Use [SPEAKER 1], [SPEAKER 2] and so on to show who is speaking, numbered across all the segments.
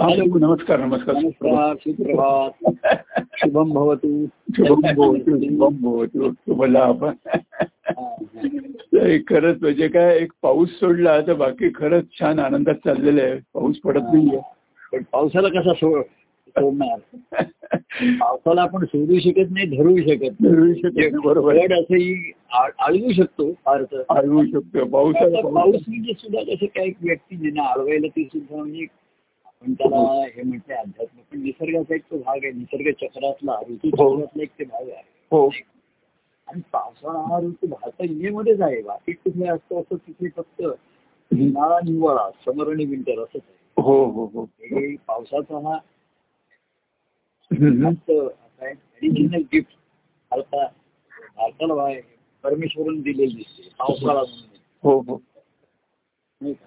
[SPEAKER 1] Hello नमस्कार नमस्कार
[SPEAKER 2] नमस्कार सुप्रभात शुभम भवतु
[SPEAKER 1] शुभम भवतु शुभम भवतु तुम्हाला आपण एक खरंच म्हणजे काय एक पाऊस सोडला तर बाकी खरंच छान आनंदात चाललेलं आहे पाऊस पडत
[SPEAKER 2] पण पावसाला कसा सोड सोडणार
[SPEAKER 1] नाहीये
[SPEAKER 2] पावसाला आपण सोडू शकत नाही धरू शकत
[SPEAKER 1] धरू शकत नाही, बरोबर आहे.
[SPEAKER 2] फ्लड असंही आ- आळवू शकतो फारसं
[SPEAKER 1] आळवू शकतो
[SPEAKER 2] आता
[SPEAKER 1] पावसाला
[SPEAKER 2] पाऊस
[SPEAKER 1] पाऊस
[SPEAKER 2] म्हणजे सुद्धा जसं काही व्यक्ती ज्यांना आळवायला ती सुद्धा म्हणजे आपण त्याला हे म्हटलं अध्यात्म पण निसर्गाचा एक तो भाग आहे निसर्ग चक्रातला ऋतू
[SPEAKER 1] हो.
[SPEAKER 2] चक्रातला एक ते भाग आहे
[SPEAKER 1] हो
[SPEAKER 2] आणि पावसाळा हा ऋतू भारतात इंडियामध्येच आहे बाकी कुठे असतो असं तिथे फक्त उन्हाळा आणि हिवाळा समर आणि विंटर असंच आहे
[SPEAKER 1] हो हो हो
[SPEAKER 2] हे पावसाचा हा
[SPEAKER 1] हम्म.
[SPEAKER 2] फक्त काय ॲडिशनल गिफ्ट भारता भारताला बाहेर परमेश्वरून दिलेली दिसते पावसाळा म्हणून
[SPEAKER 1] हो हो
[SPEAKER 2] नाही का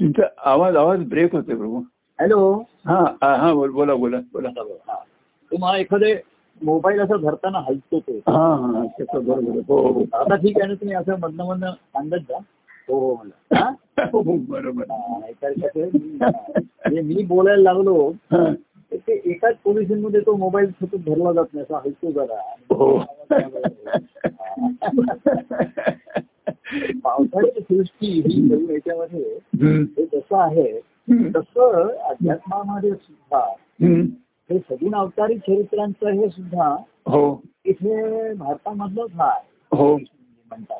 [SPEAKER 1] तुमचा आवाज आवाज ब्रेक होते प्रभू
[SPEAKER 2] हॅलो
[SPEAKER 1] हा हा, हा बोल- बोला बोला बोला
[SPEAKER 2] तुम्हाला एखादे मोबाईल असं धरताना हलतो तो
[SPEAKER 1] हा हा हा, तसं बरोबर आहे. हो हो
[SPEAKER 2] आता ठीक आहे ना तुम्ही असं मधनं मधनं सांगत जा हो हो म्हणलं हा?
[SPEAKER 1] हो, हो, बरोबर
[SPEAKER 2] हा, नाहीतर कसं मी- म्हणजे मी बोलायला लागलो
[SPEAKER 1] हा,
[SPEAKER 2] तर ते एकाच position मध्ये तो मोबाईल सतत धरला जात नाही असा हलतो जरा
[SPEAKER 1] हो
[SPEAKER 2] पावसाळ्याची सृष्टी ही सर्व याच्यामध्ये
[SPEAKER 1] हम्म,
[SPEAKER 2] हे जसं आहे
[SPEAKER 1] हम्म,
[SPEAKER 2] तसं अध्यात्मामध्ये सुद्धा
[SPEAKER 1] हम्म.
[SPEAKER 2] हे सगुण अवतारी चरित्रांचं हे सुद्धा
[SPEAKER 1] हो
[SPEAKER 2] इथे भारतामधलंच हा आहे,
[SPEAKER 1] हो
[SPEAKER 2] म्हणतात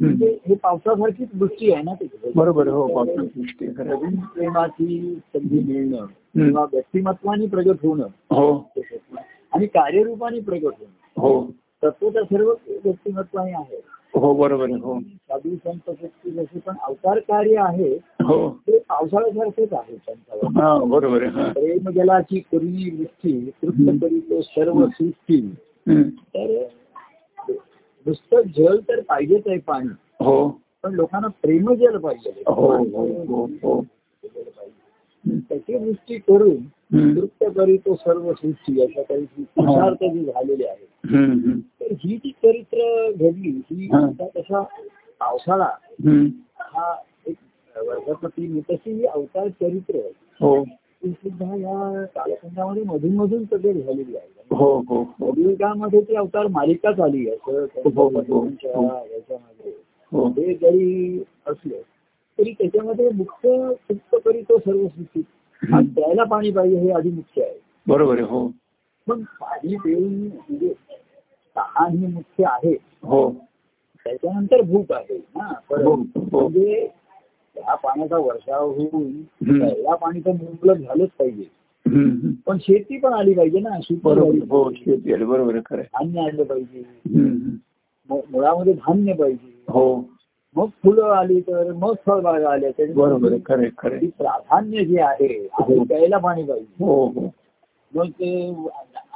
[SPEAKER 1] हम्म.
[SPEAKER 2] म्हणजे हे पावसासारखीच गोष्टी आहे ना तिथे
[SPEAKER 1] बरोबर हो पावसाची सृष्टी आहे, खरं आहे.
[SPEAKER 2] नवीन प्रेमाची संधी मिळणं किंवा व्यक्तिमत्वाने प्रगट होणं
[SPEAKER 1] हो
[SPEAKER 2] आणि कार्यरूपाने प्रगट होणं
[SPEAKER 1] हो
[SPEAKER 2] तत्वता सर्व व्यक्तिमत्वाने आहे
[SPEAKER 1] हो बरोबर आहे. हो
[SPEAKER 2] साधू संत शक्ती जसे पण अवतार कार्य आहे
[SPEAKER 1] हो
[SPEAKER 2] ते पावसाळ्यासारखेच आहे त्यांच्यावर
[SPEAKER 1] हा बरोबर आहे. हा
[SPEAKER 2] प्रेम जलाची करुणी वृष्टी तृप्त करी तो सर्व सृष्टी
[SPEAKER 1] हम्म.
[SPEAKER 2] तर नुसतं जल तर पाहिजेच आहे पाणी
[SPEAKER 1] हो
[SPEAKER 2] पण लोकांना प्रेमजल पाहिजे
[SPEAKER 1] हो हो हो हो हम्म.
[SPEAKER 2] त्याची दृष्टी करून
[SPEAKER 1] हम्म. हो.
[SPEAKER 2] नृत्य करी तो सर्व सृष्टी अशा काही पुरुषार्थ जे झालेले आहेत
[SPEAKER 1] हम्म, हम्म.
[SPEAKER 2] तर ही जी चरित्र घडली ही
[SPEAKER 1] हा.
[SPEAKER 2] आता कसा पावसाळा
[SPEAKER 1] हम्म.
[SPEAKER 2] हा एक वर्धापती मी तशी ही अवतार चरित्र आहे.
[SPEAKER 1] हो
[SPEAKER 2] ती सुद्धा या कालखंडामध्ये मधून मधून प्रगट झालेली आहे
[SPEAKER 1] हो हो हो
[SPEAKER 2] मधुयुगामध्ये ती अवतार मालिकाच आली आहे असं
[SPEAKER 1] हो, हो, हो.
[SPEAKER 2] त्यांच्या याच्यामध्ये
[SPEAKER 1] हो
[SPEAKER 2] हे जरी असलं तरी त्याच्यामध्ये मुख्य तृप्त करी तो सर्व सृष्टी आज प्यायला पाणी पाहिजे हे आधी मुख्य आहे
[SPEAKER 1] बरोबर आहे. हो
[SPEAKER 2] पण पाणी पिऊन म्हणजे तहान हे मुख्य आहे
[SPEAKER 1] हो
[SPEAKER 2] त्याच्यानंतर भूक आहे ना परत.
[SPEAKER 1] हो, हो.
[SPEAKER 2] म्हणजे त्या पाण्याचा वर्षाव होऊन
[SPEAKER 1] हम्म.
[SPEAKER 2] पहिला पाणी तर मुबलक झालंच पाहिजे
[SPEAKER 1] हम्म, हम्म.
[SPEAKER 2] पण शेती पण आली पाहिजे ना शेती आली
[SPEAKER 1] बरोबर हो
[SPEAKER 2] पाहिजे.
[SPEAKER 1] शेती आहे. बरोबर आहे. खरं आहे.
[SPEAKER 2] धान्य आणलं पाहिजे
[SPEAKER 1] हम्म, हम्म.
[SPEAKER 2] मु- मुळामध्ये धान्य पाहिजे
[SPEAKER 1] हो
[SPEAKER 2] मग फुलं आली तर मग फळबागा आल्या तर
[SPEAKER 1] बरोबर हो. आहे. खरं आहे. खरं
[SPEAKER 2] ती
[SPEAKER 1] आहे.
[SPEAKER 2] प्राधान्य जे आहे आधी प्यायला पाणी पाहिजे
[SPEAKER 1] हो हो
[SPEAKER 2] मग ते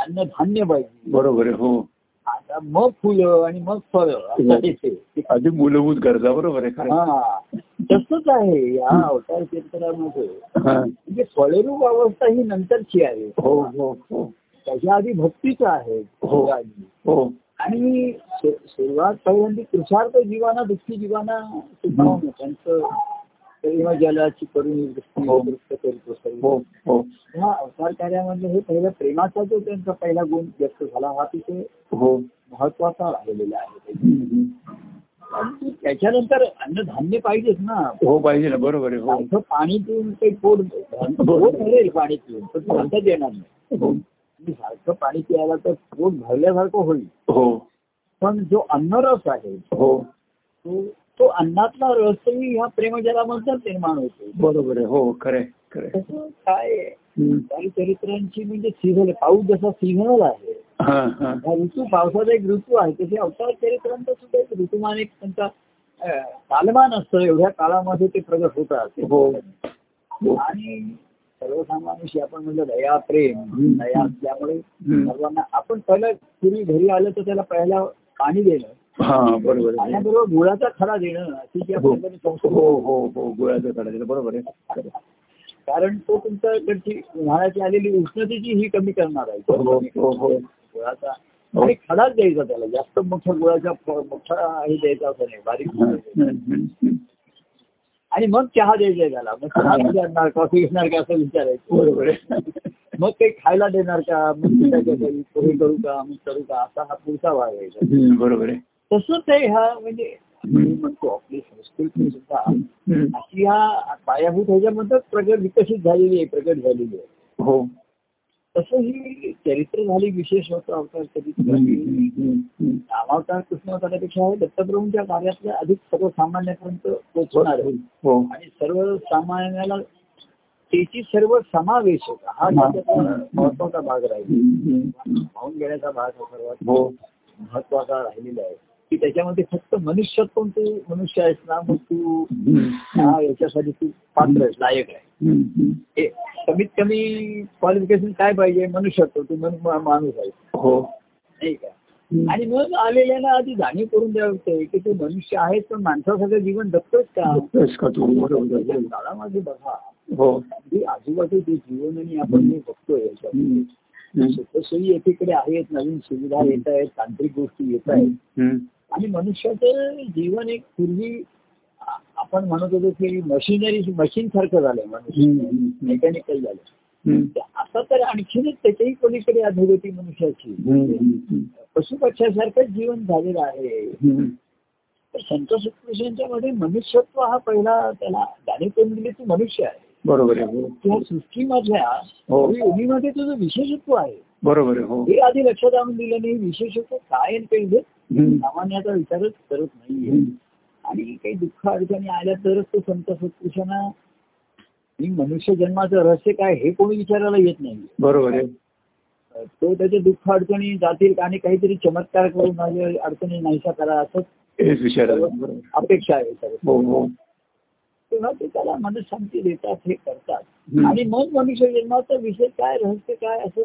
[SPEAKER 2] अन्नधान्य पाहिजे
[SPEAKER 1] बरोबर आहे. हो
[SPEAKER 2] आता मग फुलं आणि मग फळं असं येते.
[SPEAKER 1] आधी मूलभूत गरजा बरोबर आहे खरं आहे.
[SPEAKER 2] हा तसंच आहे या अवतार चित्रामध्ये
[SPEAKER 1] हा.
[SPEAKER 2] म्हणजे फळरूप अवस्था ही नंतरची आहे
[SPEAKER 1] हो हो हो
[SPEAKER 2] त्याच्या आधी भक्तीच आहे
[SPEAKER 1] हो. हो
[SPEAKER 2] आणि सु- सुरुवात पहिल्यांदा कृषार्थ जीवाना दुःखी जीवाना सुखावणं त्यांचं प्रेम जलाची करून
[SPEAKER 1] हो.
[SPEAKER 2] दृष्टी करतो सर्व
[SPEAKER 1] हो हो
[SPEAKER 2] ह्या अवतार कार्यामध्ये हे पहिल्या प्रेमाचा जो त्यांचा पहिला गुण व्यक्त झाला हा तिथे
[SPEAKER 1] हो
[SPEAKER 2] महत्वाचा राहिलेला आहे
[SPEAKER 1] हम्म, हम्म.
[SPEAKER 2] आणि त्याच्यानंतर अन्नधान्य पाहिजेच ना
[SPEAKER 1] हो पाहिजे ना बरोबर आहे.
[SPEAKER 2] सारखं पाणी पिऊन काही पोट पोट भरेल पाणी पिऊन पण ते म्हणताच येणार नाही
[SPEAKER 1] हो
[SPEAKER 2] आणि सारखं पाणी प्यायला तर पोट भरल्यासारखं होईल
[SPEAKER 1] हो
[SPEAKER 2] पण जो अन्नरस आहे
[SPEAKER 1] हो
[SPEAKER 2] तो तो अन्नातला रसही ह्या प्रेमजलामधूनच निर्माण होतो
[SPEAKER 1] बरोबर आहे. हो खरं आहे. खरं आहे.
[SPEAKER 2] तसं काय आहे?
[SPEAKER 1] हम्म.
[SPEAKER 2] काही चरित्रांची म्हणजे सीझन पाऊस जसा सीझनल आहे
[SPEAKER 1] हा हा
[SPEAKER 2] हा ऋतू पावसाचा एक ऋतू आहे तसे अवतार चरित्रांचा सुद्धा एक ऋतुमान एक त्यांचा अं, कालमान असतं एवढ्या काळामध्ये ते प्रगट होतात
[SPEAKER 1] हो हो
[SPEAKER 2] आणि सर्वसामान्यांशी आपण म्हणलं दया प्रेम
[SPEAKER 1] हम्म.
[SPEAKER 2] दया असल्यामुळे
[SPEAKER 1] हम्म.
[SPEAKER 2] सर्वांना आपण पहिला पूर्वी घरी आलं तर त्याला पहिला पाणी देणं
[SPEAKER 1] हा बरोबर आहे.
[SPEAKER 2] पाण्याबरोबर गुळाचा खडा देणं अशी जी
[SPEAKER 1] हो
[SPEAKER 2] आपल्याकडे संस्कृती
[SPEAKER 1] हो हो हो गुळाचं काढायचं बरोबर आहे खरं आहे.
[SPEAKER 2] कारण तो तुमच्याकडची उन्हाळ्याची आलेली उष्णतेची ही कमी करणार आहे
[SPEAKER 1] हो हो हो
[SPEAKER 2] गुळाचा आणि खडाच द्यायचा त्याला जास्त मोठ्या गुळाचा फ- मोठा हे द्यायचा असं नाही बारीक
[SPEAKER 1] हम्म, हम्म, हम्म.
[SPEAKER 2] आणि मग चहा द्यायचा त्याला मग चहा विचारणार कॉफी घेणार का असं विचारायचं
[SPEAKER 1] बरोबर आहे
[SPEAKER 2] मग काही खायला देणार का मग संध्याकाळी काही पोहे करू का मग करू का असा हा पुढचा भाग यायचा
[SPEAKER 1] हम्म, बरोबर आहे
[SPEAKER 2] तसंच आहे हा म्हणजे मी म्हणतो आपली संस्कृती सुद्धा
[SPEAKER 1] हम्म,
[SPEAKER 2] अशी ह्या पायाभूत ह्याच्यामध्ये प्रगट विकसित झालेली आहे प्रगट झालेली आहे
[SPEAKER 1] हो
[SPEAKER 2] तसं ही चरित्र झाली विशेष होतं अवतार कधी
[SPEAKER 1] हम्म, हम्म, हम्म, हम्म.
[SPEAKER 2] नामावतार कृष्णावतारापेक्षा हे दत्तप्रभूंच्या कार्यातल्या अधिक सर्वसामान्यापर्यंत पोहोचणार आहे.
[SPEAKER 1] हो
[SPEAKER 2] आणि सर्वसामान्याला त्याची सर्व समावेश होता हा
[SPEAKER 1] हा.
[SPEAKER 2] त्याचा महत्वाचा भाग राहील
[SPEAKER 1] हम्म, हम्म.
[SPEAKER 2] वाहून घेण्याचा भाग हा सर्वात
[SPEAKER 1] हो
[SPEAKER 2] महत्वाचा राहिलेला आहे की त्याच्यामध्ये फक्त मनुष्यत्व तू मनुष्य आहेस ना मग तू
[SPEAKER 1] हम्म, हम्म,
[SPEAKER 2] हा याच्यासाठी तू पात्र आहेस लायक आहे
[SPEAKER 1] हम्म.
[SPEAKER 2] हे कमीत कमी क्वालिफिकेशन काय पाहिजे मनुष्यत्व तू मन- मा- माणूस आहेस
[SPEAKER 1] हो
[SPEAKER 2] नाही का
[SPEAKER 1] हम्म.
[SPEAKER 2] आणि मग आलेल्याला आधी जाणीव करून द्यावी लागते की ते मनुष्य आहेच पण माणसासारखं जीवन जगतोच का
[SPEAKER 1] तेच का तू बरोबर आहे.
[SPEAKER 2] काळामध्ये बघा
[SPEAKER 1] हो
[SPEAKER 2] अगदी आजूबाजूचे जीवन आणि आपण जे बघतोय याच्यात,
[SPEAKER 1] हम्म, हम्म,
[SPEAKER 2] सुखसोयी एकीकडे आहेत नवीन सुविधा येत आहेत तांत्रिक गोष्टी येत आहेत
[SPEAKER 1] हम्म.
[SPEAKER 2] आणि मनुष्याचं जीवन एक पूर्वी आ- आपण म्हणत होतो की मशिनरी मशीन सारखं झालंय
[SPEAKER 1] हम्म,
[SPEAKER 2] मनुष्य
[SPEAKER 1] हम्म,
[SPEAKER 2] मेकॅनिकल झालं
[SPEAKER 1] हम्म.
[SPEAKER 2] तर आता तर आणखीनच त्याच्याही पलीकडे अधोगती मनुष्याची
[SPEAKER 1] हम्म,
[SPEAKER 2] पशुपक्ष्यासारखंच जीवन झालेलं आहे
[SPEAKER 1] हम्म.
[SPEAKER 2] तर संत सुखकृष्णांच्या मध्ये मनुष्यत्व हा पहिला त्याला जाणीव करून दिली तू मनुष्य आहे
[SPEAKER 1] बरोबर आहे हो
[SPEAKER 2] किंवा सृष्टीमधल्या
[SPEAKER 1] हो.
[SPEAKER 2] उभीमध्ये तुझं विशेषत्व आहे
[SPEAKER 1] बरोबर आहे हो
[SPEAKER 2] हे आधी लक्षात आणून दिलं नाही विशेषत्व काय आणि काही हे
[SPEAKER 1] हम्म,
[SPEAKER 2] सामान्याचा विचारच करत नाहीये
[SPEAKER 1] हम्म.
[SPEAKER 2] आणि काही दुःख अडचणी आल्या तरच तो संत सुखकृष्णांना मी मनुष्य जन्माचं रहस्य काय हे कोणी विचारायला येत नाही
[SPEAKER 1] बरोबर आहे
[SPEAKER 2] तो त्याचे दुःख अडचणी जातील आणि काहीतरी चमत्कार करून माझ्या अडचणी नाहीशा करा असं
[SPEAKER 1] हेच विचारायला बरोबर.
[SPEAKER 2] अपेक्षा आहे सर्व.
[SPEAKER 1] हो हो
[SPEAKER 2] तेव्हा ते त्याला मनशांती देतात हे करतात
[SPEAKER 1] हम्म.
[SPEAKER 2] आणि मग मनुष्य जन्माचा विषय काय रहस्य काय असं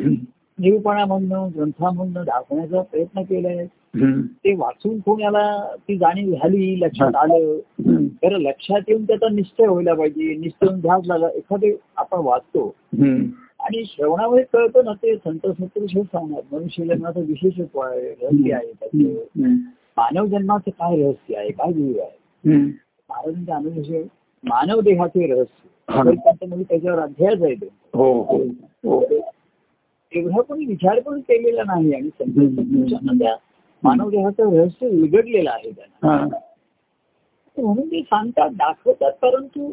[SPEAKER 1] हम्म,
[SPEAKER 2] निरूपणामधनं ग्रंथामधनं दाखवण्याचा प्रयत्न केलाय
[SPEAKER 1] हम्म,
[SPEAKER 2] ते वाचून कोणाला ती जाणीव झाली लक्षात आलं
[SPEAKER 1] हम्म,
[SPEAKER 2] तर लक्षात येऊन त्याचा निश्चय व्हायला पाहिजे निश्चय होऊन ध्यास लागला एखादे आपण वाचतो
[SPEAKER 1] हम्म.
[SPEAKER 2] आणि श्रवणामध्ये कळतं ना ते संत सत्रुष हे सांगणार मनुष्य जन्माचं विशेषत्व आहे रहस्य आहे त्याचं
[SPEAKER 1] हम्म,
[SPEAKER 2] मानव जन्माचं काय रहस्य आहे काय ध्येय आहे
[SPEAKER 1] हम्म.
[SPEAKER 2] महाराजांचे अनुशय म्हणजे मानव देहाचे रहस्य
[SPEAKER 1] हा.
[SPEAKER 2] अद्वैतांच्यामध्ये त्याच्यावर अध्यायच आहे तो.
[SPEAKER 1] हो हो हो
[SPEAKER 2] एवढा कोणी विचार पण केलेला नाही आणि संत सत्पुरुषांना त्या मानव देहाचं रहस्य उलगडलेलं आहे त्यांना
[SPEAKER 1] हा
[SPEAKER 2] तर म्हणून ते सांगतात दाखवतात परंतु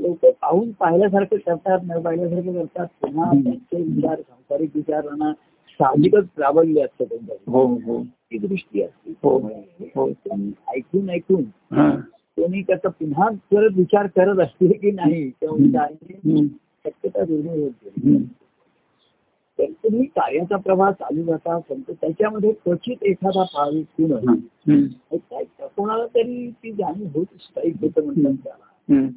[SPEAKER 2] लोक पाहून पाहिल्यासारखं करतात न पाहिल्यासारखं करतात पुन्हा
[SPEAKER 1] हम्म.
[SPEAKER 2] त्यांचे विचार सांसारिक विचारांना साहजिकच प्राबल्य असतं त्यांच्याकडे
[SPEAKER 1] हो हो
[SPEAKER 2] ती दृष्टी असते
[SPEAKER 1] हो.
[SPEAKER 2] त्यामुळे
[SPEAKER 1] हो.
[SPEAKER 2] ऐकून ऐकून ऐकून
[SPEAKER 1] हा
[SPEAKER 2] कोणी त्याचा पुन्हा परत विचार करत असतील की नाही किंवा
[SPEAKER 1] हम्म.
[SPEAKER 2] विचारांची
[SPEAKER 1] हम्म,
[SPEAKER 2] शक्यता दुर्मिळ होते
[SPEAKER 1] हम्म.
[SPEAKER 2] तर तुम्ही कार्याचा प्रवाह चालू जाता संत त्याच्यामध्ये क्वचित एखादा भाविक
[SPEAKER 1] हा.
[SPEAKER 2] गुण
[SPEAKER 1] हम्म,
[SPEAKER 2] कोणाला तरी ती जाणीव होत स्थायिक होतं म्हणतात त्याला
[SPEAKER 1] हम्म.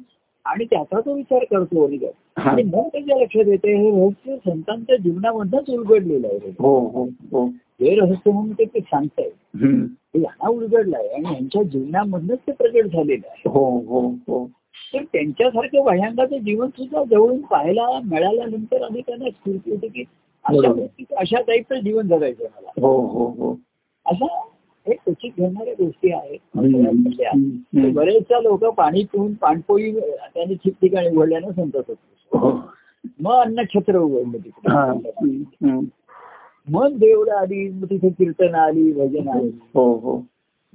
[SPEAKER 2] आणि त्याचा तो विचार करतो वगैरे
[SPEAKER 1] हा.
[SPEAKER 2] आणि मग त्याच्या लक्षात येते हे रहस्य संतांच्या जीवनामधनच उलगडलेलं आहे
[SPEAKER 1] हो हो हो
[SPEAKER 2] हे रहस्य म्हणून ते ते सांगतायत
[SPEAKER 1] हम्म.
[SPEAKER 2] हे यांना उलगडलं आहे आणि यांच्या जीवनामधनच ते प्रगट झालेलं आहे
[SPEAKER 1] हो हो हो
[SPEAKER 2] तर त्यांच्यासारखं वह्यांगाचं जीवन सुद्धा जवळून पाहायला मिळाल्यानंतर आम्ही त्यांना स्फूर्ती होते की अशा
[SPEAKER 1] बरोबर.
[SPEAKER 2] व्यक्तीचं- अशा टाईपचं जीवन जगायचं आहे मला
[SPEAKER 1] हो हो हो
[SPEAKER 2] अशा हे क्वचित घडणाऱ्या गोष्टी आहेत
[SPEAKER 1] हम्म.
[SPEAKER 2] आपल्या.
[SPEAKER 1] हम्म.
[SPEAKER 2] तर बरेचदा लोक पाणी पिऊन पाणपोई त्यांनी ठिकठिकाणी उघडल्यानं संपत होते
[SPEAKER 1] हो
[SPEAKER 2] मग अन्नछत्र उघडलं
[SPEAKER 1] हा.
[SPEAKER 2] तिकडे
[SPEAKER 1] हम्म, हम्म.
[SPEAKER 2] मग देवळं आली मग तिथे कीर्तन आली भजन आली
[SPEAKER 1] हो हो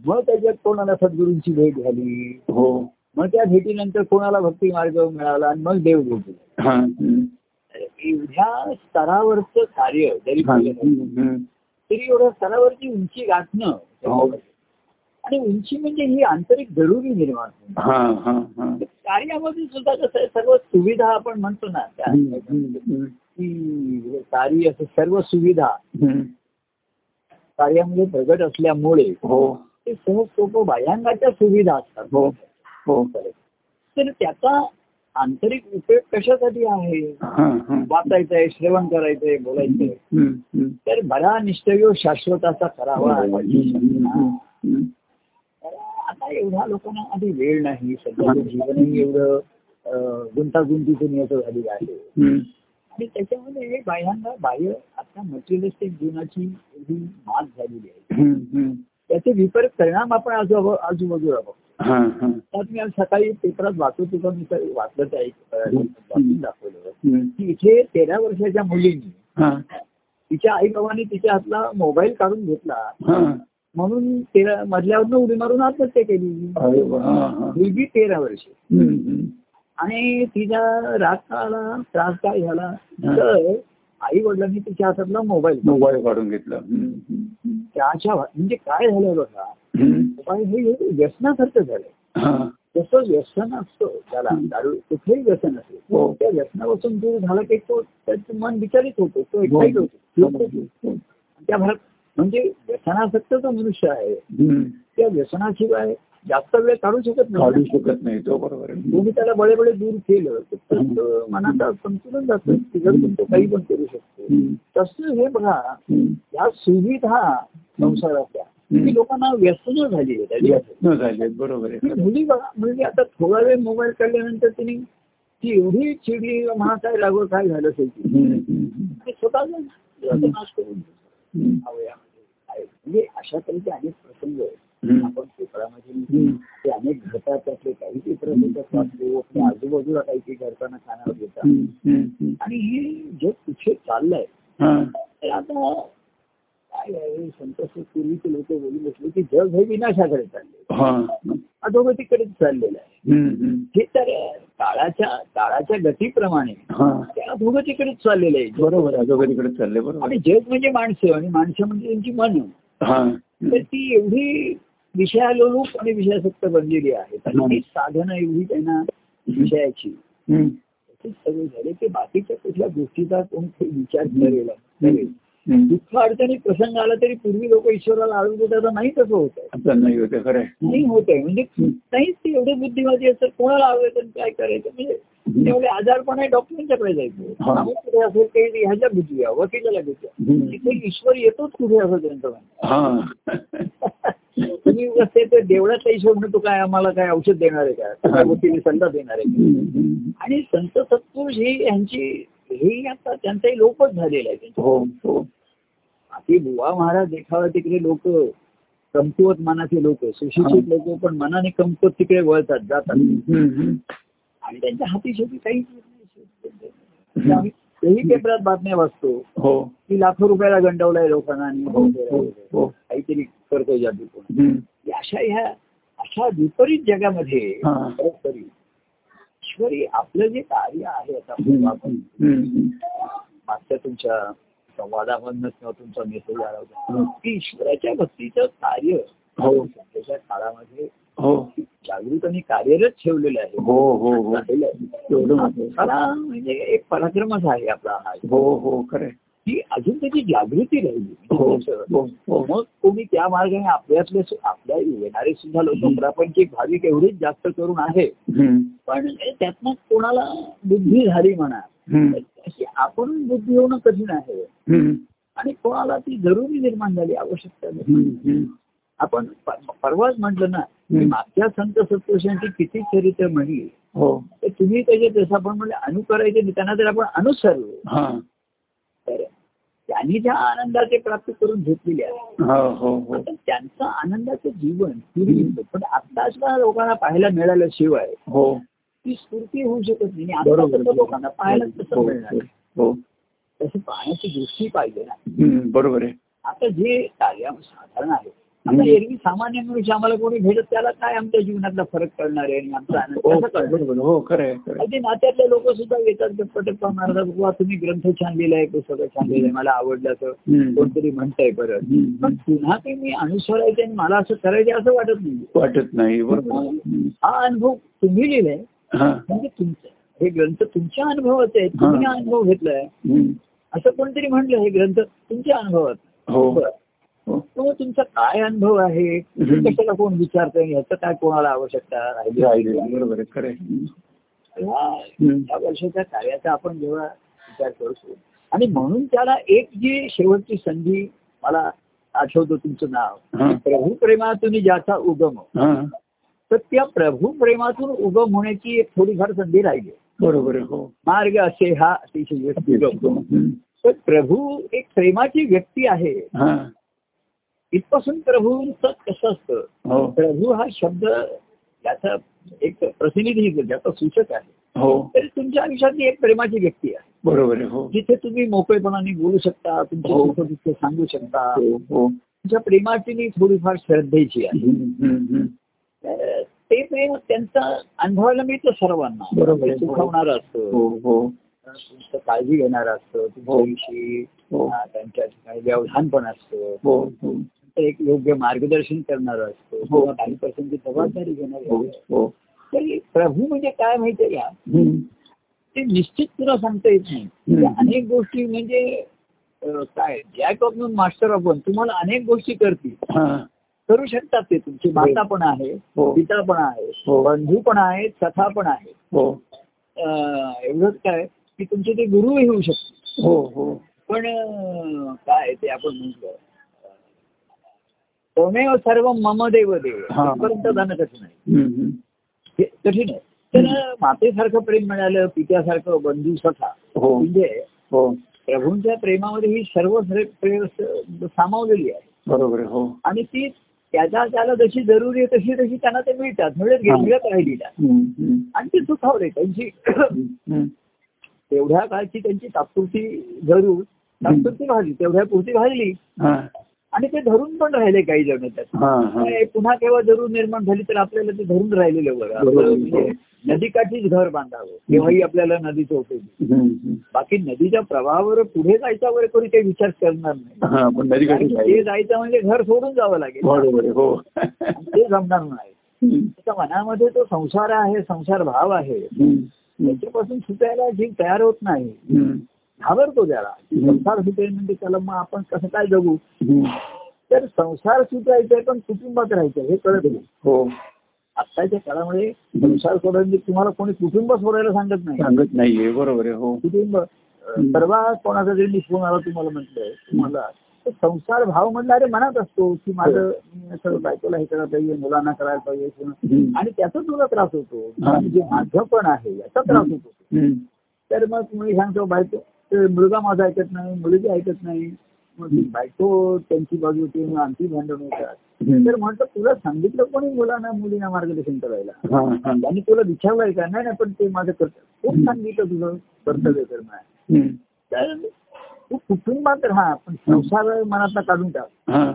[SPEAKER 2] मग त्याच्यात कोणाला सद्गुरूंची भेट झाली
[SPEAKER 1] हो
[SPEAKER 2] मग त्या भेटीनंतर कोणाला भक्ती मार्ग मिळाला आणि मग देव भेटले
[SPEAKER 1] हा हम्म.
[SPEAKER 2] एवढ्या स्तरावरचं कार्य जरी
[SPEAKER 1] हा.
[SPEAKER 2] केलं
[SPEAKER 1] हम्म, हम्म.
[SPEAKER 2] तरी एवढ्या स्तरावरची उंची गाठणं
[SPEAKER 1] हो.
[SPEAKER 2] आणि उंची म्हणजे ही आंतरिक जरुरी निर्माण होणं
[SPEAKER 1] हा हा हा
[SPEAKER 2] कार्यामध्ये सुद्धा कसं आहे सर्व सुविधा आपण म्हणतो ना त्या
[SPEAKER 1] हम्म, हम्म, हम्म.
[SPEAKER 2] की कार्य असं सर्व सुविधा
[SPEAKER 1] हम्म.
[SPEAKER 2] कार्यामध्ये प्रगट असल्यामुळे
[SPEAKER 1] हो
[SPEAKER 2] ते सहज सोपं बाह्यांगाच्या सुविधा असतात
[SPEAKER 1] हो हो
[SPEAKER 2] तर त्याचा आंतरिक उपयोग कशासाठी आहे
[SPEAKER 1] हा हा
[SPEAKER 2] वाचायचंय श्रवण करायचंय बोलायचंय
[SPEAKER 1] हम्म, हम्म.
[SPEAKER 2] तर बरा निष्ठयो शाश्वताचा करावा तर आता एवढ्या लोकांना आधी वेळ नाही सध्याचं जीवनही एवढं अं, गुंतागुंतीतून येतं झालेलं आहे आणि त्याच्यामध्ये हे बाह्यांना बाह्य आता मटेरियलिस्टिक जीवनाची एवढी मात झालेली आहे त्याचे विपरीत परिणाम आपण आजूब- आजूबाजूला बघतो
[SPEAKER 1] हा हा
[SPEAKER 2] त्यात मी आज सकाळी पेपरात वाचत होतो मी तर वाचलं ते ऐक अ,
[SPEAKER 1] हं.
[SPEAKER 2] वाचून दाखवलं
[SPEAKER 1] हम्म.
[SPEAKER 2] की इथे तेरा वर्षाच्या मुलीने
[SPEAKER 1] हा
[SPEAKER 2] तिच्या आई बाबाने तिच्या हातला मोबाईल काढून घेतला
[SPEAKER 1] हा
[SPEAKER 2] म्हणून तेरा मधल्यावरनं उडी मारून आत्महत्या केली
[SPEAKER 1] अरे वा, हा हा
[SPEAKER 2] मुलगी तेरा वर्ष
[SPEAKER 1] हम्म, हम्म.
[SPEAKER 2] आणि तिच्या राग काळाला त्रास काय झाला तर आई वडिलांनी तिच्या हातातला मोबाईल
[SPEAKER 1] मोबाईल काढून घेतला हम्म, हम्म,
[SPEAKER 2] त्याच्या म्हणजे काय झालं बघा
[SPEAKER 1] हम्म.
[SPEAKER 2] मोबाईल हे व्यसनासारखं झालं
[SPEAKER 1] हा
[SPEAKER 2] जसं व्यसन असतो त्याला
[SPEAKER 1] हम्म.
[SPEAKER 2] दारू कुठेही व्यसन असेल
[SPEAKER 1] हो.
[SPEAKER 2] त्या व्यसनापासून दूर झालं की तो त्याचं मन विचारित होतो तो
[SPEAKER 1] हो.
[SPEAKER 2] एक्साईट होतो
[SPEAKER 1] हो. हो.
[SPEAKER 2] त्या भागात म्हणजे व्यसनासक्त जो मनुष्य आहे
[SPEAKER 1] हम्म.
[SPEAKER 2] त्या व्यसनाशिवाय जास्त वेळ काढू शकत
[SPEAKER 1] काढू
[SPEAKER 2] नाही
[SPEAKER 1] शकत नाही तो बरोबर आहे.
[SPEAKER 2] तुम्ही म्हणजे त्याला बळे बळे दूर केलं तर त्याचं मनाचं संतुलन जातं तिकडून तो काही पण करू शकतो
[SPEAKER 1] हम्म,
[SPEAKER 2] तसं हे बघा
[SPEAKER 1] हम्म.
[SPEAKER 2] या सुविधा संसारातल्या ती लोकांना व्यसन झाली आहे त्याच्यात.
[SPEAKER 1] न झाले बरोबर
[SPEAKER 2] ती
[SPEAKER 1] आहे
[SPEAKER 2] मुली बघा मुलगी आता थोडा वेळ मोबाईल काढल्यानंतर तिने ती एवढी चिडली म्हणा काय लागू काय झालं असेल ती
[SPEAKER 1] हम्म, हम्म,
[SPEAKER 2] ती स्वतः जाऊन स्वतःचा नाश करून
[SPEAKER 1] हम्म.
[SPEAKER 2] आवयामध्ये आहे. म्हणजे अशा तऱ्हेचे अनेक प्रसंग
[SPEAKER 1] हम्म.
[SPEAKER 2] आपण पेपरामध्ये
[SPEAKER 1] हम्म.
[SPEAKER 2] ते अनेक घटतात त्यातले काही पेपर देतात वाचतो आपल्या आजूबाजूला काही काही घडताना कानावर घेतात
[SPEAKER 1] हम्म, हम्म, हम्म.
[SPEAKER 2] आणि हे जे पिछे चाललंय
[SPEAKER 1] हा
[SPEAKER 2] ते आता काय आहे संतपूर्वीचे लोक बोलू बसले की जग हे विनाशाकडे चालले
[SPEAKER 1] हा
[SPEAKER 2] अधोगतीकडेच चाललेलं आहे
[SPEAKER 1] हम्म, हम्म.
[SPEAKER 2] हे तर काळाच्या काळाच्या गतीप्रमाणे
[SPEAKER 1] हा
[SPEAKER 2] ते अधोगतीकडेच चाललेलं आहे जग.
[SPEAKER 1] बरोबर अगोदरीकडे चालले बरोबर
[SPEAKER 2] आणि जग म्हणजे माणसं आणि माणसं म्हणजे त्यांची मन
[SPEAKER 1] हा
[SPEAKER 2] तर ती एवढी विषयालोलूप आणि विषयासक्त बनलेली आहे आणि ती साधनं एवढी त्यांना विषयाची
[SPEAKER 1] हम्म,
[SPEAKER 2] अशीच सवय झाली की बाकीच्या कुठल्या गोष्टीचा कोण काही विचार करेल करेल.
[SPEAKER 1] हम्म.
[SPEAKER 2] दुःख अडचणी प्रसंग आला तरी पूर्वी लोक ईश्वराला आळू देतात आता नाही तसं होत आहे
[SPEAKER 1] आता नाही होते खरं आहे.
[SPEAKER 2] नाही होत आहे म्हणजे नाहीच ते एवढे बुद्धिवादी असतात कोणाला आळू देतात काय करायचं म्हणजे एवढे आजारपण आहे डॉक्टरांच्याकडे
[SPEAKER 1] हा.
[SPEAKER 2] जायचं अमुक कुठे असेल ते ह्याच्या बुद्धीया वकिलाला बुद्धीया
[SPEAKER 1] हम्म.
[SPEAKER 2] तिथे ईश्वर येतोच कुठे असं त्यांचं म्हणणं.
[SPEAKER 1] हा
[SPEAKER 2] तुम्ही उगाच ते ते देवळातला ईश्वर म्हणतो काय आम्हाला काय औषध देणार आहे का काय गोष्टी सल्ला देणार आहे का?
[SPEAKER 1] हम्म, हम्म.
[SPEAKER 2] आणि संत सत्पुरुष हे यांची हे आता त्यांचाही लोपच झालेला आहे
[SPEAKER 1] हो हो
[SPEAKER 2] बाकी बुवा महाराज देखावा तिकडे लोक कमकुवत मनाचे लोक सुशिक्षित लोक पण मनाने कमकुवत तिकडे वळतात जातात
[SPEAKER 1] हम्म, हम्म, हम्म.
[SPEAKER 2] आणि त्यांच्या हाती शेवटी काहीच येत नाही, शेवटी त्यांचं. आम्ही तेही पेपरात बातम्या वाचतो
[SPEAKER 1] हो
[SPEAKER 2] की लाखो रुपयाला गंडवलाय लोकांना आणि
[SPEAKER 1] हो
[SPEAKER 2] वगैरे
[SPEAKER 1] हो
[SPEAKER 2] वगैरे.
[SPEAKER 1] हो
[SPEAKER 2] काहीतरी करतोय जादू कोण
[SPEAKER 1] हम्म.
[SPEAKER 2] या अशा ह्या अशा विपरीत जगामध्ये
[SPEAKER 1] हा.
[SPEAKER 2] खरोखरी ईश्वरी आपलं जे कार्य आहे आता
[SPEAKER 1] हम्म,
[SPEAKER 2] आपण
[SPEAKER 1] हम्म.
[SPEAKER 2] मागच्या तुमच्या संवादामधनं किंवा तुमचा मेसेज आला होता की ईश्वराच्या भक्तीचं कार्य
[SPEAKER 1] हो.
[SPEAKER 2] सध्याच्या काळामध्ये
[SPEAKER 1] हो
[SPEAKER 2] जागृत आणि कार्यरत ठेवलेलं आहे
[SPEAKER 1] हो हो हो
[SPEAKER 2] झालेलं आहे.
[SPEAKER 1] एवढं महत्त्वाचं.
[SPEAKER 2] खरा म्हणजे एक पराक्रमच आहे आपला हा
[SPEAKER 1] हो हो खरं आहे.
[SPEAKER 2] की अजून त्याची जागृती
[SPEAKER 1] हो
[SPEAKER 2] राहिली
[SPEAKER 1] हो हो
[SPEAKER 2] मग तुम्ही त्या मार्गाने आपल्यातले सु- आपल्या येणारे सुद्धा लोक प्रापंचिक भाविक एवढेच जास्त करून आहे
[SPEAKER 1] हम्म,
[SPEAKER 2] पण त्यातनं कोणाला बुद्धी झाली म्हणा
[SPEAKER 1] हम्म,
[SPEAKER 2] अशी आपण बुद्धी होणं कठीण आहे
[SPEAKER 1] हम्म,
[SPEAKER 2] आणि कोणाला ती जरुरी निर्माण झाली आवश्यकता नाही.
[SPEAKER 1] हम्म, हम्म.
[SPEAKER 2] आपण प- परवाच म्हटलं ना की
[SPEAKER 1] हम्म.
[SPEAKER 2] मागच्या संत सत्पुरुषांची किती चरित्र म्हणली
[SPEAKER 1] हो
[SPEAKER 2] तर तुम्ही त्याचे जसं आपण म्हणलं अनुकरायचे नाही, त्यांना जर आपण अनुसरलो
[SPEAKER 1] हा
[SPEAKER 2] तर त्यांनी ज्या आनंदाचे प्राप्त करून घेतलेले आहे
[SPEAKER 1] हा हो हो
[SPEAKER 2] आता त्यांचं आनंदाचं जीवन पूर्वी होतं. पण आता सुद्धा लोकांना पाहायला मिळालं शिवाय
[SPEAKER 1] हो
[SPEAKER 2] ती स्फूर्ती होऊ शकत नाही आणि आता
[SPEAKER 1] बरोबर
[SPEAKER 2] तसं लोकांना पाहायला तसं
[SPEAKER 1] हो,
[SPEAKER 2] मिळणार नाही.
[SPEAKER 1] हो
[SPEAKER 2] तशी पाहण्याची दृष्टी पाहिजे ना
[SPEAKER 1] हम्म, बरोबर आहे
[SPEAKER 2] आता जे कार्य साधारण आहे आता
[SPEAKER 1] हम्म.
[SPEAKER 2] एरवी सामान्य मनुष्य आम्हाला कोणी भेटत त्याला काय आमच्या जीवनातला फरक कळणार आहे आणि आमचा आनंद
[SPEAKER 1] हो
[SPEAKER 2] कसा कळणार
[SPEAKER 1] बरोबर हो खरं आहे खरं आहे.
[SPEAKER 2] अगदी नात्यातले लोक सुद्धा येतात ते पटप्पा मारतात बुवा तुम्ही ग्रंथ छान लिहिलाय पुस्तकं छान लिहिलंय मला आवडलं असं
[SPEAKER 1] हम्म.
[SPEAKER 2] कोणतरी म्हणताय परत
[SPEAKER 1] हम्म,
[SPEAKER 2] पण
[SPEAKER 1] हम्म.
[SPEAKER 2] पुन्हा ते मी अनुसरायचं आणि मला असं करायचं असं वाटत नाही
[SPEAKER 1] वाटत नाही बरोबर हम्म.
[SPEAKER 2] हा अनुभव तुम्ही लिहिलाय
[SPEAKER 1] हा
[SPEAKER 2] म्हणजे तुमचं हे ग्रंथ तुमच्या अनुभवाचे आहेत तुम्ही हा अनुभव घेतलाय
[SPEAKER 1] हम्म.
[SPEAKER 2] असं कोणतरी म्हणलं हे ग्रंथ तुमच्या अनुभवात
[SPEAKER 1] हो
[SPEAKER 2] बरं.
[SPEAKER 1] हो
[SPEAKER 2] तो तुमचा काय अनुभव आहे
[SPEAKER 1] हम्म.
[SPEAKER 2] कशाला कोण विचारतोय ह्याचं काय कोणाला आवश्यकता राहिली
[SPEAKER 1] राहिलेलं
[SPEAKER 2] आहे?
[SPEAKER 1] आहे, बरोबर आहे खरं आहे. हम्म.
[SPEAKER 2] ह्या-
[SPEAKER 1] हम्म.
[SPEAKER 2] ह्या वर्षाच्या कार्याचा आपण जेव्हा विचार करतो आणि म्हणून त्याला एक जी शेवटची संधी मला आठवतो तुमचं
[SPEAKER 1] हा.
[SPEAKER 2] नाव प्रभू प्रेमातून ज्याचा उगम
[SPEAKER 1] हा
[SPEAKER 2] तर त्या प्रभू प्रेमातून उगम होण्याची एक थोडीफार संधी राहिली
[SPEAKER 1] बरोबर आहे हो
[SPEAKER 2] मार्ग असे हा अतिशय उगम
[SPEAKER 1] हम्म.
[SPEAKER 2] तर प्रभू एक प्रेमाची व्यक्ती आहे
[SPEAKER 1] हा
[SPEAKER 2] इथपासून प्रभूंच कसं असतं
[SPEAKER 1] हो
[SPEAKER 2] प्रभू हा शब्द याचा एक प्रतिनिधी ज्याचा सूचक आहे
[SPEAKER 1] हो
[SPEAKER 2] तरी तुमच्या आयुष्यातली एक प्रेमाची व्यक्ती आहे
[SPEAKER 1] बरोबर आहे हो
[SPEAKER 2] जिथे तुम्ही मोकळेपणाने बोलू शकता तुमचे
[SPEAKER 1] हो.
[SPEAKER 2] दुःख दुःख सांगू शकता
[SPEAKER 1] हो, हो
[SPEAKER 2] तुमच्या प्रेमाची नी थोडीफार श्रद्धेची आहे
[SPEAKER 1] हम्म, हम्म, हम्म.
[SPEAKER 2] तर ते प्रेम त्यांचा अनुभवायला मिळतं सर्वांना
[SPEAKER 1] बरोबर आहे.
[SPEAKER 2] सुखवणारं असतं
[SPEAKER 1] हो हो
[SPEAKER 2] तुमचं काळजी घेणारं असतं तुमच्याविषयी
[SPEAKER 1] हो
[SPEAKER 2] अं, त्यांच्या ठिकाणी व्यवधान पण असतं
[SPEAKER 1] हो हो
[SPEAKER 2] तर एक योग्य मार्गदर्शन करणारं असतं
[SPEAKER 1] हो.
[SPEAKER 2] किंवा काही पर्सेंटची जबाबदारी घेणार
[SPEAKER 1] हो हो
[SPEAKER 2] तरी प्रभू म्हणजे काय माहितीये का
[SPEAKER 1] हम्म,
[SPEAKER 2] ते निश्चित तुला सांगता येत नाही
[SPEAKER 1] हम्म.
[SPEAKER 2] त्या अनेक गोष्टी म्हणजे अं, काय जॅक ऑफ मास्टर ऑफ तुम्हाला अनेक गोष्टी करतील
[SPEAKER 1] हा,
[SPEAKER 2] करू शकतात ते तुमची माता पण आहे
[SPEAKER 1] हो.
[SPEAKER 2] पिता पण आहे
[SPEAKER 1] हो.
[SPEAKER 2] बंधू पण आहेत सखा पण आहेत
[SPEAKER 1] हो
[SPEAKER 2] अं, एवढंच काय की तुमचे ते गुरुही होऊ शकतात
[SPEAKER 1] हो हो
[SPEAKER 2] पण अं, काय ते आपण म्हटलं तमेव सर्व मम देव देव
[SPEAKER 1] हा.
[SPEAKER 2] पर्यंत जाणं कठीण आहे
[SPEAKER 1] हम्म, हम्म.
[SPEAKER 2] हे कठीण आहे तर मातेसारखं प्रेम मिळालं पित्यासारखं बंधू सखा
[SPEAKER 1] हो.
[SPEAKER 2] म्हणजे
[SPEAKER 1] हो
[SPEAKER 2] प्रभूंच्या प्रेमामध्ये ही सर्व प्रे- प्रेम स- सामावलेली आहे
[SPEAKER 1] बरोबर आहे हो
[SPEAKER 2] आणि ती त्याला त्याला जशी जरुरी आहे तशी तशी त्यांना ते मिळतात मिळत गे-
[SPEAKER 1] हा.
[SPEAKER 2] मिळत राहिलेल्या
[SPEAKER 1] हम्म, हम्म,
[SPEAKER 2] आणि ते सुखावले त्यांची
[SPEAKER 1] हम्म.
[SPEAKER 2] तेवढ्या काळची त्यांची तात्पुरती जरूर तात्पुरती भाजली तेवढ्या पुरती भाजली
[SPEAKER 1] हा,
[SPEAKER 2] आणि ते धरून पण राहिले काही जण त्यात
[SPEAKER 1] हा, हा.
[SPEAKER 2] काय, पुन्हा केव्हा जरूर निर्माण झाली तर आपल्याला ते धरून राहिलेलं बरं
[SPEAKER 1] बरोबर.
[SPEAKER 2] आपलं म्हणजे नदीकाठीच घर बांधावं तेव्हाही आपल्याला नदीचं उपयोगी
[SPEAKER 1] हम्म, हम्म.
[SPEAKER 2] बाकी नदीच्या प्रवाहावर पुढे जायचा वगैरे कोणी काही विचार करणार नाही
[SPEAKER 1] हा, पण नदी
[SPEAKER 2] कारण की ते जायचं म्हणजे घर सोडून जावं लागेल
[SPEAKER 1] बरोबर आहे हो
[SPEAKER 2] आणि ते जमणार नाही
[SPEAKER 1] हम्म,
[SPEAKER 2] त्याच्या मनामध्ये तो संसार आहे संसार भाव आहे
[SPEAKER 1] हम्म, हम्म,
[SPEAKER 2] त्याच्यापासून सुटायला जीव तयार होत नाही
[SPEAKER 1] हम्म,
[SPEAKER 2] घाबरतो त्याला
[SPEAKER 1] हम्म.
[SPEAKER 2] संसार सुटेल म्हणजे त्याला मग आपण कसं काय जगू
[SPEAKER 1] हम्म.
[SPEAKER 2] तर संसार सुटायचा पण कुटुंबात राहायचं हे कळत नाही
[SPEAKER 1] हो
[SPEAKER 2] आत्ताच्या काळामध्ये संसार सोडायला म्हणजे तुम्हाला कोणी कुटुंब सोडायला सांगत नाही
[SPEAKER 1] सांगत नाहीये बरोबर आहे हो
[SPEAKER 2] कुटुंब अं,
[SPEAKER 1] हम्म.
[SPEAKER 2] परवा कोणाचा जरी निष्ठून आला तुम्हाला म्हटलंय तुम्हाला तर संसार भाव म्हणला अरे मनात असतो की माझं मी असं बायकोला हे करायला पाहिजे मुलांना करायला पाहिजे किंवा-
[SPEAKER 1] हो. हम्म.
[SPEAKER 2] आणि त्याचा तुला त्रास होतो
[SPEAKER 1] हा.
[SPEAKER 2] आणि जे माझं पण आहे याचा त्रास होतो
[SPEAKER 1] हम्म,
[SPEAKER 2] तर मग मी सांगतो बायको ते मुलगा माझा ऐकत नाही मुलगी ऐकत नाही मग ती बायको त्यांची बाजू होती मग आमची भांडण होतात
[SPEAKER 1] हम्म.
[SPEAKER 2] तर म्हणतो तुला सांगितलं कोणी मुलांना मुलींना मार्गदर्शन करायला
[SPEAKER 1] हा, हा.
[SPEAKER 2] आणि तुला विचारलंय का नाही नाही पण ते माझं कर्तव्य कोण सांगितलं तुझं कर्तव्य कर्म आहे
[SPEAKER 1] हम्म.
[SPEAKER 2] तर तू कुटुंबात राहा पण संसार मनातला काढून टाक
[SPEAKER 1] हा,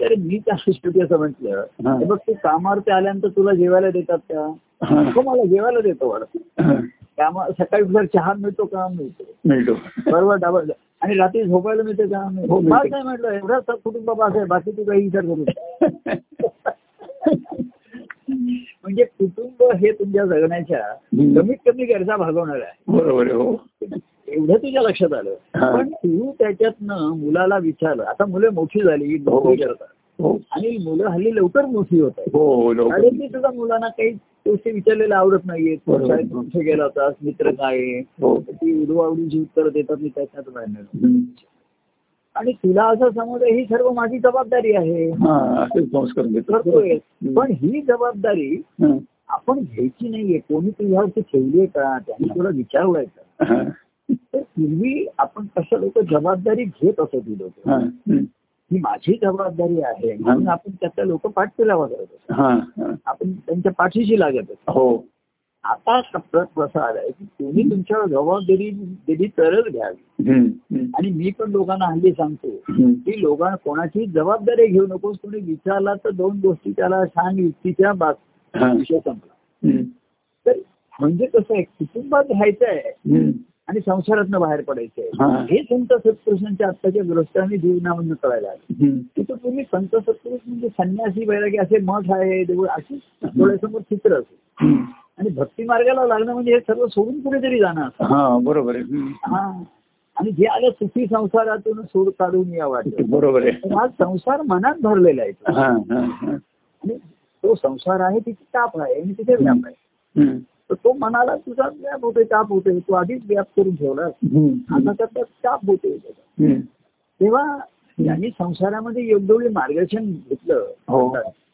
[SPEAKER 2] तर मी त्या शिष्टी असं म्हटलं
[SPEAKER 1] हा.
[SPEAKER 2] हे बघ तू कामावरती आल्यानंतर तुला जेवायला देतात का
[SPEAKER 1] हा.
[SPEAKER 2] हो मला जेवायला देतो वाटत
[SPEAKER 1] हा.
[SPEAKER 2] कामा सकाळी उठल्यावर चहा मिळतो का मिळतो
[SPEAKER 1] मिळतो
[SPEAKER 2] बरोबर डबा आणि रात्री झोपायला मिळते का
[SPEAKER 1] हो, मिळतो.
[SPEAKER 2] काय म्हटलं एवढा कुटुंब बास आहे बाकी तू काही विचार करू नको. म्हणजे कुटुंब हे तुमच्या जगण्याच्या
[SPEAKER 1] हम्म.
[SPEAKER 2] कमीत कमी गरजा भागवणार आहे
[SPEAKER 1] बरोबर आहे हो
[SPEAKER 2] एवढं तुझ्या लक्षात आलं
[SPEAKER 1] हा.
[SPEAKER 2] पण तू त्याच्यातनं मुलाला विचारलं आता मुलं मोठी झाली
[SPEAKER 1] हो.
[SPEAKER 2] नोकरी करतात
[SPEAKER 1] हो
[SPEAKER 2] आणि मुलं हल्ली लवकर मोठी होत आहेत
[SPEAKER 1] हो लवकर
[SPEAKER 2] शाळेतली सुद्धा मुलांना काही गोष्टी विचारलेल्या आवडत नाहीये तू
[SPEAKER 1] बरोबर.
[SPEAKER 2] शाळेत कुठे गेला होतास मित्र काय आहे?
[SPEAKER 1] हो
[SPEAKER 2] ती उडवाउडीची उत्तर देतात मी त्याच्यात बाहेर
[SPEAKER 1] हम्म.
[SPEAKER 2] आणि तुला असं समज ही सर्व माझी जबाबदारी आहे
[SPEAKER 1] हा असे संस्कार देतो
[SPEAKER 2] करतोय
[SPEAKER 1] हम्म.
[SPEAKER 2] पण ही जबाबदारी
[SPEAKER 1] हा,
[SPEAKER 2] आपण घ्यायची नाहीये कोणी तुझ्यावरती ठेवलीये का त्यांनी तुला विचारलंय का
[SPEAKER 1] हा,
[SPEAKER 2] तर पूर्वी आपण कसं लोक जबाबदारी घेत असत ही लोक
[SPEAKER 1] हा, हम्म.
[SPEAKER 2] ही माझी जबाबदारी आहे म्हणून आपण त्याचा लोक पाठपुरावा करत असतो
[SPEAKER 1] हा, हा.
[SPEAKER 2] आपण त्यांच्या पाठीशी लागत असतो
[SPEAKER 1] हो
[SPEAKER 2] आता शब्दात असा आलाय की तुम्ही तुमच्या जबाबदारी दिली तरच घ्यावी
[SPEAKER 1] हम्म, हम्म,
[SPEAKER 2] आणि मी पण लोकांना हल्ली सांगतो
[SPEAKER 1] हम्म.
[SPEAKER 2] की लोकांना कोणाची जबाबदारी घेऊ नकोस कोणी विचारला तर दोन गोष्टी त्याला सांग युक्तीच्या बाब
[SPEAKER 1] हा.
[SPEAKER 2] विषय संपला
[SPEAKER 1] हम्म,
[SPEAKER 2] तर म्हणजे कसं आहे कुटुंबात राहायचं आहे
[SPEAKER 1] हम्म.
[SPEAKER 2] आणि संसारातनं बाहेर पडायचं
[SPEAKER 1] हा.
[SPEAKER 2] आहे हे संत सत्पुरुषांच्या आत्ताच्या दृष्टाने जीवनामधून कळायला आलं
[SPEAKER 1] हम्म.
[SPEAKER 2] तिथं पूर्वी संत सत्पुरुष म्हणजे संन्यासी बैरागी असे मठ आहे देऊळ अशी डोळ्यासमोर चित्र असेल
[SPEAKER 1] हम्म.
[SPEAKER 2] आणि भक्ती मार्गाला लागणं म्हणजे हे सर्व सोडून कुठेतरी जाणं असं
[SPEAKER 1] हा बरोबर आहे हम्म.
[SPEAKER 2] हा आणि जे आलं सुखी संसारातून सोड काढून या वाटलं
[SPEAKER 1] बरोबर आहे
[SPEAKER 2] तर हा संसार मनात भरलेला आहे तो.
[SPEAKER 1] हा हा हा
[SPEAKER 2] आणि तो संसार आहे तिथे ताप आहे आणि तिथे व्याप आहे
[SPEAKER 1] हम्म.
[SPEAKER 2] तर तो मनाला तुझा व्याप होतोय ताप होतोय तो आधीच व्याप करून ठेवला
[SPEAKER 1] हम्म.
[SPEAKER 2] आता त्याचा ताप होतोय त्याचा.
[SPEAKER 1] हम्म.
[SPEAKER 2] तेव्हा यांनी संसारामध्ये योग्य मार्गदर्शन घेतलं
[SPEAKER 1] हो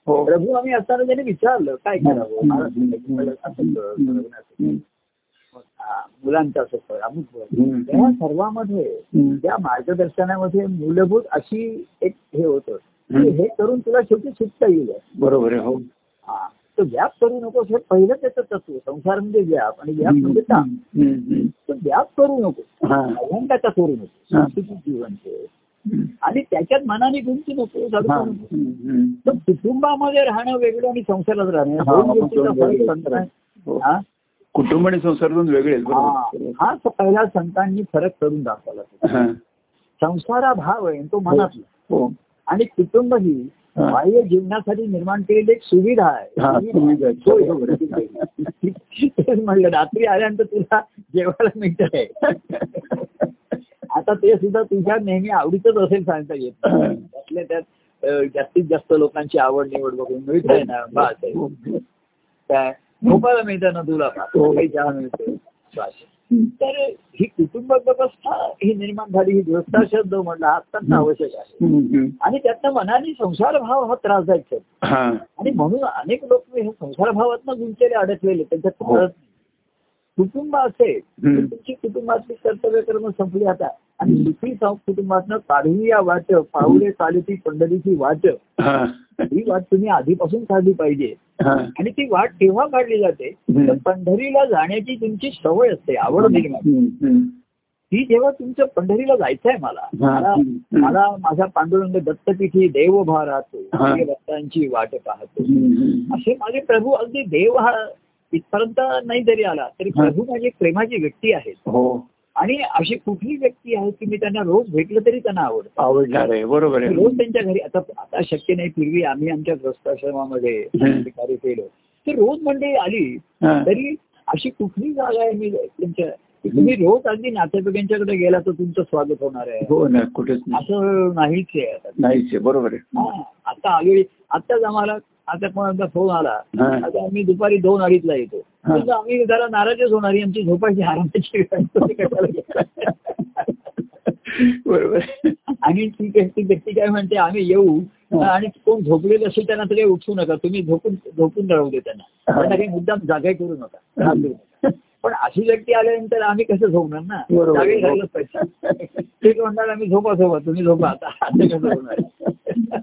[SPEAKER 1] हो
[SPEAKER 2] प्रभू आम्ही असताना त्याने विचारलं काय करावं
[SPEAKER 1] हम्म.
[SPEAKER 2] मला असं
[SPEAKER 1] हम्म.
[SPEAKER 2] कळलं, असं कळलं,
[SPEAKER 1] हम्म.
[SPEAKER 2] असं कळलं.
[SPEAKER 1] हम्म.
[SPEAKER 2] हा, मुलांचं असं फळ अमुक फळ
[SPEAKER 1] हम्म.
[SPEAKER 2] तेव्हा सर्वामध्ये
[SPEAKER 1] हम्म.
[SPEAKER 2] त्या मार्गदर्शनामध्ये मूलभूत अशी एक हे होतं की
[SPEAKER 1] हम्म.
[SPEAKER 2] हे करून तुला शेवटी सुटता येईल
[SPEAKER 1] बरोबर आहे हो
[SPEAKER 2] हा. तो व्याप करू नकोस हे पहिलं त्याचं तत्व संसार म्हणजे व्याप आणि व्याप म्हणजे ताण
[SPEAKER 1] हम्म.
[SPEAKER 2] तो व्याप करू नकोस
[SPEAKER 1] हा.
[SPEAKER 2] अहंकाचा करू नकोस
[SPEAKER 1] हा.
[SPEAKER 2] सुखी जीवन ते
[SPEAKER 1] हम्म.
[SPEAKER 2] आणि त्याच्यात मनाने गुंतू नकोस
[SPEAKER 1] हा.
[SPEAKER 2] अडकू नकोस
[SPEAKER 1] हम्म. हम्म.
[SPEAKER 2] तर कुटुंबामध्ये राहणं वेगळं आणि संसारात राहणं या
[SPEAKER 1] हा,
[SPEAKER 2] दोन
[SPEAKER 1] आपण
[SPEAKER 2] गोष्टीचा
[SPEAKER 1] दोन
[SPEAKER 2] फरक
[SPEAKER 1] वेगळे
[SPEAKER 2] संतान-
[SPEAKER 1] हो.
[SPEAKER 2] हा?
[SPEAKER 1] कुटुंब आणि संसार दोन वेगळे आहेत, बरोबर.
[SPEAKER 2] हा हा पहिला संतांनी फरक करून दाखवला
[SPEAKER 1] हा.
[SPEAKER 2] संसारा भाव आहे तो मनातला
[SPEAKER 1] हो
[SPEAKER 2] आणि कुटुंब ही
[SPEAKER 1] हा.
[SPEAKER 2] बाह्य जीवनासाठी निर्माण केलेली एक सुविधा
[SPEAKER 1] हा,
[SPEAKER 2] आहे
[SPEAKER 1] सुविधा आहे. हो,
[SPEAKER 2] सोय आहे. तेच म्हणलं रात्री आल्यानंतर तुला जेवायला मिळत आहे आता ते सुद्धा तुझ्या नेहमी आवडीतच असेल सांगता येत नाही. त्यातल्या त्यात अं, जास्तीत जास्त लोकांची आवड निवड बघून मिळत आहे ना बास आहे
[SPEAKER 1] हो.
[SPEAKER 2] काय झोपायला मिळतं ना तुला बास. काही चहा मिळते बास तर ही कुटुंब व्यवस्था ही निर्माण झाली ही व्यवस्था शब्द म्हटला हा अत्यंत आवश्यक आहे
[SPEAKER 1] हम्म. हम्म.
[SPEAKER 2] आणि त्यातनं मनाने संसार भाव हा त्रासदायक ठरतो
[SPEAKER 1] हा.
[SPEAKER 2] आणि म्हणून अनेक लोक हे संसार भावातनं गुंतलेले अडकलेले त्यांच्यात
[SPEAKER 1] हो.
[SPEAKER 2] कळत नाही. कुटुंब असेल
[SPEAKER 1] हम्म.
[SPEAKER 2] तर तुमची कुटुंबातली कर्तव्य कर्म संपली आता आणि सुखी सं- कुटुंबातनं काढून या वाट पाऊले चालू ती पंढरीची वाट
[SPEAKER 1] हा.
[SPEAKER 2] ही वाट तुम्ही आधीपासून काढली पाहिजे
[SPEAKER 1] हा.
[SPEAKER 2] आणि ती वाट तेव्हा काढली जाते
[SPEAKER 1] हम्म. हो
[SPEAKER 2] तर पंढरीला जाण्याची तुमची सवय असते आवड निर्माण
[SPEAKER 1] हम्म. हम्म.
[SPEAKER 2] ही जेव्हा तुमचं पंढरीला जायचंय मला
[SPEAKER 1] हा.
[SPEAKER 2] मला
[SPEAKER 1] हम्म.
[SPEAKER 2] मला माझा पांडुरंग दत्तपीठी देव भारातो
[SPEAKER 1] हा.
[SPEAKER 2] दत्तांची वाट पाहतो
[SPEAKER 1] हम्म.
[SPEAKER 2] असे माझे प्रभू अगदी देव हा इथपर्यंत नाही जरी आला तरी
[SPEAKER 1] हा.
[SPEAKER 2] प्रभू माझी एक प्रेमाची व्यक्ती आहे
[SPEAKER 1] हो
[SPEAKER 2] आणि अशी कुठली व्यक्ती आहे की मी त्यांना रोज भेटलं तरी त्यांना आवडतं
[SPEAKER 1] आवडणार आहे बरोबर आहे
[SPEAKER 2] रोज त्यांच्या घरी आता आता शक्य नाही पूर्वी आम्ही आमच्या ग्रस्ताश्रमामध्ये
[SPEAKER 1] हम्म.
[SPEAKER 2] ते कार्य केलं तर रोज मंडळी आली
[SPEAKER 1] हा.
[SPEAKER 2] तरी अशी कुठली जागा आहे मी त्यांच्या की तुम्ही रोज अगदी नातेवाईकांच्याकडे गेला तर तुमचं स्वागत होणार आहे
[SPEAKER 1] हो ना कुठेच नाही.
[SPEAKER 2] असं नाहीच आहे आता
[SPEAKER 1] नाहीच आहे बरोबर आहे
[SPEAKER 2] हा, आता आली आताच आम्हाला आता कोणाचा फोन आला
[SPEAKER 1] हा.
[SPEAKER 2] आता आम्ही दुपारी दोन अडीचला येतो
[SPEAKER 1] हा.
[SPEAKER 2] म्हणजे आम्ही जरा नाराजच होणार आहे, आमची झोपायची आरामाची वेळ आहे, तुम्ही कशाला येताय?
[SPEAKER 1] बरोबर आहे.
[SPEAKER 2] आणि ती काय- ती व्यक्ती काय म्हणते आम्ही येऊ
[SPEAKER 1] हा.
[SPEAKER 2] आणि कोण झोपलेलं असेल त्यांना तर काही उठू नका तुम्ही झोपून झोपून राहू दे त्यांना
[SPEAKER 1] हा.
[SPEAKER 2] त्यांना काही मुद्दाम जागा करू नका
[SPEAKER 1] हा.
[SPEAKER 2] राहू देऊ नका. पण अशी व्यक्ती आल्यानंतर आम्ही कसं झोपणार ना
[SPEAKER 1] बरोबर.
[SPEAKER 2] जागे घालच पाहिजे ते म्हणणार आम्ही झोपा झोपा तुम्ही झोपा आता असं कसं होणार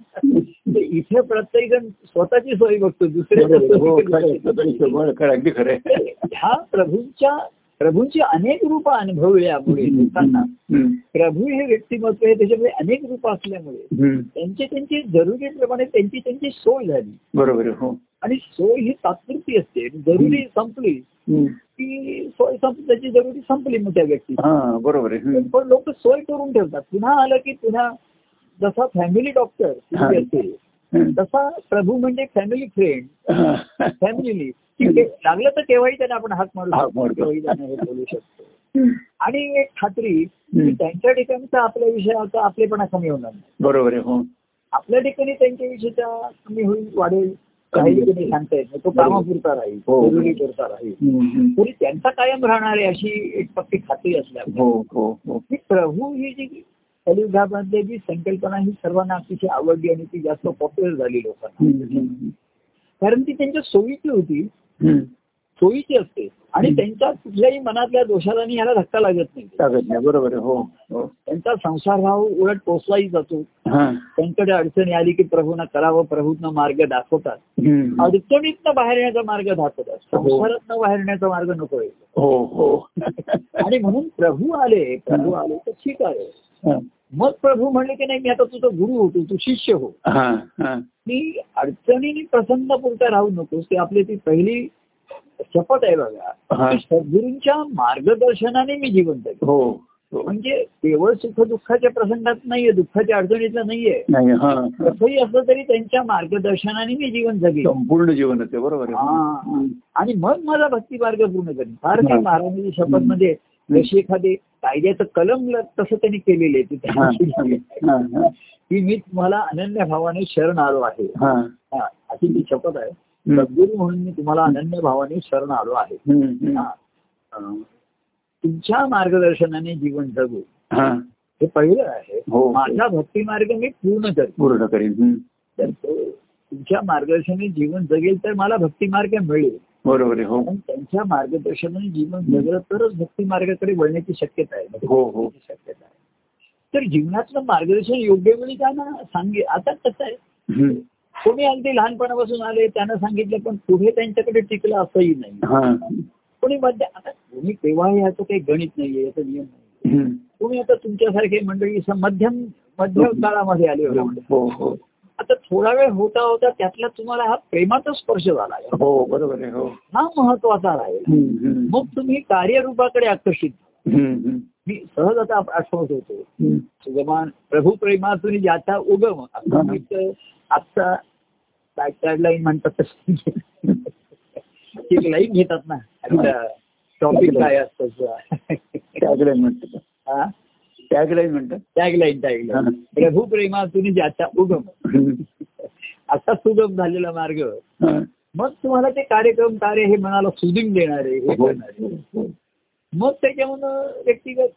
[SPEAKER 2] तर इथे प्रत्येक जण स्वतःची सोय बघतो
[SPEAKER 1] बरोबर आहे. हो खरं आहे.
[SPEAKER 2] दुसरे
[SPEAKER 1] बरोबर, खरं आहे. अगदी खरं आहे
[SPEAKER 2] तर ह्या प्रभूंच्या प्रभूंची अनेक रूप अनुभवली यामुळे लोकांना
[SPEAKER 1] हम्म.
[SPEAKER 2] प्रभू हे व्यक्तिमत्व हे त्याच्यामध्ये अनेक रूप असल्यामुळे
[SPEAKER 1] हम्म.
[SPEAKER 2] त्यांची त्यांची जरुरीप्रमाणे त्यांची त्यांची सोय झाली
[SPEAKER 1] बरोबर आहे. हो
[SPEAKER 2] आणि सोय ही तात्पुरती असते जरुरी संपली
[SPEAKER 1] हम्म.
[SPEAKER 2] की सोय संपली त्याची जरुरी संपली मग त्या व्यक्ती
[SPEAKER 1] हा बरोबर आहे हम्म.
[SPEAKER 2] पण लोक सोय करून ठेवतात पुन्हा आलं की पुन्हा जसा फॅमिली डॉक्टर
[SPEAKER 1] हा.
[SPEAKER 2] असेल
[SPEAKER 1] हम्म.
[SPEAKER 2] तसा प्रभू म्हणजे फॅमिली फ्रेंड
[SPEAKER 1] हा.
[SPEAKER 2] फॅमिली लागलं तर केव्हाही त्यांना आपण हात मारू
[SPEAKER 1] हाक
[SPEAKER 2] शकतो
[SPEAKER 1] मारू शकतो.
[SPEAKER 2] केव्हाही त्यांना हे बोलू शकतो आणि एक खात्री
[SPEAKER 1] हम्म.
[SPEAKER 2] की त्यांच्या ठिकाणचा आपल्या विषयाचा आपलेपणा कमी होणार नाही
[SPEAKER 1] बरोबर आहे हो
[SPEAKER 2] आपल्या ठिकाणी त्यांच्याविषयीचा कमी होईल वाढेल
[SPEAKER 1] कमी
[SPEAKER 2] काही
[SPEAKER 1] होईल.
[SPEAKER 2] ठिकाणी सांगता येत नाही तो
[SPEAKER 1] बरोबर.
[SPEAKER 2] कामापुरता राहील
[SPEAKER 1] हो.
[SPEAKER 2] जरुरीपुरता राहील
[SPEAKER 1] हम्म.
[SPEAKER 2] तरी त्यांचा कायम राहणार आहे अशी एक पक्की खात्री असल्यामुळे
[SPEAKER 1] हो हो हो
[SPEAKER 2] ही प्रभू ही जी कलियुगामध्ये जी संकल्पना ही सर्वांना अतिशय आवडली आणि ती जास्त पॉप्युलर झाली लोकांना
[SPEAKER 1] हम्म. हम्म.
[SPEAKER 2] कारण ती त्यांच्या सोयीची होती
[SPEAKER 1] हम्म.
[SPEAKER 2] सोयीची असते आणि
[SPEAKER 1] हम्म.
[SPEAKER 2] त्यांच्या कुठल्याही मनातल्या दोषाला आणि ह्याला धक्का लागत नाही
[SPEAKER 1] लागत नाही बरोबर आहे हो हो
[SPEAKER 2] त्यांचा संसार भाव उलट पोचलाही जातो
[SPEAKER 1] हा
[SPEAKER 2] त्यांच्याकडे अडचणी आली की प्रभूंना करावं प्रभूंना मार्ग दाखवतात
[SPEAKER 1] हम्म.
[SPEAKER 2] अडचणीतनं बाहेर येण्याचा मार्ग दाखवतात संसारातनं बाहेर येण्याचा मार्ग नको आहे
[SPEAKER 1] हो हो
[SPEAKER 2] आणि म्हणून प्रभू आले प्रभू आले तर ठीक आहे
[SPEAKER 1] हा.
[SPEAKER 2] मग प्रभू म्हणले की नाही मी आता तुझा गुरु होतो तू शिष्य हो
[SPEAKER 1] हा हा
[SPEAKER 2] मी अडचणीने प्रसन्न पुरता राहू नकोस ते आपली ती पहिली शपथ आहे बघा
[SPEAKER 1] हा.
[SPEAKER 2] की सद्गुरूंच्या मार्गदर्शनाने मी जिवंत आहे.
[SPEAKER 1] हो हो.
[SPEAKER 2] म्हणजे केवळ सुख दुःखाच्या प्रसंगात नाहीये दुःखाच्या अडचणीतलं नाहीये
[SPEAKER 1] नाही हा हा. हो.
[SPEAKER 2] कसंही असलं तरी त्यांच्या मार्गदर्शनाने मी जीवन जगेल
[SPEAKER 1] संपूर्ण जीवन होते बरोबर आहे
[SPEAKER 2] हा. आणि मग माझा भक्ती मार्ग पूर्ण करेन फार काही
[SPEAKER 1] हा.
[SPEAKER 2] महाराजांची शपथ म्हणजे जशी एखादी कायद्याचं कलम ल- तसं त्यांनी केलेले
[SPEAKER 1] हा, हा, हा.
[SPEAKER 2] की मी तुम्हाला अनन्य भावाने शरण आलो आहे
[SPEAKER 1] हा.
[SPEAKER 2] हा, अशी ती शपथ आहे
[SPEAKER 1] हम्म.
[SPEAKER 2] सद्गुरू म्हणून मी तुम्हाला अनन्य भावाने शरण आलो आहे
[SPEAKER 1] हम्म, हम्म.
[SPEAKER 2] हा. अं, तुमच्या मार्गदर्शनाने जीवन जगू
[SPEAKER 1] हा.
[SPEAKER 2] हे पहिलं आहे
[SPEAKER 1] हो.
[SPEAKER 2] माझा भक्ती मार्ग मी पूर्ण करेन
[SPEAKER 1] पूर्ण करीन हम्म.
[SPEAKER 2] तर तो तुमच्या मार्गदर्शनाने जीवन जगेल तर मला भक्ती मार्ग मिळेल
[SPEAKER 1] बरोबर आहे हो
[SPEAKER 2] कारण त्यांच्या मार्गदर्शनाने जीवन जगलं तरच भक्ती मार्गाकडे वळण्याची शक्यता आहे भक्ती
[SPEAKER 1] हो, हो.
[SPEAKER 2] मार्गाची शक्यता आहे तर जीवनातलं मार्गदर्शन योग्य वेळी का ना सांगे आता कसं आहे
[SPEAKER 1] हम्म.
[SPEAKER 2] कोणी अगदी लहानपणापासून आले त्यांना सांगितलं पण पुढे त्यांच्याकडे टिकलं असंही नाही
[SPEAKER 1] हा
[SPEAKER 2] कोणी मध्य आता कोणी तेव्हा याचं काही गणित नाहीये याचा नियम नाही
[SPEAKER 1] हम्म.
[SPEAKER 2] तुम्ही आता तुमच्यासारखे मंडळी स- मध्यम मध्यम काळामध्ये आले होते
[SPEAKER 1] हो हो
[SPEAKER 2] आता थोडा वेळ होता होता त्यातला तुम्हाला हा प्रेमाचा स्पर्श झाला
[SPEAKER 1] हो बरोबर आहे हो
[SPEAKER 2] हा महत्वाचा राहील
[SPEAKER 1] हम्म, हम्म.
[SPEAKER 2] मग तुम्ही कार्यरूपाकडे आकर्षित
[SPEAKER 1] हम्म, हम्म.
[SPEAKER 2] मी सहज आता आप- आठवत होतो
[SPEAKER 1] हम्म.
[SPEAKER 2] सुगमान प्रभू प्रेमातून ज्याचा उगम आता मी तर आजचा लाईन म्हणतात तसं. एक लाईन घेतात ना टॉपिक काय असतो
[SPEAKER 1] टॅगलाईन म्हणतात टॅगलाईन म्हणतात
[SPEAKER 2] टॅगलाईन टॅगलाईन प्रभू प्रेमातून ज्याचा उगम
[SPEAKER 1] हम्म.
[SPEAKER 2] असा सुगम झालेला मार्ग
[SPEAKER 1] हा.
[SPEAKER 2] मग तुम्हाला ते कार्यक्रम कार्य हे मनाला सुदिंग देणारे हे करणारे
[SPEAKER 1] हो.
[SPEAKER 2] मग त्याच्यामधून व्यक्तिगत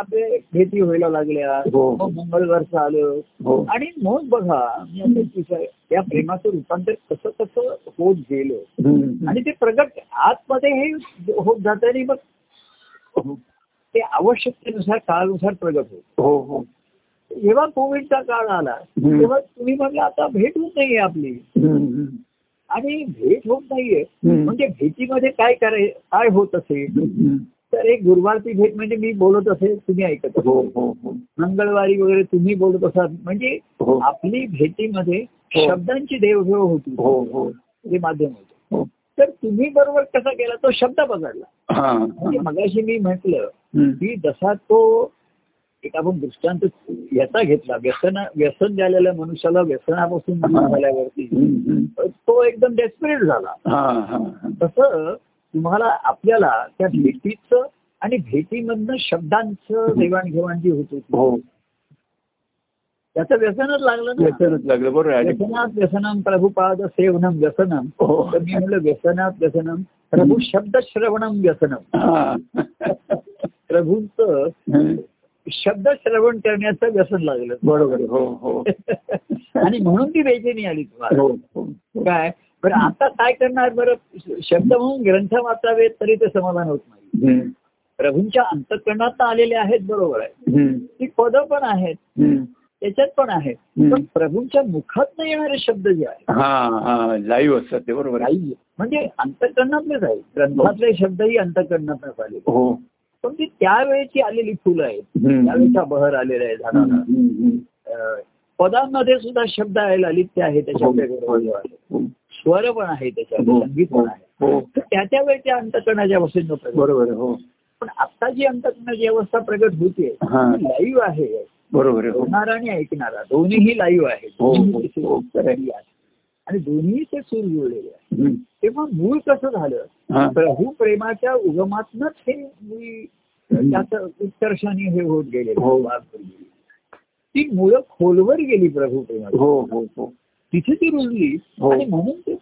[SPEAKER 2] आपले भेटी व्हायला लागल्या
[SPEAKER 1] हो.
[SPEAKER 2] मग मंगळवारचं आलं
[SPEAKER 1] हो
[SPEAKER 2] आणि मग बघा मी असं एक विचार या प्रेमाचं रूपांतर कसं कसं होत गेलं
[SPEAKER 1] हम्म.
[SPEAKER 2] आणि ते प्रगट आतमध्ये हे होत जात आणि मग ते आवश्यकतेनुसार काळानुसार प्रगट होत
[SPEAKER 1] हो हो
[SPEAKER 2] जेव्हा कोविडचा काळ आला
[SPEAKER 1] हम्म.
[SPEAKER 2] तेव्हा तुम्ही म्हटलं आता भेट होत नाहीये आपली
[SPEAKER 1] हम्म.
[SPEAKER 2] आणि भेट होत नाहीये
[SPEAKER 1] हम्म.
[SPEAKER 2] म्हणजे भेटीमध्ये काय कराय काय होत असेल
[SPEAKER 1] हम्म.
[SPEAKER 2] तर एक गुरुवारची भेट म्हणजे मी बोलत असेल तुम्ही ऐकत
[SPEAKER 1] हो
[SPEAKER 2] असाल
[SPEAKER 1] हो हो
[SPEAKER 2] मंगळवारी वगैरे तुम्ही बोलत असाल म्हणजे
[SPEAKER 1] हो
[SPEAKER 2] आपली भेटीमध्ये
[SPEAKER 1] हो.
[SPEAKER 2] शब्दांची देवघेव होती
[SPEAKER 1] हो हो
[SPEAKER 2] ते माध्यम होतं
[SPEAKER 1] हो
[SPEAKER 2] तर तुम्ही बरोबर कसा केला तो शब्द बदलला
[SPEAKER 1] हा
[SPEAKER 2] म्हणजे
[SPEAKER 1] हा.
[SPEAKER 2] मगाशी मी म्हटलं
[SPEAKER 1] हम्म.
[SPEAKER 2] की जसा तो एक आपण दृष्टांत याचा घेतला व्यसन व्यसन झालेल्या मनुष्याला व्यसनापासून मुक्त झाल्यावरती
[SPEAKER 1] हम्म.
[SPEAKER 2] तो एकदम डेस्परेट झाला
[SPEAKER 1] हा हा हा.
[SPEAKER 2] तसं तुम्हाला आपल्याला त्या भेटीचं आणि भेटीमधनं शब्दांचं देवाणघेवाण जी होत होती
[SPEAKER 1] हो
[SPEAKER 2] त्याचं व्यसनच लागलं ना
[SPEAKER 1] व्यसनच लागलं बरोबर आहे
[SPEAKER 2] व्यसनात व्यसनम प्रभुपाद सेवनम व्यसनम
[SPEAKER 1] हो
[SPEAKER 2] तर मी म्हणलं व्यसनात व्यसनम प्रभू शब्द श्रवणम व्यसनम
[SPEAKER 1] हा
[SPEAKER 2] प्रभूंचं
[SPEAKER 1] हम्म.
[SPEAKER 2] शब्द श्रवण करण्याचं व्यसन लागलं
[SPEAKER 1] बरोबर आहे. हो हो
[SPEAKER 2] आणि म्हणून ती बेचैनी आली तुम्हाला
[SPEAKER 1] हो हो
[SPEAKER 2] काय बरं आता काय करणार बरं शब्द म्हणून ग्रंथ वाचावेत तरी ते समाधान होत नाही
[SPEAKER 1] हम्म.
[SPEAKER 2] प्रभूंच्या अंतकरणात तर आलेले आहेत बरोबर आहे
[SPEAKER 1] हम्म.
[SPEAKER 2] ती पदं पण आहेत
[SPEAKER 1] हम्म.
[SPEAKER 2] त्याच्यात पण आहेत
[SPEAKER 1] हम्म.
[SPEAKER 2] पण प्रभूंच्या मुखात न येणारे शब्द जे आहेत
[SPEAKER 1] हा हा लाईव्ह असतात ते बरोबर आहे
[SPEAKER 2] नाही म्हणजे अंतकरणातलेच आहेत ग्रंथातले शब्दही अंतकरणातच आले
[SPEAKER 1] हो
[SPEAKER 2] पण ती त्यावेळेची आलेली फुलं आहेत
[SPEAKER 1] हम्म.
[SPEAKER 2] त्यावेळेचा बहर आलेला आहे झाडाला
[SPEAKER 1] हम्म. हम्म.
[SPEAKER 2] अं, पदांमध्ये सुद्धा शब्द यायला आली ते आहे त्याच्यामध्ये
[SPEAKER 1] हो.
[SPEAKER 2] स्वर पण आहे त्याच्यामध्ये
[SPEAKER 1] हो.
[SPEAKER 2] संगीत पण आहे
[SPEAKER 1] हो
[SPEAKER 2] तर त्या त्या वेळच्या अंतकरणाच्या अवस्थेत प्रगट
[SPEAKER 1] बरोबर आहे. हो
[SPEAKER 2] पण आता जी अंतकरणाची अवस्था प्रगट होते
[SPEAKER 1] हा
[SPEAKER 2] ती लाईव्ह आहे
[SPEAKER 1] बरोबर आहे. हो
[SPEAKER 2] होणारा आणि ऐकणारा दोन्हीही लाईव्ह आहे
[SPEAKER 1] हो, हो,
[SPEAKER 2] दोन्हीचे सूर
[SPEAKER 1] हो, खरंय.
[SPEAKER 2] जुळलेले आहेत. आणि दोन्ही ते सूर जुळलेले आहेत
[SPEAKER 1] हम्म.
[SPEAKER 2] तेव्हा मूळ कसं झालं
[SPEAKER 1] हा
[SPEAKER 2] प्रभू प्रेमाच्या उगमातनच हे मुळी
[SPEAKER 1] हम्म.
[SPEAKER 2] त्याचं उत्कर्षाने हे होत गेले
[SPEAKER 1] हो.
[SPEAKER 2] ती मुळं खोलवर गेली प्रभू प्रेमाची
[SPEAKER 1] हो हो हो
[SPEAKER 2] तिथे ती रुजली
[SPEAKER 1] हो.
[SPEAKER 2] आणि म्हणून ते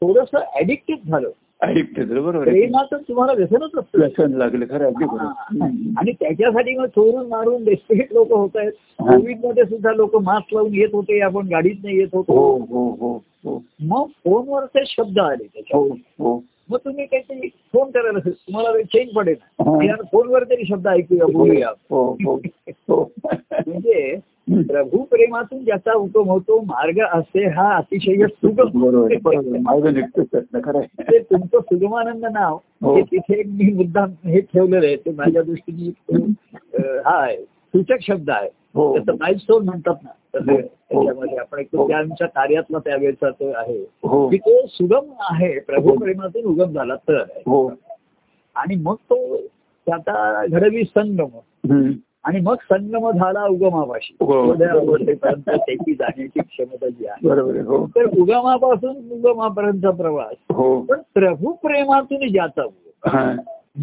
[SPEAKER 2] थोडस ऍडिक्टेड झालं
[SPEAKER 1] ऐकते बरोबर आहे
[SPEAKER 2] प्रेमाचं तुम्हाला व्यसनच असतं
[SPEAKER 1] व्यसन लागलं खरं अगदी
[SPEAKER 2] हा.
[SPEAKER 1] बरोबर
[SPEAKER 2] आणि त्याच्यासाठी मग चोरून मारून डेस्पेट लोक होत आहेत
[SPEAKER 1] हा.
[SPEAKER 2] कोविड मध्ये सुद्धा लोक मास्क लावून येत होते आपण गाडीत नाही येत
[SPEAKER 1] हो
[SPEAKER 2] होतो
[SPEAKER 1] हो हो हो
[SPEAKER 2] मग फोनवरचे शब्द आले त्याच्यावर
[SPEAKER 1] हो हो
[SPEAKER 2] मग तुम्ही काहीतरी फोन करायला असेल तुम्हाला वेळ चेंज पडेल
[SPEAKER 1] हा.
[SPEAKER 2] यार फोनवर तरी शब्द ऐकूया बोलूया
[SPEAKER 1] हो हो हो
[SPEAKER 2] म्हणजे
[SPEAKER 1] हम्म.
[SPEAKER 2] प्रभू प्रेमातून ज्याचा हुकम होतो मार्ग असे हा अतिशय सुगम
[SPEAKER 1] बरोबर आहे, बरोबर आहे. मार्ग निघतोच त्यातनं खरं आहे.
[SPEAKER 2] ते तुमचं सुगमानंद नाव
[SPEAKER 1] हो.
[SPEAKER 2] हे तिथे एक मी मुद्दाम हे ठेवलेलं आहे ते माझ्या दृष्टीने एक, अं, हा आहे सूचक शब्द आहे
[SPEAKER 1] हो
[SPEAKER 2] त्याचं माईल स्टोन म्हणतात ना
[SPEAKER 1] हो.
[SPEAKER 2] तसं त्याच्यामध्ये आपण एक
[SPEAKER 1] हो.
[SPEAKER 2] त्यांच्या कार्यातला त्यावेळेचा तो आहे
[SPEAKER 1] हो
[SPEAKER 2] की तो सुगम आहे प्रभू प्रेमातून उगम झाला तर आहे.
[SPEAKER 1] हो
[SPEAKER 2] आणि मग तो त्याचा घडवी संगम
[SPEAKER 1] हम्म.
[SPEAKER 2] आणि मग संगम झाला उगमापाशी
[SPEAKER 1] हो.
[SPEAKER 2] उदयावरतीपर्यंत त्याची जाण्याची क्षमता जी आहे
[SPEAKER 1] बरोबर आहे. हो
[SPEAKER 2] तर उगमापासून उगमापर्यंतचा प्रवास
[SPEAKER 1] हो
[SPEAKER 2] पण प्रभू प्रेमातून ज्याचा उगम.
[SPEAKER 1] हा.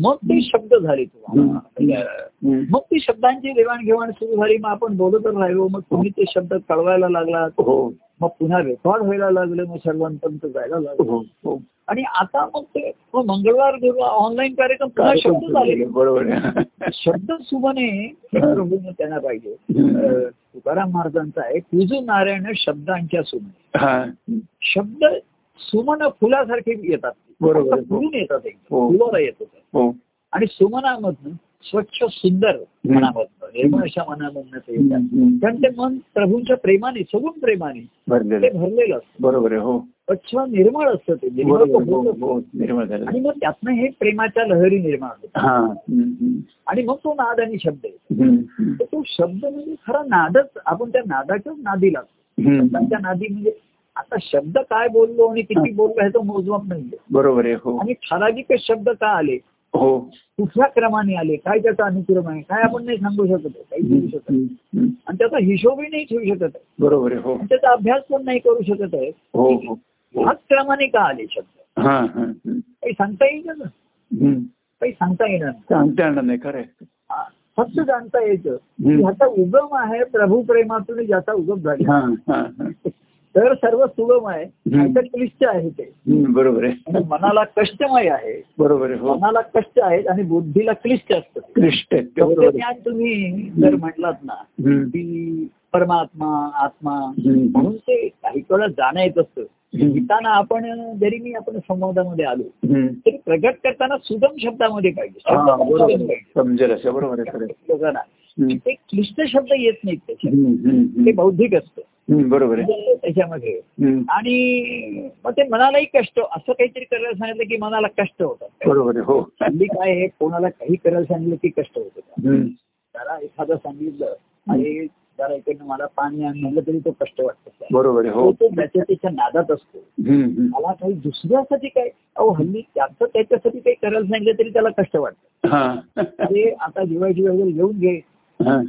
[SPEAKER 2] मग ते शब्द झाले तुम्हाला
[SPEAKER 1] हम्म.
[SPEAKER 2] म्हणजे,
[SPEAKER 1] हम्म.
[SPEAKER 2] मग ती शब्दांची देवाणघेवाण सुरू झाली मग आपण बोलतच राहिलो मग तुम्ही ते शब्द कळवायला लागला
[SPEAKER 1] हो
[SPEAKER 2] मग पुन्हा रेकॉर्ड व्हायला लागलं मग सर्वांपर्यंत जायला लागलं
[SPEAKER 1] हो हो
[SPEAKER 2] आणि आता मग ते मग मंगळवार गुरुवार ऑनलाईन कार्यक्रम पुन्हा
[SPEAKER 1] कार्यक्रम
[SPEAKER 2] शब्द
[SPEAKER 1] सुरू
[SPEAKER 2] झालेले
[SPEAKER 1] झाले. बरोबर आहे.
[SPEAKER 2] शब्द सुमने हे
[SPEAKER 1] हा.
[SPEAKER 2] प्रभूने त्यांना पाहिजे
[SPEAKER 1] हम्म.
[SPEAKER 2] अं, तुकाराम महाराजांचा आहे तुझू नारायण शब्दांच्या सुमने
[SPEAKER 1] हा
[SPEAKER 2] शब्द सुमन फुलासारखे येतात
[SPEAKER 1] बरोबर.
[SPEAKER 2] फुलून येतात एकदम
[SPEAKER 1] हो.
[SPEAKER 2] फुलाला येत होतात
[SPEAKER 1] हो
[SPEAKER 2] आणि सुमनामधनं स्वच्छ सुंदर मनामधनं निर्मळ अशा मनामधनं ते येतात. कारण ते मन प्रभूंच्या प्रेमाने सगुण प्रेमाने
[SPEAKER 1] भरलेलं
[SPEAKER 2] ते
[SPEAKER 1] आहे.
[SPEAKER 2] भरलेलं असतं
[SPEAKER 1] बरोबर आहे हो
[SPEAKER 2] स्वच्छ निर्मळ असतं ते निर्मळ
[SPEAKER 1] बरोबर
[SPEAKER 2] होत
[SPEAKER 1] हो,
[SPEAKER 2] असतं.
[SPEAKER 1] हो. निर्मळ झालं
[SPEAKER 2] आणि मग त्यातनं हे प्रेमाच्या लहरी निर्माण होतात
[SPEAKER 1] हा हम्म, हम्म.
[SPEAKER 2] आणि मग तो नाद आणि शब्द आहे
[SPEAKER 1] हम्म,
[SPEAKER 2] तर तो शब्द म्हणजे खरा नादच आपण त्या नादाच्याच नादी लागतो
[SPEAKER 1] हम्म.
[SPEAKER 2] शब्दाच्या नादी म्हणजे आता शब्द काय बोललो आणि किती बोललो ह्याचं मोजमाप नाहीये
[SPEAKER 1] बरोबर आहे हो
[SPEAKER 2] आणि ठराविक शब्द का आले
[SPEAKER 1] हो
[SPEAKER 2] कुठल्या क्रमाने आले काय त्याचा अनुक्रम आहे काय आपण नाही सांगू शकत आहे, काही बोलू
[SPEAKER 1] हम्म,
[SPEAKER 2] शकत नाही.
[SPEAKER 1] हम्म, हम्म.
[SPEAKER 2] आणि त्याचा हिशोबही नाही ठेवू शकत आहे
[SPEAKER 1] बरोबर आहे हो
[SPEAKER 2] आणि त्याचा अभ्यास पण नाही करू शकत आहे
[SPEAKER 1] हो हो
[SPEAKER 2] ह्याच क्रमाने का आले शब्द
[SPEAKER 1] हा हा हम्म.
[SPEAKER 2] काही सांगता येईल का
[SPEAKER 1] हम्म.
[SPEAKER 2] काही सांगता येणार नाही.
[SPEAKER 1] सांगता येणार नाही खरं आहे.
[SPEAKER 2] हा. फक्त जाणता येतं की
[SPEAKER 1] हम्म.
[SPEAKER 2] ह्याचा उगम आहे प्रभू प्रेमातून ज्याचा उगम झाला
[SPEAKER 1] हा हा हा
[SPEAKER 2] तर सर्व सुगम आहे नाहीतर क्लिष्ट आहे ते
[SPEAKER 1] हम्म, बरोबर आहे
[SPEAKER 2] आणि मनाला कष्टमय आहे
[SPEAKER 1] बरोबर आहे हो
[SPEAKER 2] मनाला कष्ट आहेत आणि बुद्धीला क्लिष्ट असतं
[SPEAKER 1] क्लिष्ट आहे ते,
[SPEAKER 2] एवढं
[SPEAKER 1] बरोबर आहे.
[SPEAKER 2] ज्ञान तुम्ही जर म्हटलात ना
[SPEAKER 1] हम्म,
[SPEAKER 2] की परमात्मा आत्मा
[SPEAKER 1] हम्म.
[SPEAKER 2] म्हणून ते काही वेळा जाणं येत असतं
[SPEAKER 1] हम्म.
[SPEAKER 2] लिहिताना आपण जरी मी आपण संवादामध्ये आलो
[SPEAKER 1] हम्म.
[SPEAKER 2] तरी प्रगट करताना सुगम शब्दामध्ये पाहिजे
[SPEAKER 1] हा
[SPEAKER 2] शब्दामध्ये
[SPEAKER 1] बरोबर आहे.
[SPEAKER 2] सुगम पाहिजे.
[SPEAKER 1] समजेल असं बरोबर आहे खरं आहे.
[SPEAKER 2] लोकांना
[SPEAKER 1] हम्म.
[SPEAKER 2] ते क्लिष्ट शब्द येत नाहीत त्याच्यात
[SPEAKER 1] हम्म, हम्म,
[SPEAKER 2] ते
[SPEAKER 1] हम्म.
[SPEAKER 2] बौद्धिक असतं
[SPEAKER 1] हम्म, बरोबर आहे
[SPEAKER 2] ते त्याच्यामध्ये
[SPEAKER 1] हम्म,
[SPEAKER 2] आणि मग ते मनालाही कष्ट असं काहीतरी करायला सांगितलं की मनाला कष्ट होतात
[SPEAKER 1] बरोबर आहे हो
[SPEAKER 2] हल्ली काय आहे कोणाला काही करायला सांगितलं की कष्ट होतं
[SPEAKER 1] हम्म,
[SPEAKER 2] त्याला एखादं सांगितलं आणि त्याला इकडनं मला पाणी आण म्हणलं तरी तो कष्ट वाटतो
[SPEAKER 1] बरोबर आहे हो
[SPEAKER 2] तो तो त्याच्या त्याच्या नादात असतो
[SPEAKER 1] हम्म, हम्म.
[SPEAKER 2] मला काही दुसऱ्यासाठी काय अहो हल्ली त्याचं त्याच्यासाठी काही करायला सांगितलं तरी त्याला कष्ट वाटतं
[SPEAKER 1] हा
[SPEAKER 2] अरे आता दिवाळीची वगैरे घेऊन घे
[SPEAKER 1] हा.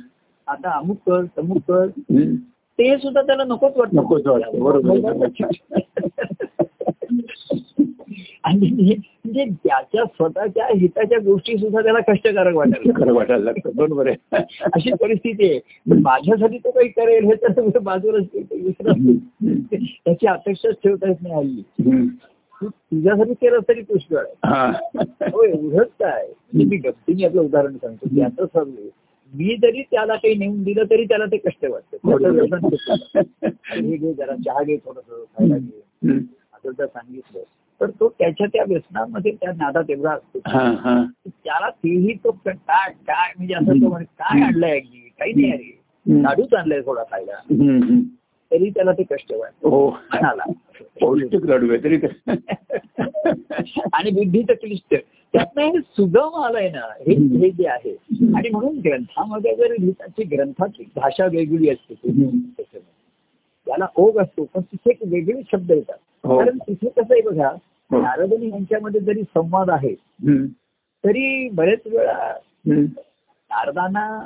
[SPEAKER 2] आता अमुक कर तमुक कर
[SPEAKER 1] हम्म.
[SPEAKER 2] ते सुद्धा त्याला नकोच वाटतं
[SPEAKER 1] नकोच वाटतं, बरोबर
[SPEAKER 2] आणि म्हणजे त्याच्या स्वतःच्या हिताच्या गोष्टी सुद्धा त्याला कष्टकारक वाटायला लागतात.
[SPEAKER 1] खरं वाटायला लागतं बरोबर आहे
[SPEAKER 2] अशी परिस्थिती आहे पण माझ्यासाठी तो काही करेल हे तर बाजूलाच विसरत
[SPEAKER 1] हम्म, हम्म,
[SPEAKER 2] त्याची अपेक्षाच ठेवता येत नाही हल्ली
[SPEAKER 1] हम्म.
[SPEAKER 2] तू तुझ्यासाठी केलं तरी पुष्कळ आहे
[SPEAKER 1] हा
[SPEAKER 2] हो एवढंच काय म्हणजे मी गमतीने आपलं उदाहरण सांगतो की आता सांगू मी जरी त्याला काही नेऊन दिलं तरी त्याला ते कष्ट वाटतं
[SPEAKER 1] बरोबर
[SPEAKER 2] त्याचं व्यसन
[SPEAKER 1] आहे.
[SPEAKER 2] होतं. अरे हे घे जरा चहा घे थोडस खायला घे
[SPEAKER 1] हम्म.
[SPEAKER 2] असं जर सांगितलं तर तो त्याच्या त्या व्यसनामध्ये त्या नादात एवढा असतो
[SPEAKER 1] हा हा
[SPEAKER 2] की त्याला तेही तो क- काय काय म्हणजे असं तो म्हणे काय आणलंय अगदी काही नाही अरे
[SPEAKER 1] हम्म.
[SPEAKER 2] लाडूच आणलाय थोडा खायला
[SPEAKER 1] हम्म, हम्म.
[SPEAKER 2] तरी त्याला ते कष्ट वाटतं
[SPEAKER 1] हो
[SPEAKER 2] मनाला
[SPEAKER 1] पौष्टिक लाडू आहे तरी काय
[SPEAKER 2] आणि बुद्धीचं क्लिष्ट त्यातनं हे सुगम आलंय ना हे हे जे आहे आणि म्हणून ग्रंथामध्ये जर लिहिताची ग्रंथाची भाषा वेगळी असते त्याला ओघ असतो पण तिथे एक वेगळे शब्द येतात
[SPEAKER 1] हो.
[SPEAKER 2] कारण तिथे कसं आहे बघा
[SPEAKER 1] हो.
[SPEAKER 2] नारद आणि यांच्यामध्ये जरी संवाद आहे
[SPEAKER 1] हम्म,
[SPEAKER 2] तरी बरेच वेळा
[SPEAKER 1] हम्म.
[SPEAKER 2] नारदांना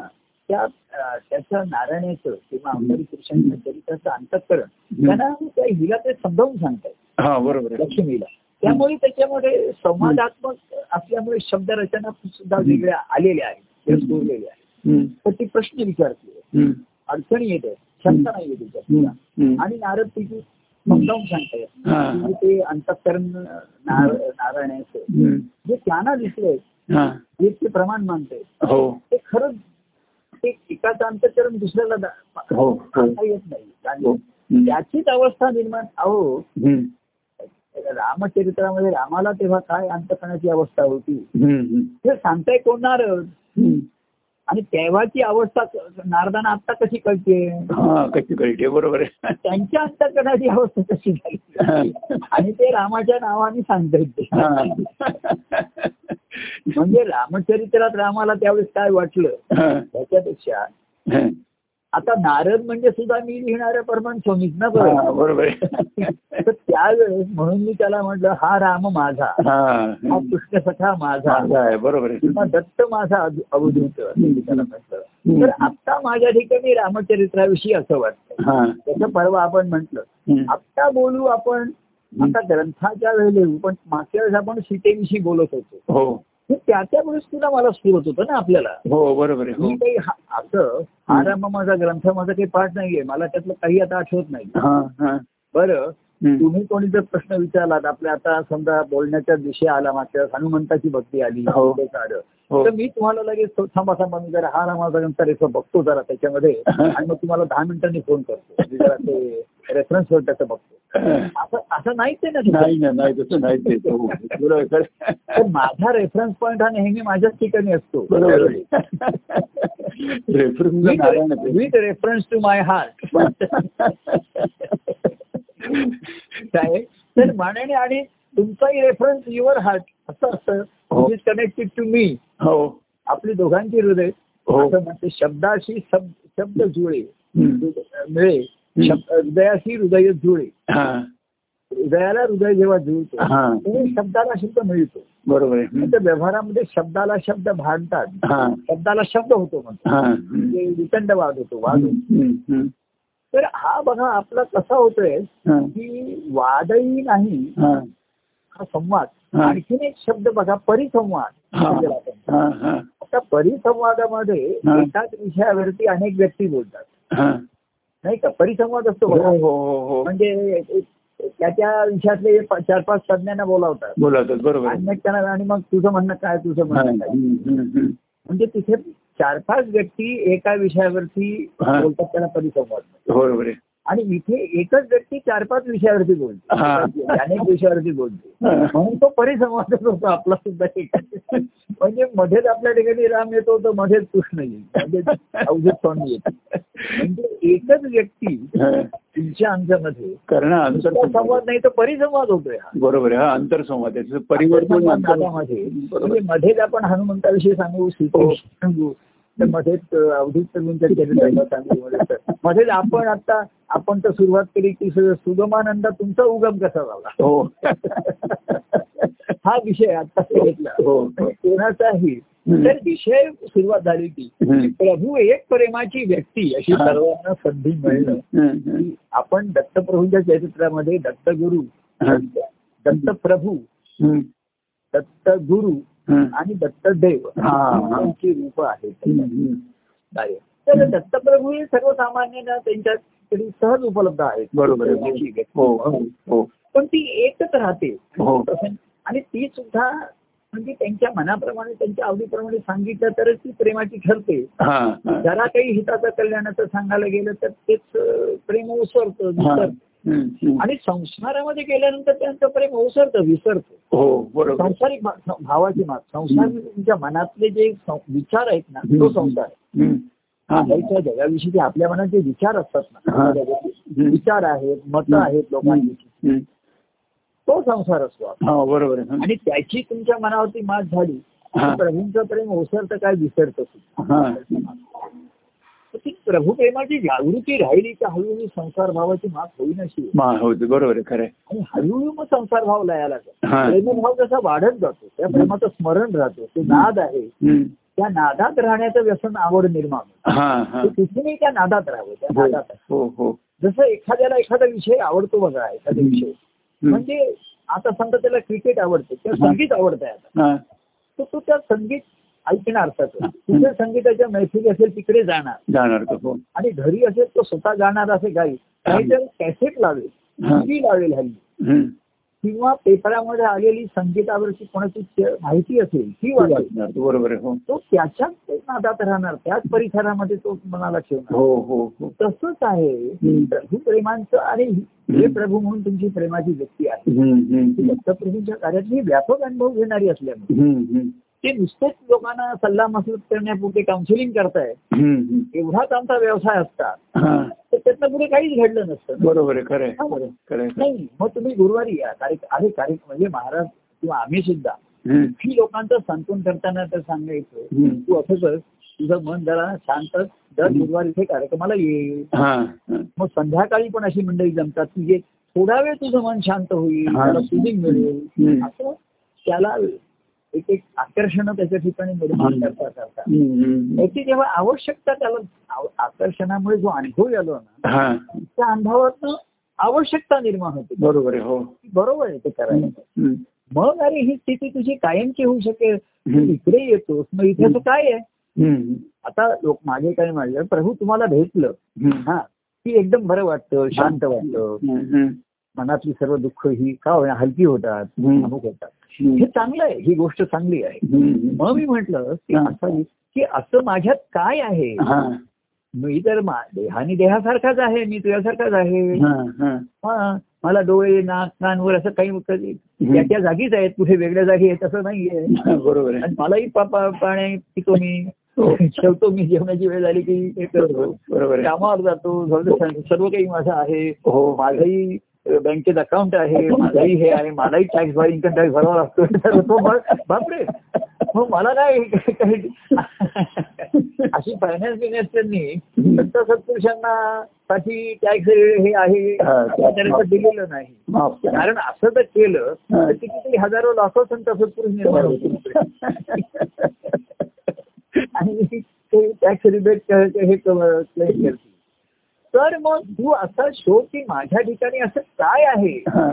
[SPEAKER 2] त्या अं, त्याचं नारायणाचं किंवा अवतारी कृष्णाच्या चरित्राचं अंतःकरण त्यांना त्या हिला ते समजावून सांगतात
[SPEAKER 1] हा बरोबर आहे
[SPEAKER 2] लक्ष्मीला त्यामुळे त्याच्यामध्ये संवादात्मक असल्यामुळे शब्दरचना सुद्धा वेगळ्या आलेल्या आहेत त्या जोडलेल्या आहेत
[SPEAKER 1] हम्म,
[SPEAKER 2] तर ती प्रश्न विचारते
[SPEAKER 1] हम्म,
[SPEAKER 2] अडचणी येते क्षमता नाही येते
[SPEAKER 1] हम्म,
[SPEAKER 2] त्याच्यात.
[SPEAKER 1] हम्म.
[SPEAKER 2] आणि नारद तिची समजावून सांगताय
[SPEAKER 1] हा.
[SPEAKER 2] की म्हणजे ते अंतःकरण नार नारायणाचं
[SPEAKER 1] हम्म,
[SPEAKER 2] जे त्यांना दिसलंय
[SPEAKER 1] हा
[SPEAKER 2] जे ते प्रमाण मानते
[SPEAKER 1] हो
[SPEAKER 2] ते खरंच ते एकाचं अंतःकरण दुसऱ्याला दा-
[SPEAKER 1] हो हो
[SPEAKER 2] सांगता येत नाही
[SPEAKER 1] हो.
[SPEAKER 2] कारण त्याचीच अवस्था निर्माण अहो
[SPEAKER 1] हम्म,
[SPEAKER 2] रामचरित्रामध्ये रामाला तेव्हा काय अंतकरणाची अवस्था होती
[SPEAKER 1] हम्म, हम्म,
[SPEAKER 2] हे सांगताय कोण नारद
[SPEAKER 1] हम्म.
[SPEAKER 2] आणि तेव्हाची अवस्था नारदाना आता कशी कळते
[SPEAKER 1] हा कशी कळते बरोबर आहे
[SPEAKER 2] त्यांच्या अंतकरणाची अवस्था कशी झाली
[SPEAKER 1] हा.
[SPEAKER 2] आणि ते रामाच्या नावाने सांगतायत ते.
[SPEAKER 1] हा.
[SPEAKER 2] म्हणजे रामचरित्रात रामाला त्यावेळेस काय वाटलं
[SPEAKER 1] हा,
[SPEAKER 2] त्याच्यापेक्षा
[SPEAKER 1] हा.
[SPEAKER 2] आता नारद म्हणजे सुद्धा मी लिहिणाऱ्या परमान स्वामीच ना बरं.
[SPEAKER 1] हा, बरोबर आहे
[SPEAKER 2] तर त्यावेळेस म्हणून मी त्याला म्हटलं हा राम माझा
[SPEAKER 1] हा
[SPEAKER 2] हा कृष्ण सखा माझा
[SPEAKER 1] माझा आहे बरोबर आहे
[SPEAKER 2] किंवा दत्त माझा अद- अवधूत असं मी त्याला म्हटलं तर आता माझ्या ठिकाणी रामचरित्राविषयी असं वाटतं
[SPEAKER 1] हा
[SPEAKER 2] त्याचं परवा आपण म्हटलं
[SPEAKER 1] हम्म,
[SPEAKER 2] आता बोलू आपण आता ग्रंथाच्या वेळेला येऊ पण मागच्या वेळेस आपण सीतेविषयी बोलत होतो
[SPEAKER 1] हो
[SPEAKER 2] हे त्या त्या गोष्टीला मला सुरत होतं ना आपल्याला
[SPEAKER 1] हो बरोबर आहे
[SPEAKER 2] मी
[SPEAKER 1] हो
[SPEAKER 2] काही हा- असं हा राम माझा ग्रंथ माझा काही पाठ नाहीये मला त्यातलं काही आता आठवत नाही
[SPEAKER 1] हा हा
[SPEAKER 2] बरं
[SPEAKER 1] हम्म.
[SPEAKER 2] तुम्ही कोणी जर प्रश्न विचारलात आपल्या आता समजा बोलण्याचा विषय आला मागच्या वेळेस हनुमंताची भक्ती आली
[SPEAKER 1] हो.
[SPEAKER 2] ते सारं.
[SPEAKER 1] हो
[SPEAKER 2] तर मी तुम्हाला लगेच थो- थांबा थांबा मी जरा हा रामाचा ग्रंथ रेफर बघतो जरा त्याच्यामध्ये आणि मग तुम्हाला दहा मिनिटांनी फोन करतो मी जरा ते रेफरन्स वर त्याचं बघतो असं असं नाहीच आहे ना तिथं.
[SPEAKER 1] नाही ना नाही तसं नाही ते हो. तुला खरं-
[SPEAKER 2] तर माझा रेफरन्स पॉईंट हा नेहमी माझ्याच ठिकाणी असतो
[SPEAKER 1] बरोबर
[SPEAKER 2] त्यावेळी.
[SPEAKER 1] रेफरन्स नारायण आहे.
[SPEAKER 2] With reference to my heart काय तर म्हणाने आणि तुमचाही रेफरन्स युअर हार्ट असं
[SPEAKER 1] हो.
[SPEAKER 2] असतं इज कनेक्टेड टू मी
[SPEAKER 1] हो
[SPEAKER 2] आपली दोघांची हृदय
[SPEAKER 1] हो
[SPEAKER 2] असं म्हणते शब्दाशी शब्द शब्द जुळे
[SPEAKER 1] हम्म.
[SPEAKER 2] मिळे शब्द- हृदयाशी हृदय जुळे
[SPEAKER 1] हा
[SPEAKER 2] हृदयाला हृदय जेव्हा जुळतो
[SPEAKER 1] हा
[SPEAKER 2] तेव्हा शब्दाला शब्द मिळतो
[SPEAKER 1] बरोबर आहे हम्म.
[SPEAKER 2] तर व्यवहारामध्ये शब्दाला शब्द भांडतात
[SPEAKER 1] हा
[SPEAKER 2] शब्दाला शब्द होतो म्हणतो
[SPEAKER 1] हा हम्म.
[SPEAKER 2] म्हणजे विखंड वाद होतो वाद होतो
[SPEAKER 1] हम्म. हम्म.
[SPEAKER 2] तर हा बघा आपला कसा होतोय
[SPEAKER 1] हा.
[SPEAKER 2] की वादही नाही
[SPEAKER 1] हा.
[SPEAKER 2] हा संवाद
[SPEAKER 1] हा.
[SPEAKER 2] आणखीन एक शब्द बघा परिसंवाद
[SPEAKER 1] हा.
[SPEAKER 2] म्हणजे आपण.
[SPEAKER 1] हा. हा.
[SPEAKER 2] आता परिसंवादामध्ये
[SPEAKER 1] हा.
[SPEAKER 2] एकाच विषयावरती अनेक व्यक्ती बोलतात
[SPEAKER 1] हा.
[SPEAKER 2] नाही का परिसंवाद असतो
[SPEAKER 1] हो
[SPEAKER 2] बघा
[SPEAKER 1] हो हो हो
[SPEAKER 2] म्हणजे त्या त्या विषयातले प- चार पाच तज्ञांना बोलावतात
[SPEAKER 1] बोलतात बरोबर आहे.
[SPEAKER 2] आणि मग त्यांना- आणि मग तुझं म्हणणं काय तुझं
[SPEAKER 1] हा.
[SPEAKER 2] म्हणणं काय
[SPEAKER 1] हम्म. हम्म. हम्म.
[SPEAKER 2] म्हणजे तिथे चार पाच व्यक्ती एका विषयावरती
[SPEAKER 1] हा.
[SPEAKER 2] बोलतात त्याला परिसंवाद म्हणतात.
[SPEAKER 1] बरोबर आहे
[SPEAKER 2] आणि इथे एकच व्यक्ती चार पाच विषयावरती
[SPEAKER 1] हा.
[SPEAKER 2] बोलते अनेक विषयावरती बोलते
[SPEAKER 1] हा.
[SPEAKER 2] म्हणून तो परिसंवादच होतो आपला सुद्धा एक म्हणजे मध्येच आपल्या ठिकाणी राम येतो तर मध्येच कृष्ण येईल म्हणजे अवधूत स्वामी येतो म्हणजे एकच व्यक्ती
[SPEAKER 1] हा.
[SPEAKER 2] तुमच्या आमच्यामध्ये
[SPEAKER 1] कारण हा
[SPEAKER 2] नुसता
[SPEAKER 1] अंतरसंवाद
[SPEAKER 2] संवाद नाही तर परिसंवाद होतोय हा.
[SPEAKER 1] बरोबर आहे हा अंतरसंवाद आहे त्याचं परिवर्तन
[SPEAKER 2] परिसंवाद
[SPEAKER 1] अंतर-
[SPEAKER 2] नादामध्ये.
[SPEAKER 1] बरोबर हो.
[SPEAKER 2] म्हणजे मध्येच आपण हनुमंताविषयी सांगू श्रीकृष्ण सांगू तर मध्येच अवधूत प्रभूंच्या चरित्राला सांगू मध्येच- मध्येच आपण आता आपण तर सुरुवात केली की सु- सुगमानंदा तुमचा उगम कसा झाला
[SPEAKER 1] हो
[SPEAKER 2] हा विषय आता घेतला
[SPEAKER 1] हो.
[SPEAKER 2] कोणाचाही
[SPEAKER 1] हम्म.
[SPEAKER 2] तर विषय सुरुवात झाली ती
[SPEAKER 1] हम्म.
[SPEAKER 2] प्रभू एक प्रेमाची व्यक्ती अशी
[SPEAKER 1] हा.
[SPEAKER 2] सर्वांना संधी मिळणं
[SPEAKER 1] हम्म. हम्म.
[SPEAKER 2] आपण दत्तप्रभूंच्या चरित्रामध्ये दत्तगुरु
[SPEAKER 1] हा.
[SPEAKER 2] दत्तप्रभू
[SPEAKER 1] हम्म.
[SPEAKER 2] दत्तगुरु
[SPEAKER 1] हम्म.
[SPEAKER 2] आणि दत्तदेव
[SPEAKER 1] हा, हा.
[SPEAKER 2] यांची रूप आहेत
[SPEAKER 1] हम्म.
[SPEAKER 2] कार्य. तर दत्तप्रभू हे सर्वसामान्यांना त्यांच्याकडे सहज उपलब्ध आहेत
[SPEAKER 1] बरोबर आहे.
[SPEAKER 2] त्यांची व्यक्ती.
[SPEAKER 1] हो हो हो
[SPEAKER 2] पण ती एकच राहते
[SPEAKER 1] हो
[SPEAKER 2] आणि ती सुद्धा म्हणजे त्यांच्या मनाप्रमाणे त्यांच्या आवडीप्रमाणे सांगितलं तरच ती प्रेमाची ठरते
[SPEAKER 1] हा हा.
[SPEAKER 2] जरा काही हिताचं कल्याणाचं सांगायला गेलं तर तेच अं, प्रेम ओसरतं
[SPEAKER 1] हा.
[SPEAKER 2] विसरतं.
[SPEAKER 1] हम्म. हम्म.
[SPEAKER 2] आणि संसारामध्ये गेल्यानंतर त्यांचं प्रेम ओसरतं विसरतं
[SPEAKER 1] हो बरोबर आहे.
[SPEAKER 2] संसारिक भा- सं- भावाची मात संसार
[SPEAKER 1] हम्म.
[SPEAKER 2] तुमच्या मनातले जे सं- विचार आहेत ना तो
[SPEAKER 1] हम्म.
[SPEAKER 2] संसार आहे.
[SPEAKER 1] हम्म. हा.
[SPEAKER 2] आपल्या जगाविषयी जे आपल्या मनात जे विचार असतात
[SPEAKER 1] हा.
[SPEAKER 2] ना जगाविषयी विचार आहेत मतं आहेत
[SPEAKER 1] हम्म.
[SPEAKER 2] लोकांची
[SPEAKER 1] हम्म.
[SPEAKER 2] तो संसार असतो आपला.
[SPEAKER 1] हा बरोबर आहे.
[SPEAKER 2] आणि त्याची तुमच्या मनावरती मात झाली
[SPEAKER 1] हा.
[SPEAKER 2] तर प्रभूंचं प्रेम ओसरतं काय विसरतं सुद्धा.
[SPEAKER 1] हा.
[SPEAKER 2] तर ती प्रभू प्रेमाची जागृती राहिली तर हळूहळू संसार भावाची मात होईल अशी
[SPEAKER 1] मा हो ते बरोबर आहे खरं आहे.
[SPEAKER 2] आणि हळूहळू मग संसार भाव लयाला
[SPEAKER 1] हा.
[SPEAKER 2] जातो प्रेमभाव जसा वाढत जातो त्या प्रेमाचं स्मरण राहतो तो नाद आहे
[SPEAKER 1] हम्म.
[SPEAKER 2] त्या नादात राहण्याचं व्यसन आवड निर्माण होतं.
[SPEAKER 1] हा हा
[SPEAKER 2] तर तिथूनही त्या नादात राहावं त्या
[SPEAKER 1] हो
[SPEAKER 2] नादात
[SPEAKER 1] हो हो
[SPEAKER 2] जसं एखाद्याला एखादा विषय आवडतो बघा एखादा
[SPEAKER 1] हम्म.
[SPEAKER 2] विषय
[SPEAKER 1] हम्म.
[SPEAKER 2] म्हणजे आता समजा त्याला क्रिकेट आवडते त्याला
[SPEAKER 1] हा.
[SPEAKER 2] संगीत आवडतंय आता
[SPEAKER 1] हा.
[SPEAKER 2] तर तो त्या संगीत ऐकणार
[SPEAKER 1] हा.
[SPEAKER 2] त्याचं तिथे संगीताच्या मैफिली असेल तिकडे जाणार
[SPEAKER 1] जाणार का हो
[SPEAKER 2] आणि घरी असेल तो स्वतः जाणार असे गाई नाहीतर कॅसेट लावेल
[SPEAKER 1] हा.
[SPEAKER 2] टीव्ही लावेल हल्ली
[SPEAKER 1] हम्म.
[SPEAKER 2] किंवा पेपरामध्ये आलेली संगीतावरची कोणाची च- माहिती असेल ती
[SPEAKER 1] ते
[SPEAKER 2] वाचेल
[SPEAKER 1] वाचणार. ते बरोबर आहे हो
[SPEAKER 2] तो त्याच्याच नादात राहणार त्याच परिसरामध्ये तो मनाला ठेवणार
[SPEAKER 1] हो हो हो
[SPEAKER 2] तसंच आहे
[SPEAKER 1] हम्म.
[SPEAKER 2] प्रभू प्रेमांचं आणि हे प्रभू म्हणून तुमची प्रेमाची व्यक्ती आहे
[SPEAKER 1] हम्म, हम्म,
[SPEAKER 2] दत्तप्रभूंच्या कार्यातली व्यापक अनुभव घेणारी असल्यामुळे
[SPEAKER 1] हम्म, हम्म,
[SPEAKER 2] ते नुसतेच लोकांना सल्ला मसलत करण्यापुरते काउन्सिलिंग करताय
[SPEAKER 1] हम्म, हम्म.
[SPEAKER 2] एवढाच आमचा व्यवसाय असता
[SPEAKER 1] हा.
[SPEAKER 2] तर त्यातनं पुढे काहीच घडलं नसतं ना.
[SPEAKER 1] बरोबर आहे खरं आहे खरं आहे, खरं आहे.
[SPEAKER 2] नाही मग तुम्ही गुरुवारी या कार्य अरे कार्य म्हणजे महाराज किंवा आम्ही सुद्धा
[SPEAKER 1] हम्म,
[SPEAKER 2] ही लोकांचं सांत्वन करताना तर सांगायचं
[SPEAKER 1] हम्म.
[SPEAKER 2] तू असं कर तुझं मन जरा शांत दर गुरुवारी इथे कार्यक्रमाला ये
[SPEAKER 1] हा, हा.
[SPEAKER 2] मग संध्याकाळी पण अशी मंडळी जमतात की जे थोडा वेळ तुझं मन शांत होईल
[SPEAKER 1] हा.
[SPEAKER 2] त्याला फिलिंग मिळेल
[SPEAKER 1] हम्म.
[SPEAKER 2] असं त्याला एक एक आकर्षण त्याच्या ठिकाणी निर्माण
[SPEAKER 1] हम्म.
[SPEAKER 2] करता करता
[SPEAKER 1] हम्म, हम्म.
[SPEAKER 2] त्याची जेव्हा आवश्यकता त्याला आव- आकर्षणामुळे जो अनुभव आलो ना
[SPEAKER 1] हा.
[SPEAKER 2] त्या अनुभवातनं आवश्यकता निर्माण होते
[SPEAKER 1] बरोबर आहे हो
[SPEAKER 2] बरोबर आहे ते करायला
[SPEAKER 1] हम्म, हम्म,
[SPEAKER 2] मग अरे ही स्थिती तुझी कायमची होऊ शकेल तू
[SPEAKER 1] हम्म.
[SPEAKER 2] इकडे येतोस मग इथे तू काय आहे
[SPEAKER 1] हम्म,
[SPEAKER 2] आता लोक मागे काय म्हणलं प्रभू तुम्हाला भेटलं
[SPEAKER 1] हम्म.
[SPEAKER 2] हा की एकदम बरं वाटतं शांत वाटतं
[SPEAKER 1] हम्म, हम्म.
[SPEAKER 2] मनातली सर्व दुःख ही का होईना हलकी होतात
[SPEAKER 1] हम्म.
[SPEAKER 2] अमुक होतात
[SPEAKER 1] हम्म.
[SPEAKER 2] हे चांगलं आहे ही गोष्ट चांगली आहे
[SPEAKER 1] हम्म.
[SPEAKER 2] मग मी म्हटलं की
[SPEAKER 1] हा.
[SPEAKER 2] असावी की असं माझ्यात काय आहे
[SPEAKER 1] हा,
[SPEAKER 2] मी तर मा- देहाने देहासारखाच आहे मी तुझ्यासारखाच आहे
[SPEAKER 1] हा, हा.
[SPEAKER 2] हा मला डोळे नाक कानवर असं काही कधी त्याच्या जागीच आहेत कुठे वेगळ्या जागी आहेत असं नाहीये
[SPEAKER 1] बरोबर आहे
[SPEAKER 2] आणि मलाही पा- पा- पाणी पितो
[SPEAKER 1] हो.
[SPEAKER 2] मी ठेवतो मी जेवणाची वेळ झाली की हे करतो
[SPEAKER 1] बरोबर आहे
[SPEAKER 2] कामावर जातो सर्व सर्व काही माझं आहे
[SPEAKER 1] हो
[SPEAKER 2] माझंही अ, बँकेत अकाउंट आहे माझंही हे आहे मलाही टॅक्स भर इन्कम टॅक्स भरावा लागतो तर तो मग बापरे मग मला नाही काही अशी फायनान्स मिनिस्टरनी संत सत्पुरुषांना साठी टॅक्स हे आहे
[SPEAKER 1] हा, त्या-
[SPEAKER 2] त्यांना दिलेलं नाही
[SPEAKER 1] माफ करा.
[SPEAKER 2] कारण असं जर केलं तर ते किती हजारो लाखो संत सत्पुरुष निर्माण होतील आणि ते टॅक्स रिबेट हे क्लेम करतील तर मग तू असा शोध की माझ्या ठिकाणी असं काय आहे
[SPEAKER 1] हा,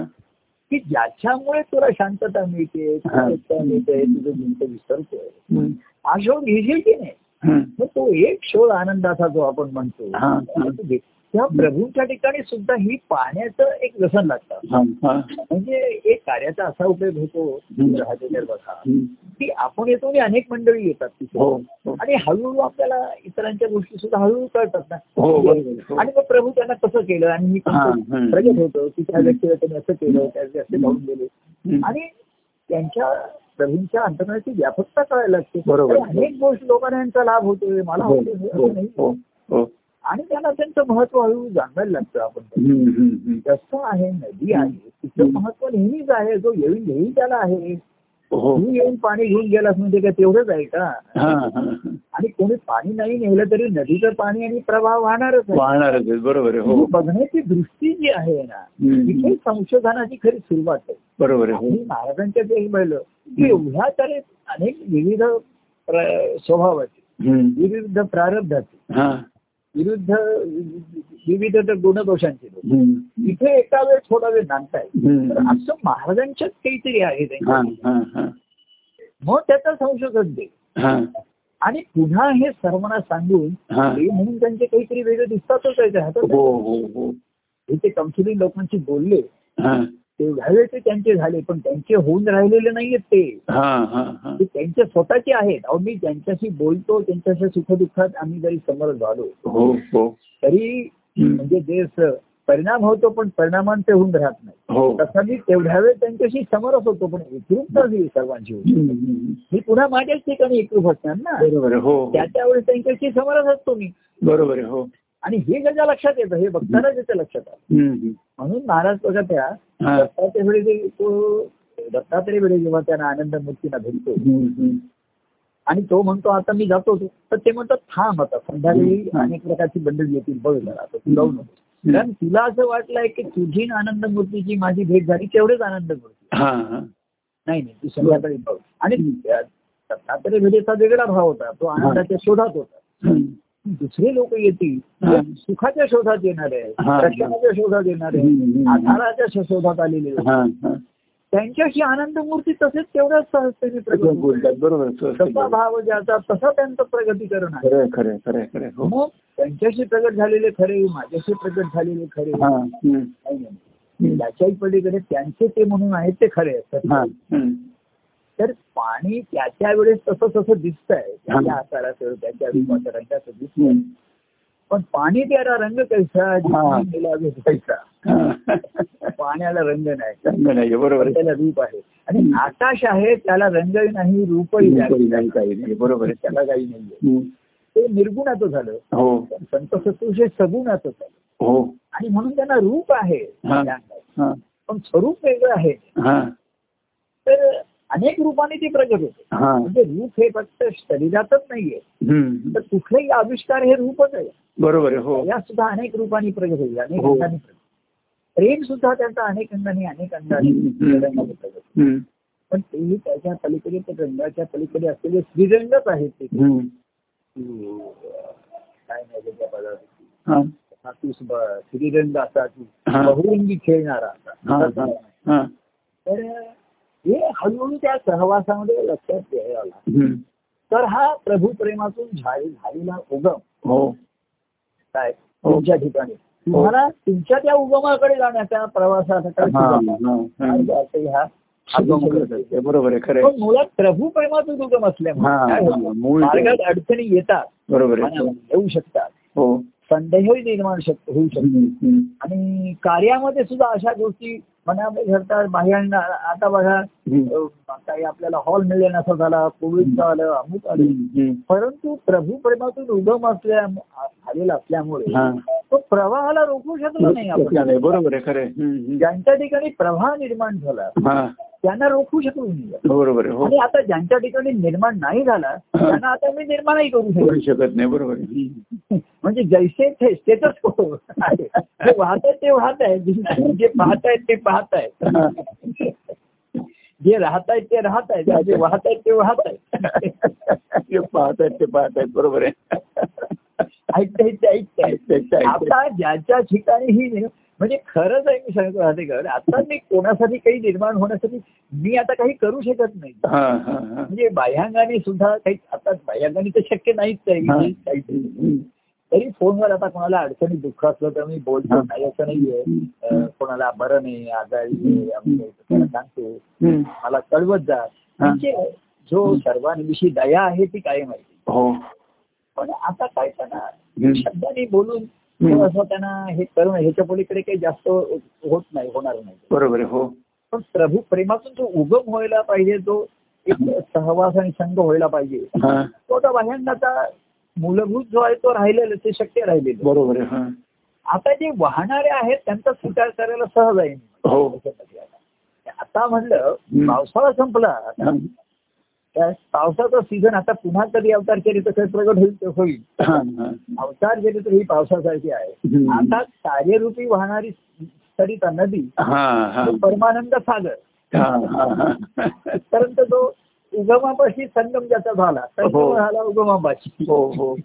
[SPEAKER 2] की ज्याच्यामुळे तुला शांतता मिळते सुरक्षता मिळते तुझं चिंता विसरतोय
[SPEAKER 1] हम्म,
[SPEAKER 2] हा शोध घेशील की नाही
[SPEAKER 1] हम्म.
[SPEAKER 2] मग तो एक शोध आनंदाचा जो आपण म्हणतो
[SPEAKER 1] हा, हा.
[SPEAKER 2] तो घे. त्या प्रभूंच्या ठिकाणी सुद्धा ही पाहण्याचं एक व्यसन लागतं
[SPEAKER 1] हा, हा.
[SPEAKER 2] म्हणजे एक कार्याचा असा उपयोग होतो
[SPEAKER 1] हम्म.
[SPEAKER 2] राहतेदार बघा
[SPEAKER 1] हम्म.
[SPEAKER 2] की आपण येतो आणि अनेक मंडळी येतात
[SPEAKER 1] हो
[SPEAKER 2] तिथे
[SPEAKER 1] हो.
[SPEAKER 2] आणि हळूहळू आपल्याला इतरांच्या गोष्टी सुद्धा हळूहळू कळतात ना
[SPEAKER 1] हो, बरोबर, हो.
[SPEAKER 2] आणि मग प्रभू त्यांना कसं केलं आणि मी
[SPEAKER 1] हा, हम्म.
[SPEAKER 2] कसं प्रगत होतो की त्या व्यक्तीला त्यांनी असं केलं त्या व्यक्ती असे धावून गेले
[SPEAKER 1] हम्म.
[SPEAKER 2] आणि त्यांच्या प्रभूंच्या अंतरणाची व्यापकता कळायला लागते
[SPEAKER 1] बरोबर.
[SPEAKER 2] तर अनेक गोष्टी लोकांना यांचा लाभ होतोय मला
[SPEAKER 1] हो,
[SPEAKER 2] होतोय
[SPEAKER 1] हो,
[SPEAKER 2] असं नाही.
[SPEAKER 1] हो, हो.
[SPEAKER 2] आणि त्यांना त्यांचं महत्व हळूहळू जाणवायला लागतं आपण
[SPEAKER 1] हम्म, हम्म, हम्म.
[SPEAKER 2] जसं आहे नदी आहे तिचं
[SPEAKER 1] हम्म.
[SPEAKER 2] महत्व नेहमीच आहे जो येऊन घेईल त्याला आहे
[SPEAKER 1] हो.
[SPEAKER 2] तू येऊन पाणी घेऊन गेलास म्हणजे काय तेवढंच आहे का
[SPEAKER 1] हा, हा, हा.
[SPEAKER 2] आणि कोणी पाणी नाही नेलं तरी नदीचं पाणी आणि प्रवाह वाहणारच आहे
[SPEAKER 1] वाहणारच आहे, बरोबर आहे
[SPEAKER 2] ही
[SPEAKER 1] हो
[SPEAKER 2] बघण्याची दृष्टी जी आहे ना
[SPEAKER 1] हम्म.
[SPEAKER 2] तिथे संशोधनाची खरी सुरुवात आहे
[SPEAKER 1] बरोबर आहे हो
[SPEAKER 2] आम्ही महाराजांच्या ते पाहिलं की एवढ्या तरी अनेक विविध प्र- स्वभावाचे
[SPEAKER 1] हम्म.
[SPEAKER 2] विविध प्रारब्धाचे
[SPEAKER 1] हा.
[SPEAKER 2] विरुद्ध विविध तर गुणदोषांचे लोक.
[SPEAKER 1] हम्म.
[SPEAKER 2] इथे एका वेळ थोडा वेळ नांदताय तर
[SPEAKER 1] हम्म.
[SPEAKER 2] असं महाराजांच्याच काहीतरी आहे त्यांच्या
[SPEAKER 1] हा, हा, हा.
[SPEAKER 2] मग त्याचं संशोधन दे
[SPEAKER 1] हा,
[SPEAKER 2] आणि पुन्हा हे सर्वांना सांगून
[SPEAKER 1] हा.
[SPEAKER 2] ते म्हणून त्यांचे काहीतरी वेगळे दिसतातच आहे त्या हातात.
[SPEAKER 1] हो हो हो
[SPEAKER 2] हे ते कमसुली लोकांशी बोलले
[SPEAKER 1] हा
[SPEAKER 2] तेवढ्या वेळ ते त्यांचे झाले पण त्यांचे होऊन राहिलेले नाहीयेत ते
[SPEAKER 1] हा हा हा
[SPEAKER 2] ते त्यांचे स्वतःचे आहेत अहो मी ज्यांच्याशी बोलतो त्यांच्याशी सुखदुःखात आम्ही जरी समोर झालो
[SPEAKER 1] हो हो
[SPEAKER 2] तरी
[SPEAKER 1] हम्म.
[SPEAKER 2] म्हणजे जे स- परिणाम होतो पण परिणामांचे होऊन राहत नाही
[SPEAKER 1] हो
[SPEAKER 2] तसा मी तेवढ्या वेळ त्यांच्याशी समरस होतो पण एकरूप सर्वांची होती
[SPEAKER 1] हम्म, हम्म.
[SPEAKER 2] मी पुन्हा माझ्याच ठिकाणी एकरूप असणार ना
[SPEAKER 1] बरोबर आहे हो
[SPEAKER 2] त्या त्यावेळेस त्यांच्याशी समरस असतो मी
[SPEAKER 1] बरोबर आहे हो
[SPEAKER 2] आणि हे ज्याच्या लक्षात येतं हे बघताना त्याच्या लक्षात आलं
[SPEAKER 1] हम्म,
[SPEAKER 2] म्हणून महाराज बघा त्या
[SPEAKER 1] हा.
[SPEAKER 2] दत्ताच्या वेळी जे तो दत्तात्रय वेळी जेव्हा त्यांना आनंद मूर्तीला भेटतो
[SPEAKER 1] हम्म, हम्म.
[SPEAKER 2] आणि तो म्हणतो आता मी जातो तर ते म्हणतात थांब आता संध्याकाळी
[SPEAKER 1] हम्म.
[SPEAKER 2] अनेक प्रकारची बंडल येतील बघ जरा आता तू जाऊ नको कारण तुला असं वाटलंय की तुझी ना आनंद मूर्तीची माझी भेट झाली तेवढेच आनंद मूर्ती
[SPEAKER 1] हा हा
[SPEAKER 2] नाही नाही तू संध्याकाळी बघ आणि दत्तात्रय भेटेचा वेगळा भाव होता तो आनंदाच्या शोधात होता
[SPEAKER 1] हम्म.
[SPEAKER 2] दुसरे लोक येतील
[SPEAKER 1] हा.
[SPEAKER 2] ते सुखाच्या शोधात येणार
[SPEAKER 1] हा.
[SPEAKER 2] आहे रक्षणाच्या शोधात येणार
[SPEAKER 1] हम्म,
[SPEAKER 2] आहे
[SPEAKER 1] हम्म.
[SPEAKER 2] आधाराच्या शो- शोधात आलेले लोक.
[SPEAKER 1] हा, हा.
[SPEAKER 2] त्यांच्याशी आनंद मूर्ती तसेच तेवढ्याच सहजतेने प्रगट
[SPEAKER 1] सगळं
[SPEAKER 2] होतात.
[SPEAKER 1] बोलतात बरोबर आहे, सहज
[SPEAKER 2] तसा
[SPEAKER 1] बोलतात.
[SPEAKER 2] भाव ज्याचा तसा त्यांचं प्रगतीकरण आहे
[SPEAKER 1] खरं आहे, खरं आहे, खरं आहे, खरं आहे, हो
[SPEAKER 2] मग त्यांच्याशी प्रगट झालेले खरे माझ्याशी प्रगट झालेले खरे
[SPEAKER 1] हा हम्म,
[SPEAKER 2] नाही, नाही. त्याच्याही पलीकडे त्यांचे ते म्हणून आहेत ते खरे
[SPEAKER 1] हा,
[SPEAKER 2] असतात
[SPEAKER 1] हम्म.
[SPEAKER 2] तर पाणी त्याच्या वेळेस तसं तसं दिसतंय त्याच्या
[SPEAKER 1] हा.
[SPEAKER 2] आकाराचं त्याच्या विमाच्या असं दिसत
[SPEAKER 1] हम्म.
[SPEAKER 2] पण पाणी त्याला रंग कैसा
[SPEAKER 1] हा.
[SPEAKER 2] जिंकलेला वेग कैसा
[SPEAKER 1] हा.
[SPEAKER 2] पाण्याला रंग नाही
[SPEAKER 1] चांगलं नाही आहे, बरोबर
[SPEAKER 2] पण
[SPEAKER 1] आहे
[SPEAKER 2] त्याला रूप आहे आणि
[SPEAKER 1] हम्म.
[SPEAKER 2] आकाश आहे त्याला रंगही नाही रूपही
[SPEAKER 1] काही
[SPEAKER 2] नाही
[SPEAKER 1] नाही, काही नाही, बरोबर आहे
[SPEAKER 2] त्याला काही नाहीये
[SPEAKER 1] हम्म.
[SPEAKER 2] ते निर्गुणाचं झालं
[SPEAKER 1] हो
[SPEAKER 2] संत सत्पुरुष सगुणाचं झालं
[SPEAKER 1] हो
[SPEAKER 2] आणि म्हणून त्यांना रूप आहे
[SPEAKER 1] हा. हा
[SPEAKER 2] पण स्वरूप वेगळं आहे
[SPEAKER 1] हा
[SPEAKER 2] तर अनेक रूपाने ते प्रगट होते
[SPEAKER 1] हा
[SPEAKER 2] म्हणजे रूप हे फक्त शरीरातच नाहीये
[SPEAKER 1] हम्म.
[SPEAKER 2] तर कुठलेही आविष्कार हे रूपच आहे
[SPEAKER 1] बरोबर आहे हो
[SPEAKER 2] या सुद्धा अनेक रूपाने प्रगट होईल अनेक
[SPEAKER 1] हो.
[SPEAKER 2] अंगाने प्रगट प्रेम सुद्धा त्यांचा अनेक अंगाने अनेक
[SPEAKER 1] हम्म.
[SPEAKER 2] अंगाने रंगाने प्रगट होईल.
[SPEAKER 1] हम्म.
[SPEAKER 2] पण तेही त्याच्या पलीकडे त्या रंगाच्या पलीकडे असलेले श्रीरंगच आहेत ते
[SPEAKER 1] हम्म.
[SPEAKER 2] काय नाही त्या पदार्थाची
[SPEAKER 1] हा
[SPEAKER 2] हा तू ब- श्रीरंग असा तू
[SPEAKER 1] हा.
[SPEAKER 2] बहुरंगी खेळणारा
[SPEAKER 1] हा
[SPEAKER 2] असा
[SPEAKER 1] हा
[SPEAKER 2] तसा.
[SPEAKER 1] हा
[SPEAKER 2] तर हे हळूहळू त्या सहवासामध्ये लक्षात यायला लागलं.
[SPEAKER 1] हम्म.
[SPEAKER 2] तर हा प्रभू प्रेमातून झाले- झालेला उगम
[SPEAKER 1] हो
[SPEAKER 2] काय तुमच्या ठिकाणी तुम्हाला तुमच्या त्या उगमाकडे जाण्याचा प्रवासाचा
[SPEAKER 1] हा, हा, हा.
[SPEAKER 2] असं ह्या
[SPEAKER 1] सुगम करत असते. बरोबर आहे खरं
[SPEAKER 2] पण
[SPEAKER 1] आहे.
[SPEAKER 2] मुळात प्रभू प्रेमातच उगम
[SPEAKER 1] हा,
[SPEAKER 2] असल्यामुळे काय
[SPEAKER 1] हा,
[SPEAKER 2] होतं?
[SPEAKER 1] मूळ
[SPEAKER 2] मार्गात अडचणी येतात
[SPEAKER 1] बरोबर आहे
[SPEAKER 2] मनामध्ये येऊ शकतात
[SPEAKER 1] हो
[SPEAKER 2] संदेहही निर्माण शक- होऊ शकतो
[SPEAKER 1] हम्म, हम्म.
[SPEAKER 2] आणि कार्यामध्ये सुद्धा अशा गोष्टी मनामध्ये घडतात बाह्यांना आता बघा
[SPEAKER 1] हम्म.
[SPEAKER 2] अं, काही आपल्याला हॉल मिळेल असा झाला कोविडचा आलं अमुक आलं
[SPEAKER 1] हम्म, हम्म.
[SPEAKER 2] परंतु प्रभू प्रेमातून उगम असल्या आलेला
[SPEAKER 1] हा.
[SPEAKER 2] असल्यामुळे तो प्रवाहाला रोखू शकलो नाही आपण
[SPEAKER 1] झालंय. बरोबर आहे खरं आहे. हम्म, हम्म.
[SPEAKER 2] ज्यांच्या ठिकाणी प्रवाह निर्माण झाला
[SPEAKER 1] हा
[SPEAKER 2] त्यांना रोखू शकलो नाही
[SPEAKER 1] बरोबर आहे हो
[SPEAKER 2] आणि आता ज्यांच्या ठिकाणी निर्माण नाही झाला त्यांना आता मी निर्माणही करू
[SPEAKER 1] करू
[SPEAKER 2] शकतो
[SPEAKER 1] शकत नाही बरोबर आहे हम्म.
[SPEAKER 2] म्हणजे जैसे थे तेच आहे जे वाहत आहेत ते वाहत आहेत जे पाहत आहेत ते पाहत आहेत
[SPEAKER 1] हा.
[SPEAKER 2] जे राहत आहेत ते राहत आहेत जे वाहत आहेत ते वाहत आहेत
[SPEAKER 1] ते पाहत आहेत ते पाहत आहेत बरोबर आहे
[SPEAKER 2] ऐकता ऐकता ऐकता
[SPEAKER 1] ऐकतायत, ऐकतायत.
[SPEAKER 2] आता ज्याच्या ठिकाणी ही निर्- म्हणजे खरंच आहे मी सांगतो राहतेकर आता मी कोणासाठी काही निर्माण होण्यासाठी मी आता काही करू शकत नाही
[SPEAKER 1] हा हा हा
[SPEAKER 2] म्हणजे बाह्यांगाने सुद्धा काही आता बाह्यांगाने तर शक्य नाहीच
[SPEAKER 1] हा.
[SPEAKER 2] आहे काही
[SPEAKER 1] हम्म.
[SPEAKER 2] तरी फोनवर आता कोणाला अडचणी दुःख असलं तर मी बोलतो
[SPEAKER 1] हा.
[SPEAKER 2] नाही असं नाहीये अं, कोणाला बरं नाही आजारी आहे, आम्ही त्याला सांगतो
[SPEAKER 1] हम्म.
[SPEAKER 2] मला कळवत जा म्हणजे जो सर्वांविषयी दया आहे ती कायम आहे
[SPEAKER 1] हो
[SPEAKER 2] पण आता काय त्यांना
[SPEAKER 1] हम्म.
[SPEAKER 2] शब्दाने बोलून
[SPEAKER 1] हम्म.
[SPEAKER 2] असं त्यांना हे करणं ह्याच्या पलीकडे काही जास्त होत नाही होणार नाही
[SPEAKER 1] बरोबर आहे हो
[SPEAKER 2] पण प्रभू प्रेमातून तो उगम व्हायला पाहिजे तो एक सहवास आणि संघ व्हायला पाहिजे
[SPEAKER 1] हा
[SPEAKER 2] तो आता वाह्यांनाचा मूलभूत जो आहे तो राहिलेला ते शक्य राहिलेलं
[SPEAKER 1] बरोबर आहे हा
[SPEAKER 2] आता जे वाहणारे आहेत त्यांचा स्वीकार करायला सहज आहे
[SPEAKER 1] हो.
[SPEAKER 2] आता म्हणलं
[SPEAKER 1] हम्म.
[SPEAKER 2] पावसाळा संपला
[SPEAKER 1] हा.
[SPEAKER 2] त्या पावसाचा सीझन आता पुन्हा कधी अवतार चरित्र काही प्रगट होईल तर होईल
[SPEAKER 1] हा, हा.
[SPEAKER 2] अवतार चरित्र ही पावसासारखी आहे
[SPEAKER 1] हम्म.
[SPEAKER 2] आता कार्यरूपी वाहणारी सरिता नदी
[SPEAKER 1] हा, हा.
[SPEAKER 2] तो परमानंद सागर
[SPEAKER 1] हा, हा, हा.
[SPEAKER 2] परंतु तो उगमापाशी संगम ज्याचा झाला संगम
[SPEAKER 1] हो.
[SPEAKER 2] झाला उगमापाशी
[SPEAKER 1] हो हो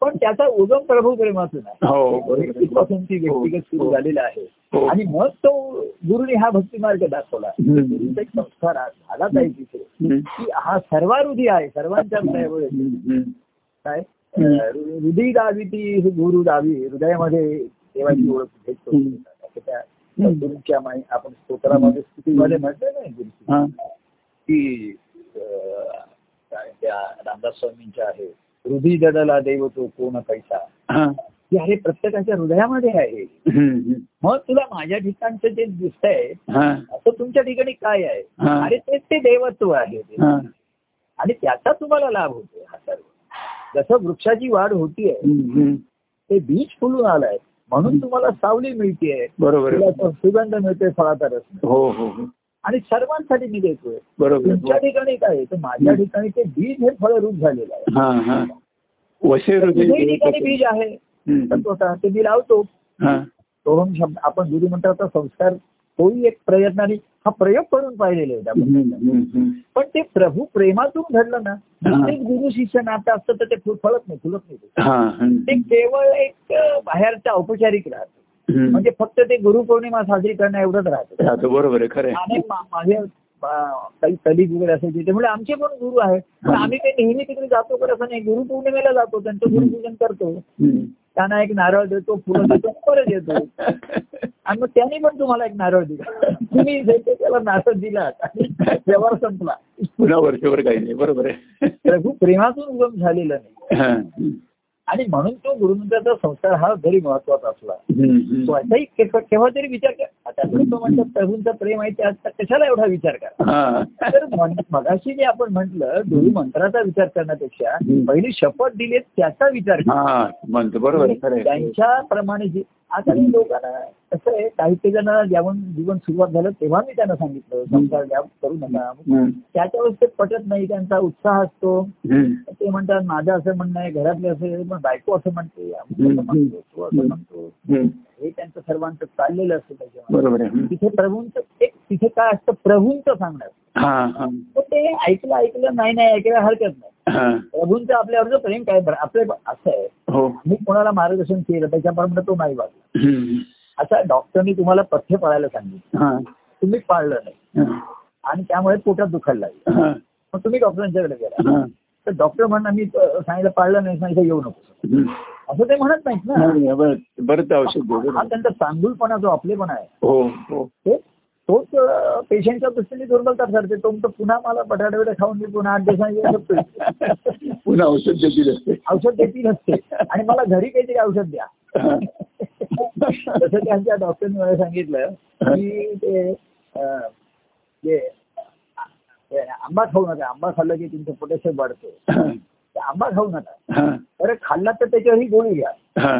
[SPEAKER 2] पण त्याचा उगम प्रभू प्रेमातून आहे
[SPEAKER 1] हो बरोबर आहे.
[SPEAKER 2] व्यक्तीपासून ती व्यक्तिगत सुरू झालेला आहे
[SPEAKER 1] हो.
[SPEAKER 2] आणि मग तो गुरुने हा भक्ती मार्ग दाखवला
[SPEAKER 1] हम्म.
[SPEAKER 2] गुरुचा एक संस्कार आ- झाला आहे तिथे
[SPEAKER 1] हम्म.
[SPEAKER 2] की हा सर्वारुधी आहे सर्वांच्या हृदयामध्ये
[SPEAKER 1] हम्म, हम्म.
[SPEAKER 2] काय
[SPEAKER 1] हम्म.
[SPEAKER 2] हृ- हृदय दावी ती गुरु दावी हृदयामध्ये देवाची ओळख भेटतो
[SPEAKER 1] हम्म.
[SPEAKER 2] असं त्या गुरुच्या माई- आपण स्तोत्रामध्ये स्तुतीमध्ये म्हटलं नाही गुरुची
[SPEAKER 1] हा.
[SPEAKER 2] की अं, काय त्या रामदास स्वामींच्या आहे हृदय दडला देव तो कोण कैसा
[SPEAKER 1] हा.
[SPEAKER 2] की अरे प्रत्येकाच्या हृदयामध्ये आहे
[SPEAKER 1] हम्म, हम्म.
[SPEAKER 2] मग तुला माझ्या ठिकाणचं जे दिसतंय
[SPEAKER 1] हा.
[SPEAKER 2] असं तुमच्या ठिकाणी काय आहे
[SPEAKER 1] हा.
[SPEAKER 2] अरे तेच ते देवत्व आहे ते.
[SPEAKER 1] हा.
[SPEAKER 2] आणि त्याचा तुम्हाला लाभ होतो हा सर्व जसं वृक्षाची वाढ होतीये
[SPEAKER 1] हम्म, हम्म.
[SPEAKER 2] ते बीज फुलून आलंय म्हणून तुम्हाला सावली मिळतेय
[SPEAKER 1] बरोबर
[SPEAKER 2] तुला
[SPEAKER 1] आहे.
[SPEAKER 2] तो सुगंध मिळतोय फळाचा रस
[SPEAKER 1] हो हो हो.
[SPEAKER 2] आणि सर्वांसाठी मी देतोय
[SPEAKER 1] बरोबर आहे.
[SPEAKER 2] तुमच्या ठिकाणी काय आहे? तर माझ्या ठिकाणी ते बीज हे फळरूप झालेलं आहे
[SPEAKER 1] हा हा वसे
[SPEAKER 2] तर
[SPEAKER 1] हृदय
[SPEAKER 2] तुझ्याही म्हणजे ठिकाणी
[SPEAKER 1] देवतेचे.
[SPEAKER 2] बीज आहे
[SPEAKER 1] हम्म.
[SPEAKER 2] तत्वतः ते मी लावतो
[SPEAKER 1] हा.
[SPEAKER 2] सोहम शब्द आपण गुरु मंत्राचा संस्कार तोही एक प्रयत्नाने हा प्रयोग करून पाहिलेला आहे आपण.
[SPEAKER 1] हम्म, हम्म, हम्म.
[SPEAKER 2] पण ते प्रभू प्रेमातून घडलं ना प्रत्येक गुरु शिष्य नातं असतं तर ते फु- फळत नाही फुलत नाही ते.
[SPEAKER 1] हा, हम्म.
[SPEAKER 2] ते केवळ एक अं, बाहेरचं औपचारिक राहतं
[SPEAKER 1] हम्म.
[SPEAKER 2] म्हणजे फक्त ते गुरुपौर्णिमा साजरी करणं एवढंच राहतं
[SPEAKER 1] हा, तो बरोबर आहे खरं आहे.
[SPEAKER 2] आणि मा- माझे अं, काही कलिग वगैरे असायचे ते म्हणजे आमचे पण गुरु आहेत पण
[SPEAKER 1] हा.
[SPEAKER 2] आम्ही ते नेहमी तिकडे जातो करत असं नाही गुरुपौर्णिमेला जातो त्यांचं गुरुपूजन करतो
[SPEAKER 1] हम्म.
[SPEAKER 2] त्यांना एक नारळ देतो फुलं देतो परत येतो आणि मग त्याने पण तुम्हाला एक नारळ दिला तुम्ही जे ते त्याला नारळ दिला आणि व्यवहार संपला
[SPEAKER 1] पुन्हा वर्षभर काही नाही बरोबर आहे
[SPEAKER 2] प्रभू प्रेमातून उगम झालेला नाही
[SPEAKER 1] हा.
[SPEAKER 2] आणि म्हणून तो गुरुमंत्राचा संस्कार हा जरी महत्वाचा असला
[SPEAKER 1] हम्म,
[SPEAKER 2] तो
[SPEAKER 1] हम्म.
[SPEAKER 2] असाही के- केव्हा तरी विचार कर आता लोक म्हणतात प्रभूंचा प्रेम आहे त्याचा कशाला एवढा विचार करा
[SPEAKER 1] हा.
[SPEAKER 2] तर म्हण- मगाशी जे आपण म्हंटल गुरुमंत्राचा विचार करण्यापेक्षा पहिली शपथ दिली आहे त्याचा विचार करा
[SPEAKER 1] हा म्हणतो बरोबर आहे, खरं आहे
[SPEAKER 2] म्हणजे त्यांच्याप्रमाणे जे आता मी लोकांना कसं आहे काही काही जणांना जेवण जीवन सुरुवात झालं तेव्हा मी त्यांना सांगितलं संसार द्या करू नका
[SPEAKER 1] हम्म.
[SPEAKER 2] त्याच्या वेळेस ते पटत नाही त्यांचा उत्साह असतो
[SPEAKER 1] हम्म.
[SPEAKER 2] ते म्हणतात माझं असं म्हणणं आहे घरातले असे पण बायको असं म्हणते अमुक असं म्हणतो तो असं म्हणतो
[SPEAKER 1] हम्म.
[SPEAKER 2] हे त्यांचं सर्वांचं चाललेलं असतं त्याच्यामध्ये
[SPEAKER 1] बरोबर आहे हम्म.
[SPEAKER 2] तिथे प्रभूंचं एक तिथे काय असतं प्रभूंचं सांगणार
[SPEAKER 1] हा हा
[SPEAKER 2] तर ते ऐकलं ऐकलं नाही नाही ऐकलं हरकत नाही
[SPEAKER 1] हा
[SPEAKER 2] प्रभूंचं आपल्यावरचं प्रेम काय बरं आपलं असं आहे
[SPEAKER 1] हो
[SPEAKER 2] मी कोणाला मार्गदर्शन केलं त्याच्याप्रमाणे तो नाही वागला
[SPEAKER 1] हम्म.
[SPEAKER 2] आता डॉक्टरनी तुम्हाला पथ्य पाळायला सांगितलं
[SPEAKER 1] हा
[SPEAKER 2] तुम्ही पाळलं नाही
[SPEAKER 1] हा.
[SPEAKER 2] आणि त्यामुळे पोटात दुखायला लागलं
[SPEAKER 1] हा.
[SPEAKER 2] मग तुम्ही डॉक्टरांच्याकडे गेला
[SPEAKER 1] हा.
[SPEAKER 2] तर डॉक्टर म्हणणं मी सांगितलं पाळलं नाही सांगितलं येऊ नको
[SPEAKER 1] हम्म.
[SPEAKER 2] असं ते म्हणत नाहीत ना
[SPEAKER 1] नाही, बरं बरं ते औषध दे,
[SPEAKER 2] हा
[SPEAKER 1] बरं.
[SPEAKER 2] त्यांचा तांदूळपणा जो आपलेपणा आहे
[SPEAKER 1] हो हो
[SPEAKER 2] ते तोच पेशंटच्या दृष्टीने दुर्बलता ठरते तो म्हणतो पुन्हा मला बटाटे वगैरे खाऊन मी पुन्हा आठ दिवसांनी येऊ शकतो.
[SPEAKER 1] पुन्हा औषध देतील असते
[SPEAKER 2] औषध देतील असते आणि मला घरी काहीतरी औषध द्या
[SPEAKER 1] हा.
[SPEAKER 2] जसं की आमच्या डॉक्टरने मला सांगितलं की ते अं, ते ते आंबा खाऊ नका आंबा खाल्लं की तुमचं पोटॅशियम वाढतो तर आंबा खाऊ नका
[SPEAKER 1] हा,
[SPEAKER 2] अरे खाल्ला तर त्याच्यावरही गोळी घ्या
[SPEAKER 1] हा.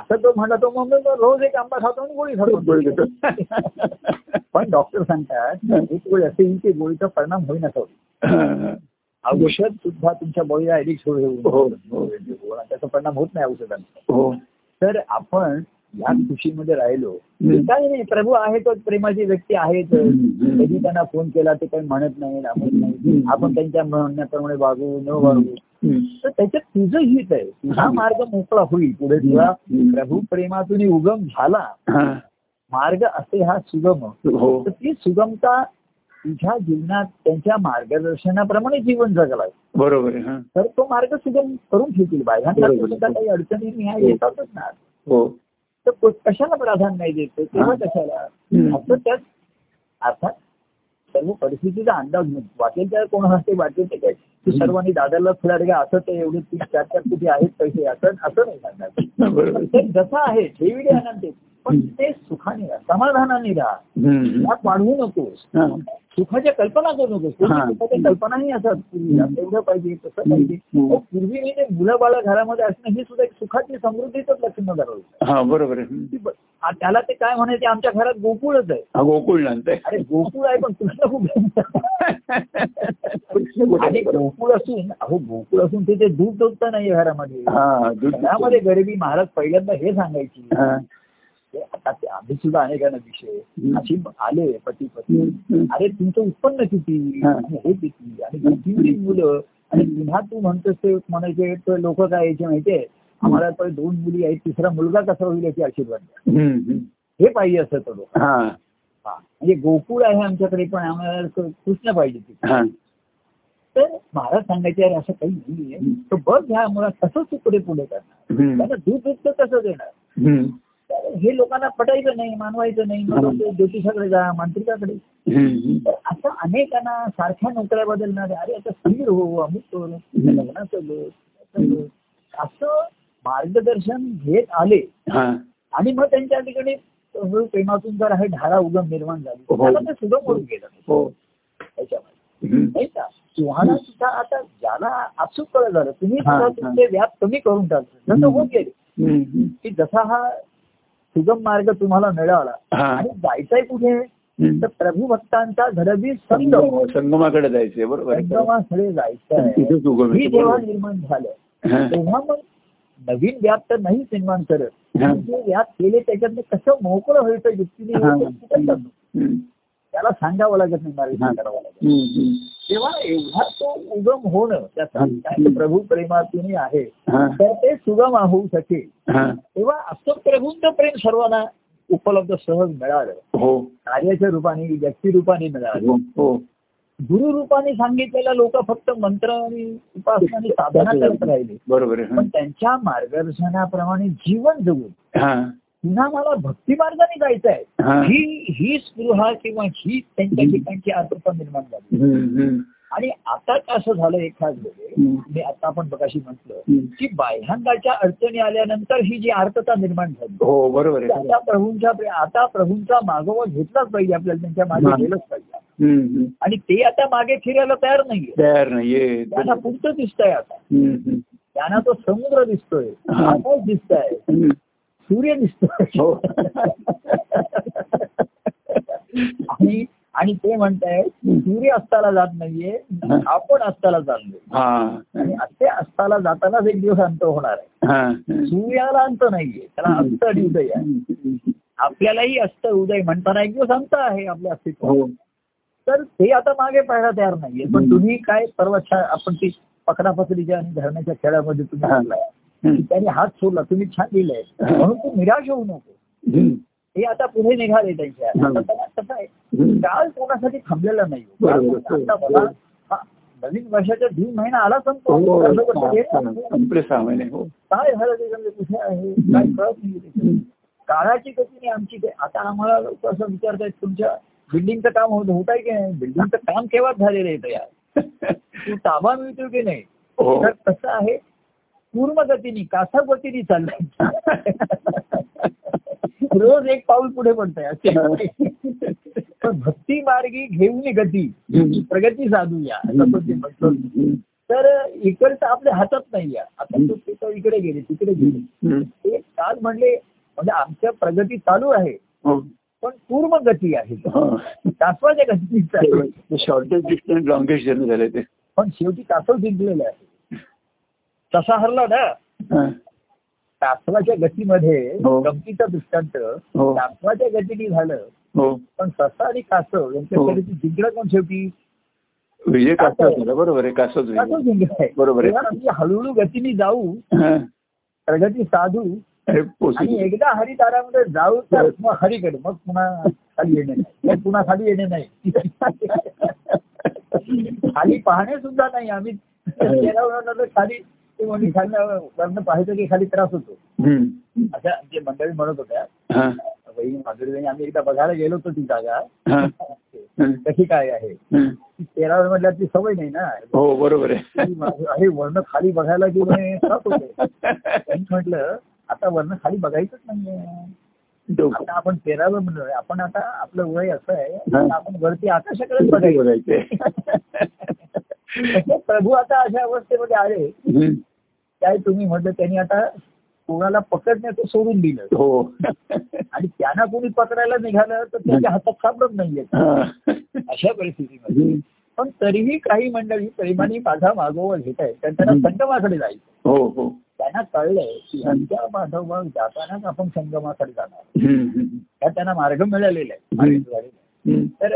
[SPEAKER 2] असं तो म्हणला तो मग मी रोज एक आंबा खातो आणि गोळी
[SPEAKER 1] बरं
[SPEAKER 2] खातो
[SPEAKER 1] देतो.
[SPEAKER 2] पण डॉक्टर सांगतात एक वेळ असे येईल की गोळीचा परिणाम होईना होईल
[SPEAKER 1] हा, हा.
[SPEAKER 2] औषध सुद्धा तुमच्या बॉडीला ऍडिक्ट
[SPEAKER 1] हो,
[SPEAKER 2] होईल
[SPEAKER 1] हो.
[SPEAKER 2] आणि त्याचा परिणाम होत नाही औषधांचा
[SPEAKER 1] हो
[SPEAKER 2] तर आपण या खुशीमध्ये राहिलो
[SPEAKER 1] हम्म.
[SPEAKER 2] काही नाही प्रभू आहे तो प्रेमाची व्यक्ती आहेत
[SPEAKER 1] हम्म.
[SPEAKER 2] कधी त्यांना फोन केला ते काही म्हणत नाही दामत नाही
[SPEAKER 1] हम्म.
[SPEAKER 2] आपण त्यांच्या म्हणण्याप्रमाणे वागू न वागू
[SPEAKER 1] हम्म.
[SPEAKER 2] तर त्याच्यात तुझं हित आहे तुझा
[SPEAKER 1] हम्म.
[SPEAKER 2] मार्ग मोकळा होईल पुढे तुला
[SPEAKER 1] हम्म.
[SPEAKER 2] प्रभू प्रेमातून उगम झाला
[SPEAKER 1] हा.
[SPEAKER 2] मार्ग असे हा सुगम
[SPEAKER 1] हो
[SPEAKER 2] तर ती सुगमता तुझ्या जीवनात त्यांच्या मार्गदर्शनाप्रमाणे जीवन जगला
[SPEAKER 1] बरोबर आहे हा
[SPEAKER 2] तर तो मार्ग सुगम करून ठेवतील बायकांना
[SPEAKER 1] बरोबर.
[SPEAKER 2] सुद्धा काही अडचणी न्याय येतातच ना
[SPEAKER 1] हो
[SPEAKER 2] तर को- कशाला प्राधान्य देतो तेव्हा
[SPEAKER 1] हा.
[SPEAKER 2] कशाला
[SPEAKER 1] हम्म.
[SPEAKER 2] फक्त त्यात अर्थात सर्व परिस्थितीचा अंदाज नाही वाटेल त्या कोण हस्ते वाटेल ते काय की
[SPEAKER 1] हम्म.
[SPEAKER 2] सर्वांनी दादाला फुलार घ्या असं ते एवढे तीन चार चार कुठे आहेत पैसे असं असं नाही सांगणार
[SPEAKER 1] बरोबर
[SPEAKER 2] ते जसं आहे ठेवी आनंद पण ते सुखाने राहा समाधानाने राहा
[SPEAKER 1] हम्म.
[SPEAKER 2] त्यात वाढवू नकोस
[SPEAKER 1] हा.
[SPEAKER 2] सुखाच्या कल्पना करू नकोस पूर्वी
[SPEAKER 1] हा.
[SPEAKER 2] सुखाच्या कल्पनाही असतात पूर्वी
[SPEAKER 1] हम्म.
[SPEAKER 2] एवढं पाहिजे तसं पाहिजे
[SPEAKER 1] हम्म.
[SPEAKER 2] मग पूर्वी म्हणजे मुलं बाळा घरामध्ये असणं हे सुद्धा एक सुखाची समृद्धीचंच लक्षण धरावं
[SPEAKER 1] हा बरोबर आहे हम्म.
[SPEAKER 2] की ब- आ- त्याला ते काय म्हणायचे आमच्या घरात गोकुळच आहे
[SPEAKER 1] हा गोकुळ नंतर
[SPEAKER 2] अरे गोकुळ आहे पण कृष्ण खूप आणि
[SPEAKER 1] हा
[SPEAKER 2] गोकुळ असून अहो गोकुळ असून तिथे दूध दोधत नाही घरामध्ये
[SPEAKER 1] दूध
[SPEAKER 2] घरामध्ये गरिबी महाराज पहिल्यांदा हे सांगायची
[SPEAKER 1] हा.
[SPEAKER 2] ते आता ते आम्ही सुद्धा अनेकांना विषय
[SPEAKER 1] हम्म.
[SPEAKER 2] अशी आले पती पत्नी
[SPEAKER 1] हम्म.
[SPEAKER 2] अरे तुमचं उत्पन्न किती
[SPEAKER 1] हा.
[SPEAKER 2] आणि हे किती आणि किती मुली- मुलं आणि पुन्हा तू म्हणतोस ते म्हणायचे लोक काय यायचे माहितीये आम्हाला पहिले दोन मुली आहेत तिसरा मुलगा कसा होईल याची आशीर्वाद द्या.
[SPEAKER 1] हम्म. हम्म.
[SPEAKER 2] हे पाहिजे असं तर लोक
[SPEAKER 1] हा
[SPEAKER 2] म्हणजे गोकुळ आहे आमच्याकडे पण आम्हाला क- कृष्ण पाहिजे तिथे
[SPEAKER 1] हा
[SPEAKER 2] तर महाराज सांगायचे अरे असं काही नाहीये
[SPEAKER 1] हम्म.
[SPEAKER 2] तर बघ ह्या मुला कसं तुकडे पुढे करणार
[SPEAKER 1] हम्म.
[SPEAKER 2] त्यांना दूध दूध कसं देणार
[SPEAKER 1] हम्म.
[SPEAKER 2] तर हे लोकांना पटायचं नाही मानवायचं नाही मग ते ज्योतिषाकडे जा मांत्रिकाकडे
[SPEAKER 1] हम्म.
[SPEAKER 2] तर असं अनेकांना सारख्या नोकऱ्या बदलणाऱ्या अरे आता स्थिर हो अमुक कर लग्नाचं लोक, त्याचं लोक. असं मार्गदर्शन घेत आले
[SPEAKER 1] हा
[SPEAKER 2] आणि मग त्यांच्या ठिकाणी हळूहळू प्रेमातून जर हे धारा उगम निर्माण झाली
[SPEAKER 1] हो.
[SPEAKER 2] त्याला ते सुगम करून गेलं
[SPEAKER 1] हो
[SPEAKER 2] त्याच्यामध्ये
[SPEAKER 1] हम्म.
[SPEAKER 2] नाही का तुम्हाला सुद्धा आता ज्याला आपसूक कळ झालं तुम्ही
[SPEAKER 1] हा,
[SPEAKER 2] सुद्धा
[SPEAKER 1] हा.
[SPEAKER 2] तुमचे व्याप कमी करून टाकलं जसं होत गेले
[SPEAKER 1] हम्म.
[SPEAKER 2] की जसा हा सुगम मार्ग तुम्हाला मिळाला
[SPEAKER 1] हा
[SPEAKER 2] आणि जायचंय कुठे तर
[SPEAKER 1] हम्म.
[SPEAKER 2] प्रभू भक्तांचा घडवी संगम
[SPEAKER 1] संगम- संगमाकडे जायचंय बरोबर आहे
[SPEAKER 2] संगमाकडे जायचंय
[SPEAKER 1] तिथेच उगम
[SPEAKER 2] ही
[SPEAKER 1] येतो,
[SPEAKER 2] जेव्हा
[SPEAKER 1] बरोबर.
[SPEAKER 2] निर्माण झालं
[SPEAKER 1] हा.
[SPEAKER 2] तेव्हा मग नवीन व्याप तर नाहीच निर्माण करत
[SPEAKER 1] हा.
[SPEAKER 2] पण जे व्याप केले त्याच्यातनं कसं मोकळं व्हायचं युक्तीने
[SPEAKER 1] हा.
[SPEAKER 2] व्हायचं, तिथं जातो.
[SPEAKER 1] हम्म.
[SPEAKER 2] त्याला सांगावं लागत नाही
[SPEAKER 1] हा.
[SPEAKER 2] मार्ग करावं लागत
[SPEAKER 1] हम्म. हम्म.
[SPEAKER 2] तेव्हा एवढा तो उगम होणं त्याचा
[SPEAKER 1] हम्म.
[SPEAKER 2] काय प्रभू प्रेमातून आहे
[SPEAKER 1] हा.
[SPEAKER 2] तर ते सुगम होऊ शकेल
[SPEAKER 1] हा.
[SPEAKER 2] तेव्हा असं प्रभूंचं प्रेम सर्वांना उपलब्ध सहज मिळालं
[SPEAKER 1] हो
[SPEAKER 2] कार्याच्या रूपाने व्यक्ती रूपाने मिळालं
[SPEAKER 1] हो हो
[SPEAKER 2] गुरु रूपाने सांगितलेला लोक फक्त मंत्र आणि उपासना आणि साधना करत राहिले
[SPEAKER 1] बरोबर आहे
[SPEAKER 2] पण त्यांच्या मार्गदर्शनाप्रमाणे जीवन जगून
[SPEAKER 1] हा
[SPEAKER 2] पुन्हा मला भक्ती मार्गाने जायचं
[SPEAKER 1] हा.
[SPEAKER 2] आहे ही ही स्पृहा किंवा ही त्यांच्या
[SPEAKER 1] हम्म.
[SPEAKER 2] ठिकाणची आतुरता निर्माण झाली
[SPEAKER 1] हम्म. हम्म.
[SPEAKER 2] आणि आता असं झालं एक खास वेळी
[SPEAKER 1] हम्म.
[SPEAKER 2] मी आता आपण बघाशी म्हटलं
[SPEAKER 1] हम्म.
[SPEAKER 2] की बाह्यांगाच्या अडचणी आल्यानंतर ही जी आर्तता निर्माण झाली
[SPEAKER 1] हो बरोबर
[SPEAKER 2] ती
[SPEAKER 1] आहे
[SPEAKER 2] आता प्रभूंच्या प्रे- आता प्रभूंचा मागोवा घेतलाच पाहिजे आपल्याला त्यांच्या मागे
[SPEAKER 1] हा.
[SPEAKER 2] गेलंच पाहिजे
[SPEAKER 1] हम्म. हम्म.
[SPEAKER 2] आणि ते आता मागे फिरायला तयार नाहीये
[SPEAKER 1] तयार नाहीये
[SPEAKER 2] त्यांना पुढचं दिसतंय आता
[SPEAKER 1] हम्म. हम्म.
[SPEAKER 2] त्यांना तो समुद्र दिसतोय
[SPEAKER 1] हा.
[SPEAKER 2] आकाश दिसतंय
[SPEAKER 1] हम्म.
[SPEAKER 2] सूर्य दिसतोय
[SPEAKER 1] हो
[SPEAKER 2] आणि आणि ते म्हणतायत सूर्य अस्ताला जात नाहीये
[SPEAKER 1] हा.
[SPEAKER 2] आपण अस्ताला चाललोय
[SPEAKER 1] हा
[SPEAKER 2] आणि असे अस्ताला जातानाच एक दिवस अंत होणार आहे
[SPEAKER 1] हा
[SPEAKER 2] सूर्याला अंत नाहीये त्याला अंत आणि उदय आहे आपल्यालाही असतं उदय म्हणताना एक दिवस अंत आहे आपल्या अस्तित्व
[SPEAKER 1] हो
[SPEAKER 2] तर ते आता मागे पाहायला तयार नाहीये पण तुम्ही काय परवा छान आपण ती पकडापकडीच्या आणि धरण्याच्या खेळामध्ये तुम्ही
[SPEAKER 1] हा.
[SPEAKER 2] घातलाय.
[SPEAKER 1] हम्म.
[SPEAKER 2] त्यांनी हात सोडला तुम्ही छान लिहिलंय
[SPEAKER 1] हा.
[SPEAKER 2] म्हणून तू निराश होऊ नको
[SPEAKER 1] हम्म.
[SPEAKER 2] हे आता पुढे निघाले त्यांच्या
[SPEAKER 1] हा.
[SPEAKER 2] आता त्यांना कसं आहे
[SPEAKER 1] हम्म.
[SPEAKER 2] काल कोणासाठी थांबलेला नाही हो.
[SPEAKER 1] बरोबर. हो.
[SPEAKER 2] आता मला हा, नवीन वर्षाच्या तीन महिना आला संपतो
[SPEAKER 1] हो,
[SPEAKER 2] अर्ध वर्ष
[SPEAKER 1] सहा-
[SPEAKER 2] गेलं.
[SPEAKER 1] सहा- संपले सहा महिने हो
[SPEAKER 2] काय झालं त्याच्यामध्ये कुठे आहे काय कळत नाही त्याच्यामध्ये. काळाची गती नाही आमची काय आता आम्हाला लोक असं विचारतायत तुमच्या बिल्डिंगचं काम होत होत आहे की नाही बिल्डिंगचं काम केव्हा झालेलं आहे तयार तू ताबा मिळतो की नाही
[SPEAKER 1] हो
[SPEAKER 2] तर कसं आहे पूर्ण गतीने कासव गतीने चाललंय रोज एक पाऊल पुढे पडतंय असे पण भक्ती मार्गी घेऊन गती प्रगती साधूया असं पण ते म्हणतो. तर इकडचं आपल्या हातात नाही आहे. आता तू तिथं इकडे गेले तिकडे गेले
[SPEAKER 1] हम्म.
[SPEAKER 2] ते काल म्हणले म्हणजे आमच्या प्रगती चालू आहे
[SPEAKER 1] हो
[SPEAKER 2] पण पूर्व गती आहे कासवाच्या गती चालू आहे
[SPEAKER 1] शॉर्टेस्ट डिस्टन्स लॉंगेस्ट जर्नी झाले ते
[SPEAKER 2] पण शेवटी कासव जिंकलेला आहे तसा हरला ना
[SPEAKER 1] हा.
[SPEAKER 2] कासवाच्या गतीमध्ये
[SPEAKER 1] हो.
[SPEAKER 2] गमतीचा दृष्टांत
[SPEAKER 1] हो.
[SPEAKER 2] कासवाच्या गतीने झालं
[SPEAKER 1] हो
[SPEAKER 2] पण ससा आणि कासव
[SPEAKER 1] हो.
[SPEAKER 2] यांच्याकडे जिंकलं कोण शेवटी
[SPEAKER 1] विजय कासव झाला बरोबर आहे कासव
[SPEAKER 2] कासव
[SPEAKER 1] झाला.
[SPEAKER 2] जिंकलाय
[SPEAKER 1] बरोबर आहे.
[SPEAKER 2] तेव्हा आमची हळूहळू गतीने जाऊ
[SPEAKER 1] हा.
[SPEAKER 2] प्रगती साधू
[SPEAKER 1] अरे
[SPEAKER 2] आणि
[SPEAKER 1] पोचू
[SPEAKER 2] एकदा हरिदारामध्ये जाऊ तर मग हरीकडे मग पुन्हा खाली येणे नाही मग पुन्हा खाली येणे नाही खाली पाहणे सुद्धा नाही आम्ही केरळवरून खाली ते म्हणजे खाली पाहायचं की खाली त्रास होतो
[SPEAKER 1] हम्म.
[SPEAKER 2] अशा आमची मंडळी म्हणत होत्या
[SPEAKER 1] हा.
[SPEAKER 2] वही माधुरी बहिणी आम्ही एकदा बघायला गेलो होतो ती जागा
[SPEAKER 1] हा. हा.
[SPEAKER 2] कशी काय आहे
[SPEAKER 1] हा.
[SPEAKER 2] ती तेरावर म्हटल्या ती सवय नाही ना
[SPEAKER 1] हो बरोबर आहे
[SPEAKER 2] ती मा- अरे वर्ण खाली बघायला की म्हणे त्रास होतोय म्हटलं आता वर्ण खाली बघायचंच नाहीये
[SPEAKER 1] डोकं
[SPEAKER 2] आता आपण तेरावं म्हणलोय आपण आता आपलं वय असं आहे आता आपण वरती आकाशाकडे बघायचं
[SPEAKER 1] बघायचे
[SPEAKER 2] तसे प्रभू आता अशा अवस्थेमध्ये आले
[SPEAKER 1] हम्म.
[SPEAKER 2] काय तुम्ही म्हटलं त्यांनी आता कोणाला पकडण्याचं सोडून दिलं
[SPEAKER 1] हो
[SPEAKER 2] आणि त्यांना कोणी पकडायला निघालं तर त्याच्या हातात सापडत नाहीये
[SPEAKER 1] हा.
[SPEAKER 2] अशा परिस्थितीमध्ये
[SPEAKER 1] हम्म.
[SPEAKER 2] पण तरीही काही मंडळी प्रेमाने माझा मागोवा घेत आहेत कारण
[SPEAKER 1] हम्म.
[SPEAKER 2] त्यांना संगमाकडे जायचं
[SPEAKER 1] हो हो
[SPEAKER 2] त्यांना कळलंय की यांच्या माधोभाग जातानाच आपण संगमाकडे जाणार
[SPEAKER 1] हम्म. हम्म.
[SPEAKER 2] हा त्यांना मार्ग मिळालेला आहे मार्गद्वारे.
[SPEAKER 1] हम्म.
[SPEAKER 2] तर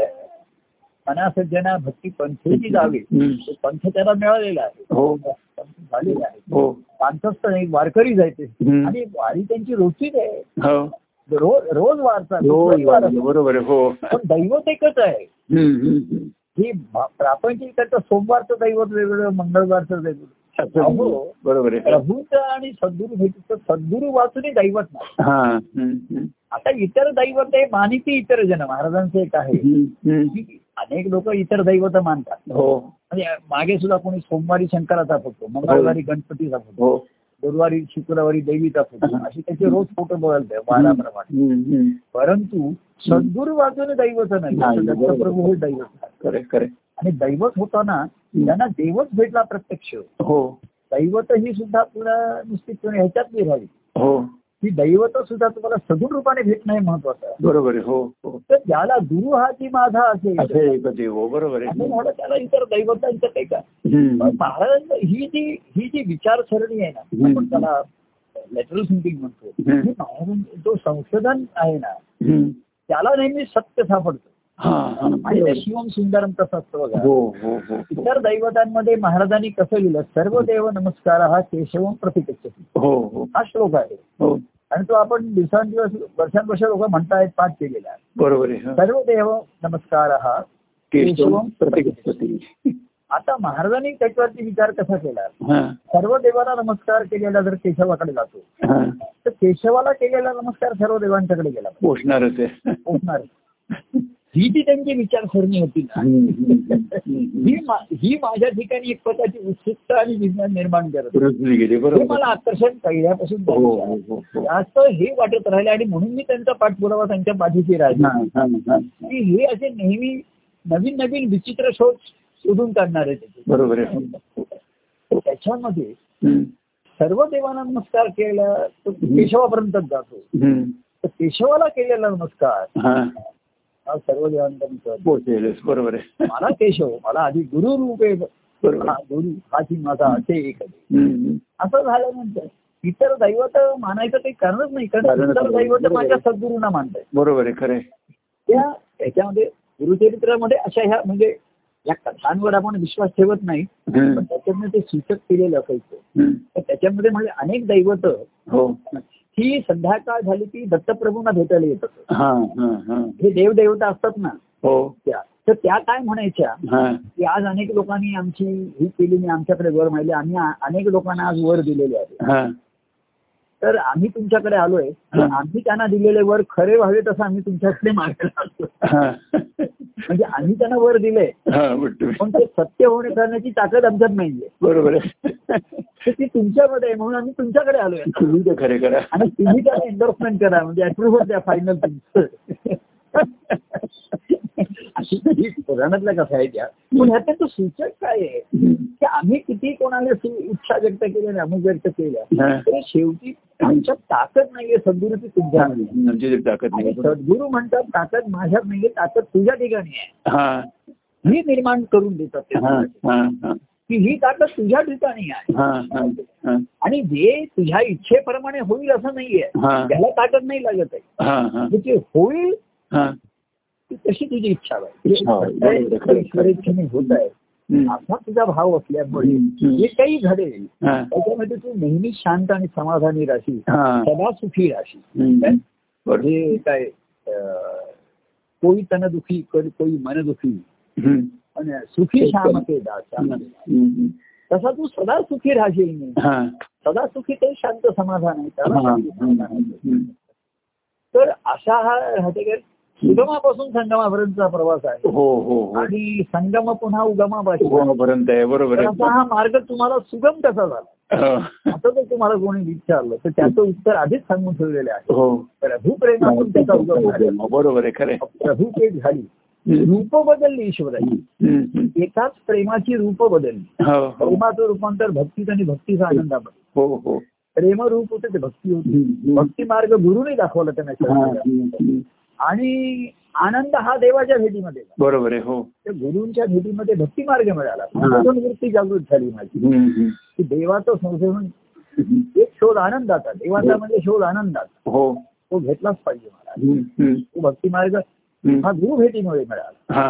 [SPEAKER 2] मनासज्जना भक्ती पंथेची जावी
[SPEAKER 1] हम्म.
[SPEAKER 2] तो पंथ त्याला मिळालेला आहे
[SPEAKER 1] हो
[SPEAKER 2] पंथ झालेला आहे
[SPEAKER 1] हो
[SPEAKER 2] पांथस्थ नाही वारकरी जायचे
[SPEAKER 1] हम्म.
[SPEAKER 2] आणि वारी त्यांची रोजचीच आहे
[SPEAKER 1] हो
[SPEAKER 2] रोज रोज वारचा
[SPEAKER 1] रोज
[SPEAKER 2] रोज वार असतो.
[SPEAKER 1] बरोबर आहे हो
[SPEAKER 2] पण दैवत एकच आहे
[SPEAKER 1] हम्म. हम्म.
[SPEAKER 2] हे भा- प्रापंचिक त्याचं सोमवारचं दैवत वेगळं मंगळवारचं वेगळं
[SPEAKER 1] असं. बरोबर आहे
[SPEAKER 2] प्रभूचं आणि सद्गुरू भेटूचं सद्गुरू वाचूनही दैवत नाही
[SPEAKER 1] हा हम्म. हम्म.
[SPEAKER 2] आता इतर दैवत आहे मानिती इतर जन महाराजांचं एक आहे
[SPEAKER 1] हम्म. हम्म.
[SPEAKER 2] की अनेक लोक इतर दैवत मानतात
[SPEAKER 1] हो
[SPEAKER 2] म्हणजे मागे सुद्धा कोणी सोमवारी शंकराचा फोटो मंगळवारी गणपतीचा फोटो
[SPEAKER 1] हो
[SPEAKER 2] गुरुवारी शुक्रवारी देवीचा फोटो
[SPEAKER 1] हा.
[SPEAKER 2] असे त्याचे रोज फोटो बदलते वाराप्रमाणे
[SPEAKER 1] हम्म. हम्म.
[SPEAKER 2] परंतु सद्गुरू वाचून दैवत नाही
[SPEAKER 1] नाही,
[SPEAKER 2] तर
[SPEAKER 1] बरोबर.
[SPEAKER 2] दत्तप्रभू हे दैवत आहे.
[SPEAKER 1] खरे खरे
[SPEAKER 2] आणि दैवत होताना त्यांना देवच भेटला प्रत्यक्ष
[SPEAKER 1] हो
[SPEAKER 2] दैवत ही सुद्धा तुला नुसती तुम्ही ह्याच्यात नाही राहिली
[SPEAKER 1] हो
[SPEAKER 2] ही दैवत सुद्धा तुम्हाला सगुण रूपाने भेटणं हे महत्वाचं आहे
[SPEAKER 1] बरोबर आहे हो हो
[SPEAKER 2] तर ज्याला गुरु हा ती माझा असेल
[SPEAKER 1] असे एक देव हो बरोबर
[SPEAKER 2] असं
[SPEAKER 1] आहे
[SPEAKER 2] म्हणून त्याला इतर दैवतांचं काही का
[SPEAKER 1] हम्म.
[SPEAKER 2] पण महाराजांचं ही जी ही जी विचारसरणी आहे ना
[SPEAKER 1] हम्म.
[SPEAKER 2] आपण त्याला लेटरल थिंकिंग म्हणतो
[SPEAKER 1] हम्म.
[SPEAKER 2] ही महाराजांचं जो संशोधन आहे ना
[SPEAKER 1] हम्म.
[SPEAKER 2] त्याला नेहमी सत्य सापडतं
[SPEAKER 1] हा हा
[SPEAKER 2] आणि
[SPEAKER 1] बरोबर
[SPEAKER 2] ते
[SPEAKER 1] आहे.
[SPEAKER 2] शिवम सुंदरम कसं असतं बघा
[SPEAKER 1] हो हो हो हो.
[SPEAKER 2] इतर दैवतांमध्ये महाराजांनी कसं लिहिलं सर्व देव नमस्कार हा केशवम प्रतिगच्छती
[SPEAKER 1] हो हो
[SPEAKER 2] हा श्लोक आहे
[SPEAKER 1] हो
[SPEAKER 2] आणि तो आपण दिवसांदिवस वर्षानुवर्ष लोक म्हणतायत पाठ केलेला आहे.
[SPEAKER 1] बरोबर आहे हा.
[SPEAKER 2] सर्व देव नमस्कार हा
[SPEAKER 1] केशवम प्रतिगच्छति
[SPEAKER 2] आता महाराजांनी त्याच्यावरती विचार कसा केला
[SPEAKER 1] हा
[SPEAKER 2] सर्व देवाला नमस्कार केलेला जर केशवाकडे जातो
[SPEAKER 1] हा
[SPEAKER 2] तर केशवाला केलेला नमस्कार सर्व देवांच्याकडे गेला पाहिजे.
[SPEAKER 1] पोचणारच आहे
[SPEAKER 2] पोचणार ही जी त्यांची विचारसरणी होती ना
[SPEAKER 1] हम्म, हम्म, हम्म.
[SPEAKER 2] ही मा- ही माझ्या ठिकाणी एक प्रकारची उत्सुकता आणि विज्ञान निर्माण करत होती.
[SPEAKER 1] रुजली गेली
[SPEAKER 2] हे
[SPEAKER 1] बरोबर
[SPEAKER 2] मला आकर्षण पहिल्यापासून
[SPEAKER 1] हो
[SPEAKER 2] जाणवलं
[SPEAKER 1] हो
[SPEAKER 2] आहे.
[SPEAKER 1] हो हो.
[SPEAKER 2] जास्त हे वाटत राहिले आणि म्हणून मी त्यांचा पाठपुरावा त्यांच्या पाठीशी राहिला
[SPEAKER 1] हा, हा, हा.
[SPEAKER 2] की हे असे नेहमी नवीन नवीन विचित्र शोध शोधून काढणारे त्याचे.
[SPEAKER 1] बरोबर आहे
[SPEAKER 2] त्याच्यामध्ये
[SPEAKER 1] हम्म,
[SPEAKER 2] सर्व देवांना नमस्कार केला तो केशवापर्यंतच जातो
[SPEAKER 1] हम्म.
[SPEAKER 2] तर केशवाला केलेला नमस्कार
[SPEAKER 1] हा
[SPEAKER 2] हा सर्व देवांपर्यंत
[SPEAKER 1] पोचलेलंच बरोबर आहे
[SPEAKER 2] मला केशव मला आधी गुरु रूपे
[SPEAKER 1] बरोबर
[SPEAKER 2] हा गुरु हा जी माझा असे एक आहे.
[SPEAKER 1] हम्म,
[SPEAKER 2] असं झाल्यानंतर इतर दैवत मानायचं काही कारणच नाही कारण
[SPEAKER 1] कारणच
[SPEAKER 2] इतर
[SPEAKER 1] नाही.
[SPEAKER 2] दैवत
[SPEAKER 1] बरोबर.
[SPEAKER 2] माझ्या सद्गुरूंना मानताय
[SPEAKER 1] बरोबर आहे खरं आहे
[SPEAKER 2] त्या ह्याच्यामध्ये गुरुचरित्रामध्ये अशा ह्या म्हणजे या कथांवर आपण विश्वास ठेवत नाही पण
[SPEAKER 1] हम्म,
[SPEAKER 2] त्याच्यामध्ये ते सूचक केलेलं असायचं
[SPEAKER 1] हम्म.
[SPEAKER 2] तर त्याच्यामध्ये म्हणजे अनेक दैवत
[SPEAKER 1] हो
[SPEAKER 2] ही संध्याकाळ झाली की दत्तप्रभूंना भेटायला येत असत
[SPEAKER 1] हा हा हा
[SPEAKER 2] हे देवदेवता असतात ना
[SPEAKER 1] हो
[SPEAKER 2] त्या तर त्या काय म्हणायच्या
[SPEAKER 1] हा
[SPEAKER 2] की आज अनेक लोकांनी आमची ही केली मी आमच्याकडे वर माहिली आम्ही आ- अनेक लोकांना आज वर दिलेले आहे
[SPEAKER 1] हा
[SPEAKER 2] तर आम्ही तुमच्याकडे आलोय तर
[SPEAKER 1] हा.
[SPEAKER 2] आम्ही त्यांना दिलेले वर खरे व्हावे तसं आम्ही तुमच्याकडे मागायला आलोय.
[SPEAKER 1] हा
[SPEAKER 2] म्हणजे आम्ही त्यांना वर दिले
[SPEAKER 1] हा म्हणतो
[SPEAKER 2] पण ते सत्य होणे करण्याची ताकद आमच्यात नाहीये
[SPEAKER 1] बरोबर आहे
[SPEAKER 2] तर ती तुमच्यामध्ये आहे म्हणून आम्ही तुमच्याकडे आलोय
[SPEAKER 1] तुम्ही ते खरे करा
[SPEAKER 2] आणि तुम्ही त्याला एन्डोर्समेंट करा म्हणजे अप्रुव्हल द्या फायनल तुमचं अशी तरी पुराणातल्या कथा आहे त्या पण ह्याचं तो सूचक काय आहे की आम्ही किती कोणाला सु- इच्छा व्यक्त केली आणि अमुक व्यक्त केल्या
[SPEAKER 1] हा.
[SPEAKER 2] तर शेवटी आमच्यात ताकद नाहीये सद्गुरू ती तुमच्या
[SPEAKER 1] म्हणजे ते टाकत
[SPEAKER 2] आणि
[SPEAKER 1] नाही
[SPEAKER 2] सद्गुरू म्हणतात ताकद माझ्यात नाहीये ताकद तुझ्या ठिकाणी आहे
[SPEAKER 1] हा
[SPEAKER 2] मी निर्माण करून देतात ते
[SPEAKER 1] हा हा हा
[SPEAKER 2] की ही ताकद तुझ्या ठिकाणी आहे
[SPEAKER 1] हा हा हा
[SPEAKER 2] आणि जे तुझ्या इच्छेप्रमाणे होईल असं नाहीये
[SPEAKER 1] हा.
[SPEAKER 2] त्याला ताकद नाही लागत आहे
[SPEAKER 1] हा हा
[SPEAKER 2] म्हणजे जे होईल
[SPEAKER 1] हा
[SPEAKER 2] ती तशी तुझी इच्छा
[SPEAKER 1] इच्छा आहे. हो, बरोबर आहे. खरं आहे.
[SPEAKER 2] आहे होत आहे
[SPEAKER 1] हम्म.
[SPEAKER 2] असा तुझा भाव असल्यामुळे
[SPEAKER 1] हम्म.
[SPEAKER 2] जे काही घडेल
[SPEAKER 1] हा.
[SPEAKER 2] त्याच्यामध्ये तू नेहमी शांत आणि समाधानी राशी
[SPEAKER 1] हा.
[SPEAKER 2] सदा सुखी राशी
[SPEAKER 1] हम्म. बरोबर.
[SPEAKER 2] म्हणजे काय अं, कोई तन दुखी कोई कोई मन दुखी
[SPEAKER 1] हम्म.
[SPEAKER 2] पण सुखी श्यामते दासा
[SPEAKER 1] हम्म.
[SPEAKER 2] तसा तू सदा सुखी राहशील नाही
[SPEAKER 1] हा.
[SPEAKER 2] सदा सुखी ते शांत समाधान आहे
[SPEAKER 1] हा.
[SPEAKER 2] त्याला शांत समाधान आहे.
[SPEAKER 1] हम्म.
[SPEAKER 2] तर असा हा राहते सुगमापासून संगमापर्यंतचा प्रवास आहे
[SPEAKER 1] हो हो हो
[SPEAKER 2] आणि संगम पुन्हा उगमापासून
[SPEAKER 1] कोणापर्यंत आहे बरोबर
[SPEAKER 2] तर
[SPEAKER 1] आहे
[SPEAKER 2] असा हा मार्ग तुम्हाला सुगम कसा झाला
[SPEAKER 1] हो.
[SPEAKER 2] असं जर तुम्हाला कोणी विचारलं तर त्याचं उत्तर आधीच सांगून ठेवलेलं आहे
[SPEAKER 1] हो
[SPEAKER 2] प्रभूप्रेमातून त्याचा उगम झाला
[SPEAKER 1] बरोबर आहे खरं आहे.
[SPEAKER 2] प्रभूपेठ झाली
[SPEAKER 1] हम्म.
[SPEAKER 2] रूप बदलली ईश्वराची
[SPEAKER 1] हम्म. हम्म.
[SPEAKER 2] एकाच प्रेमाची रूप बदलली
[SPEAKER 1] हो हो.
[SPEAKER 2] प्रेमाचं रूपांतर भक्तीत आणि भक्तीचा आनंदामध्ये
[SPEAKER 1] हो हो
[SPEAKER 2] प्रेम रूप होते ते भक्ती होती
[SPEAKER 1] हम्म.
[SPEAKER 2] भक्ती मार्ग गुरुने दाखवला त्यांना
[SPEAKER 1] हा.
[SPEAKER 2] शास्त्राला.
[SPEAKER 1] हम्म.
[SPEAKER 2] आणि आनंद हा देवाच्या भेटीमध्ये झाला.
[SPEAKER 1] बरोबर आहे हो
[SPEAKER 2] त्या गुरुंच्या भेटीमध्ये भक्ती मार्ग मिळाला
[SPEAKER 1] हा.
[SPEAKER 2] म्हणून वृत्ती जागृत झाली माझी
[SPEAKER 1] हम्म. हम्म.
[SPEAKER 2] की देवाचं संशोधन
[SPEAKER 1] हम्म.
[SPEAKER 2] एक शोध आनंदाचा देवाचा म्हणजे शोध आनंदाचा
[SPEAKER 1] हो
[SPEAKER 2] तो घेतलाच पाहिजे मला
[SPEAKER 1] हम्म. हम्म.
[SPEAKER 2] तो भक्ती मार्ग
[SPEAKER 1] हम्म.
[SPEAKER 2] हा गुरु भेटीमुळे मिळाला
[SPEAKER 1] हा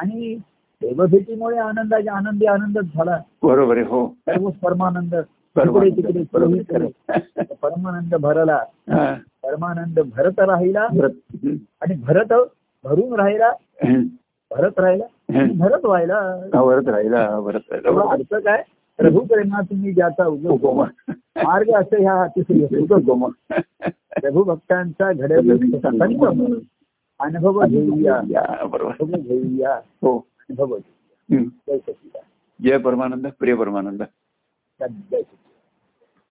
[SPEAKER 2] आणि देवभेटीमुळे आनंदाच्या आनंदी आनंदच झाला
[SPEAKER 1] बरोबर आहे हो
[SPEAKER 2] सर्व परमानंद
[SPEAKER 1] बरोबर
[SPEAKER 2] तिकडे तिकडे
[SPEAKER 1] बरोबर
[SPEAKER 2] तिकडे
[SPEAKER 1] खरं.
[SPEAKER 2] तिकडे. परमानंद भरला
[SPEAKER 1] हा.
[SPEAKER 2] परमानंद भरत राहिला
[SPEAKER 1] हम्म.
[SPEAKER 2] आणि भरत भरून राहिला
[SPEAKER 1] हम्म.
[SPEAKER 2] भरत राहिला आणि भरत व्हायला
[SPEAKER 1] हा, वरत राहिला हा, वरत राहिला
[SPEAKER 2] तेव्हा
[SPEAKER 1] बरोबर.
[SPEAKER 2] अर्थ काय प्रभू प्रेमा तुम्ही ज्याचा उगम
[SPEAKER 1] उपमा.
[SPEAKER 2] मार्ग असं ह्या अतिशय
[SPEAKER 1] उपमा.
[SPEAKER 2] प्रभू भक्तांचा घडवलेला संगम. अनुभव घेऊया
[SPEAKER 1] या, बरोबर
[SPEAKER 2] अनुभव घेऊया
[SPEAKER 1] हो
[SPEAKER 2] अनुभव घेऊया.
[SPEAKER 1] हम्म.
[SPEAKER 2] जय सच्चिदानंद.
[SPEAKER 1] जय परमानंद प्रिय परमानंद
[SPEAKER 2] जय सच्चिदानंद.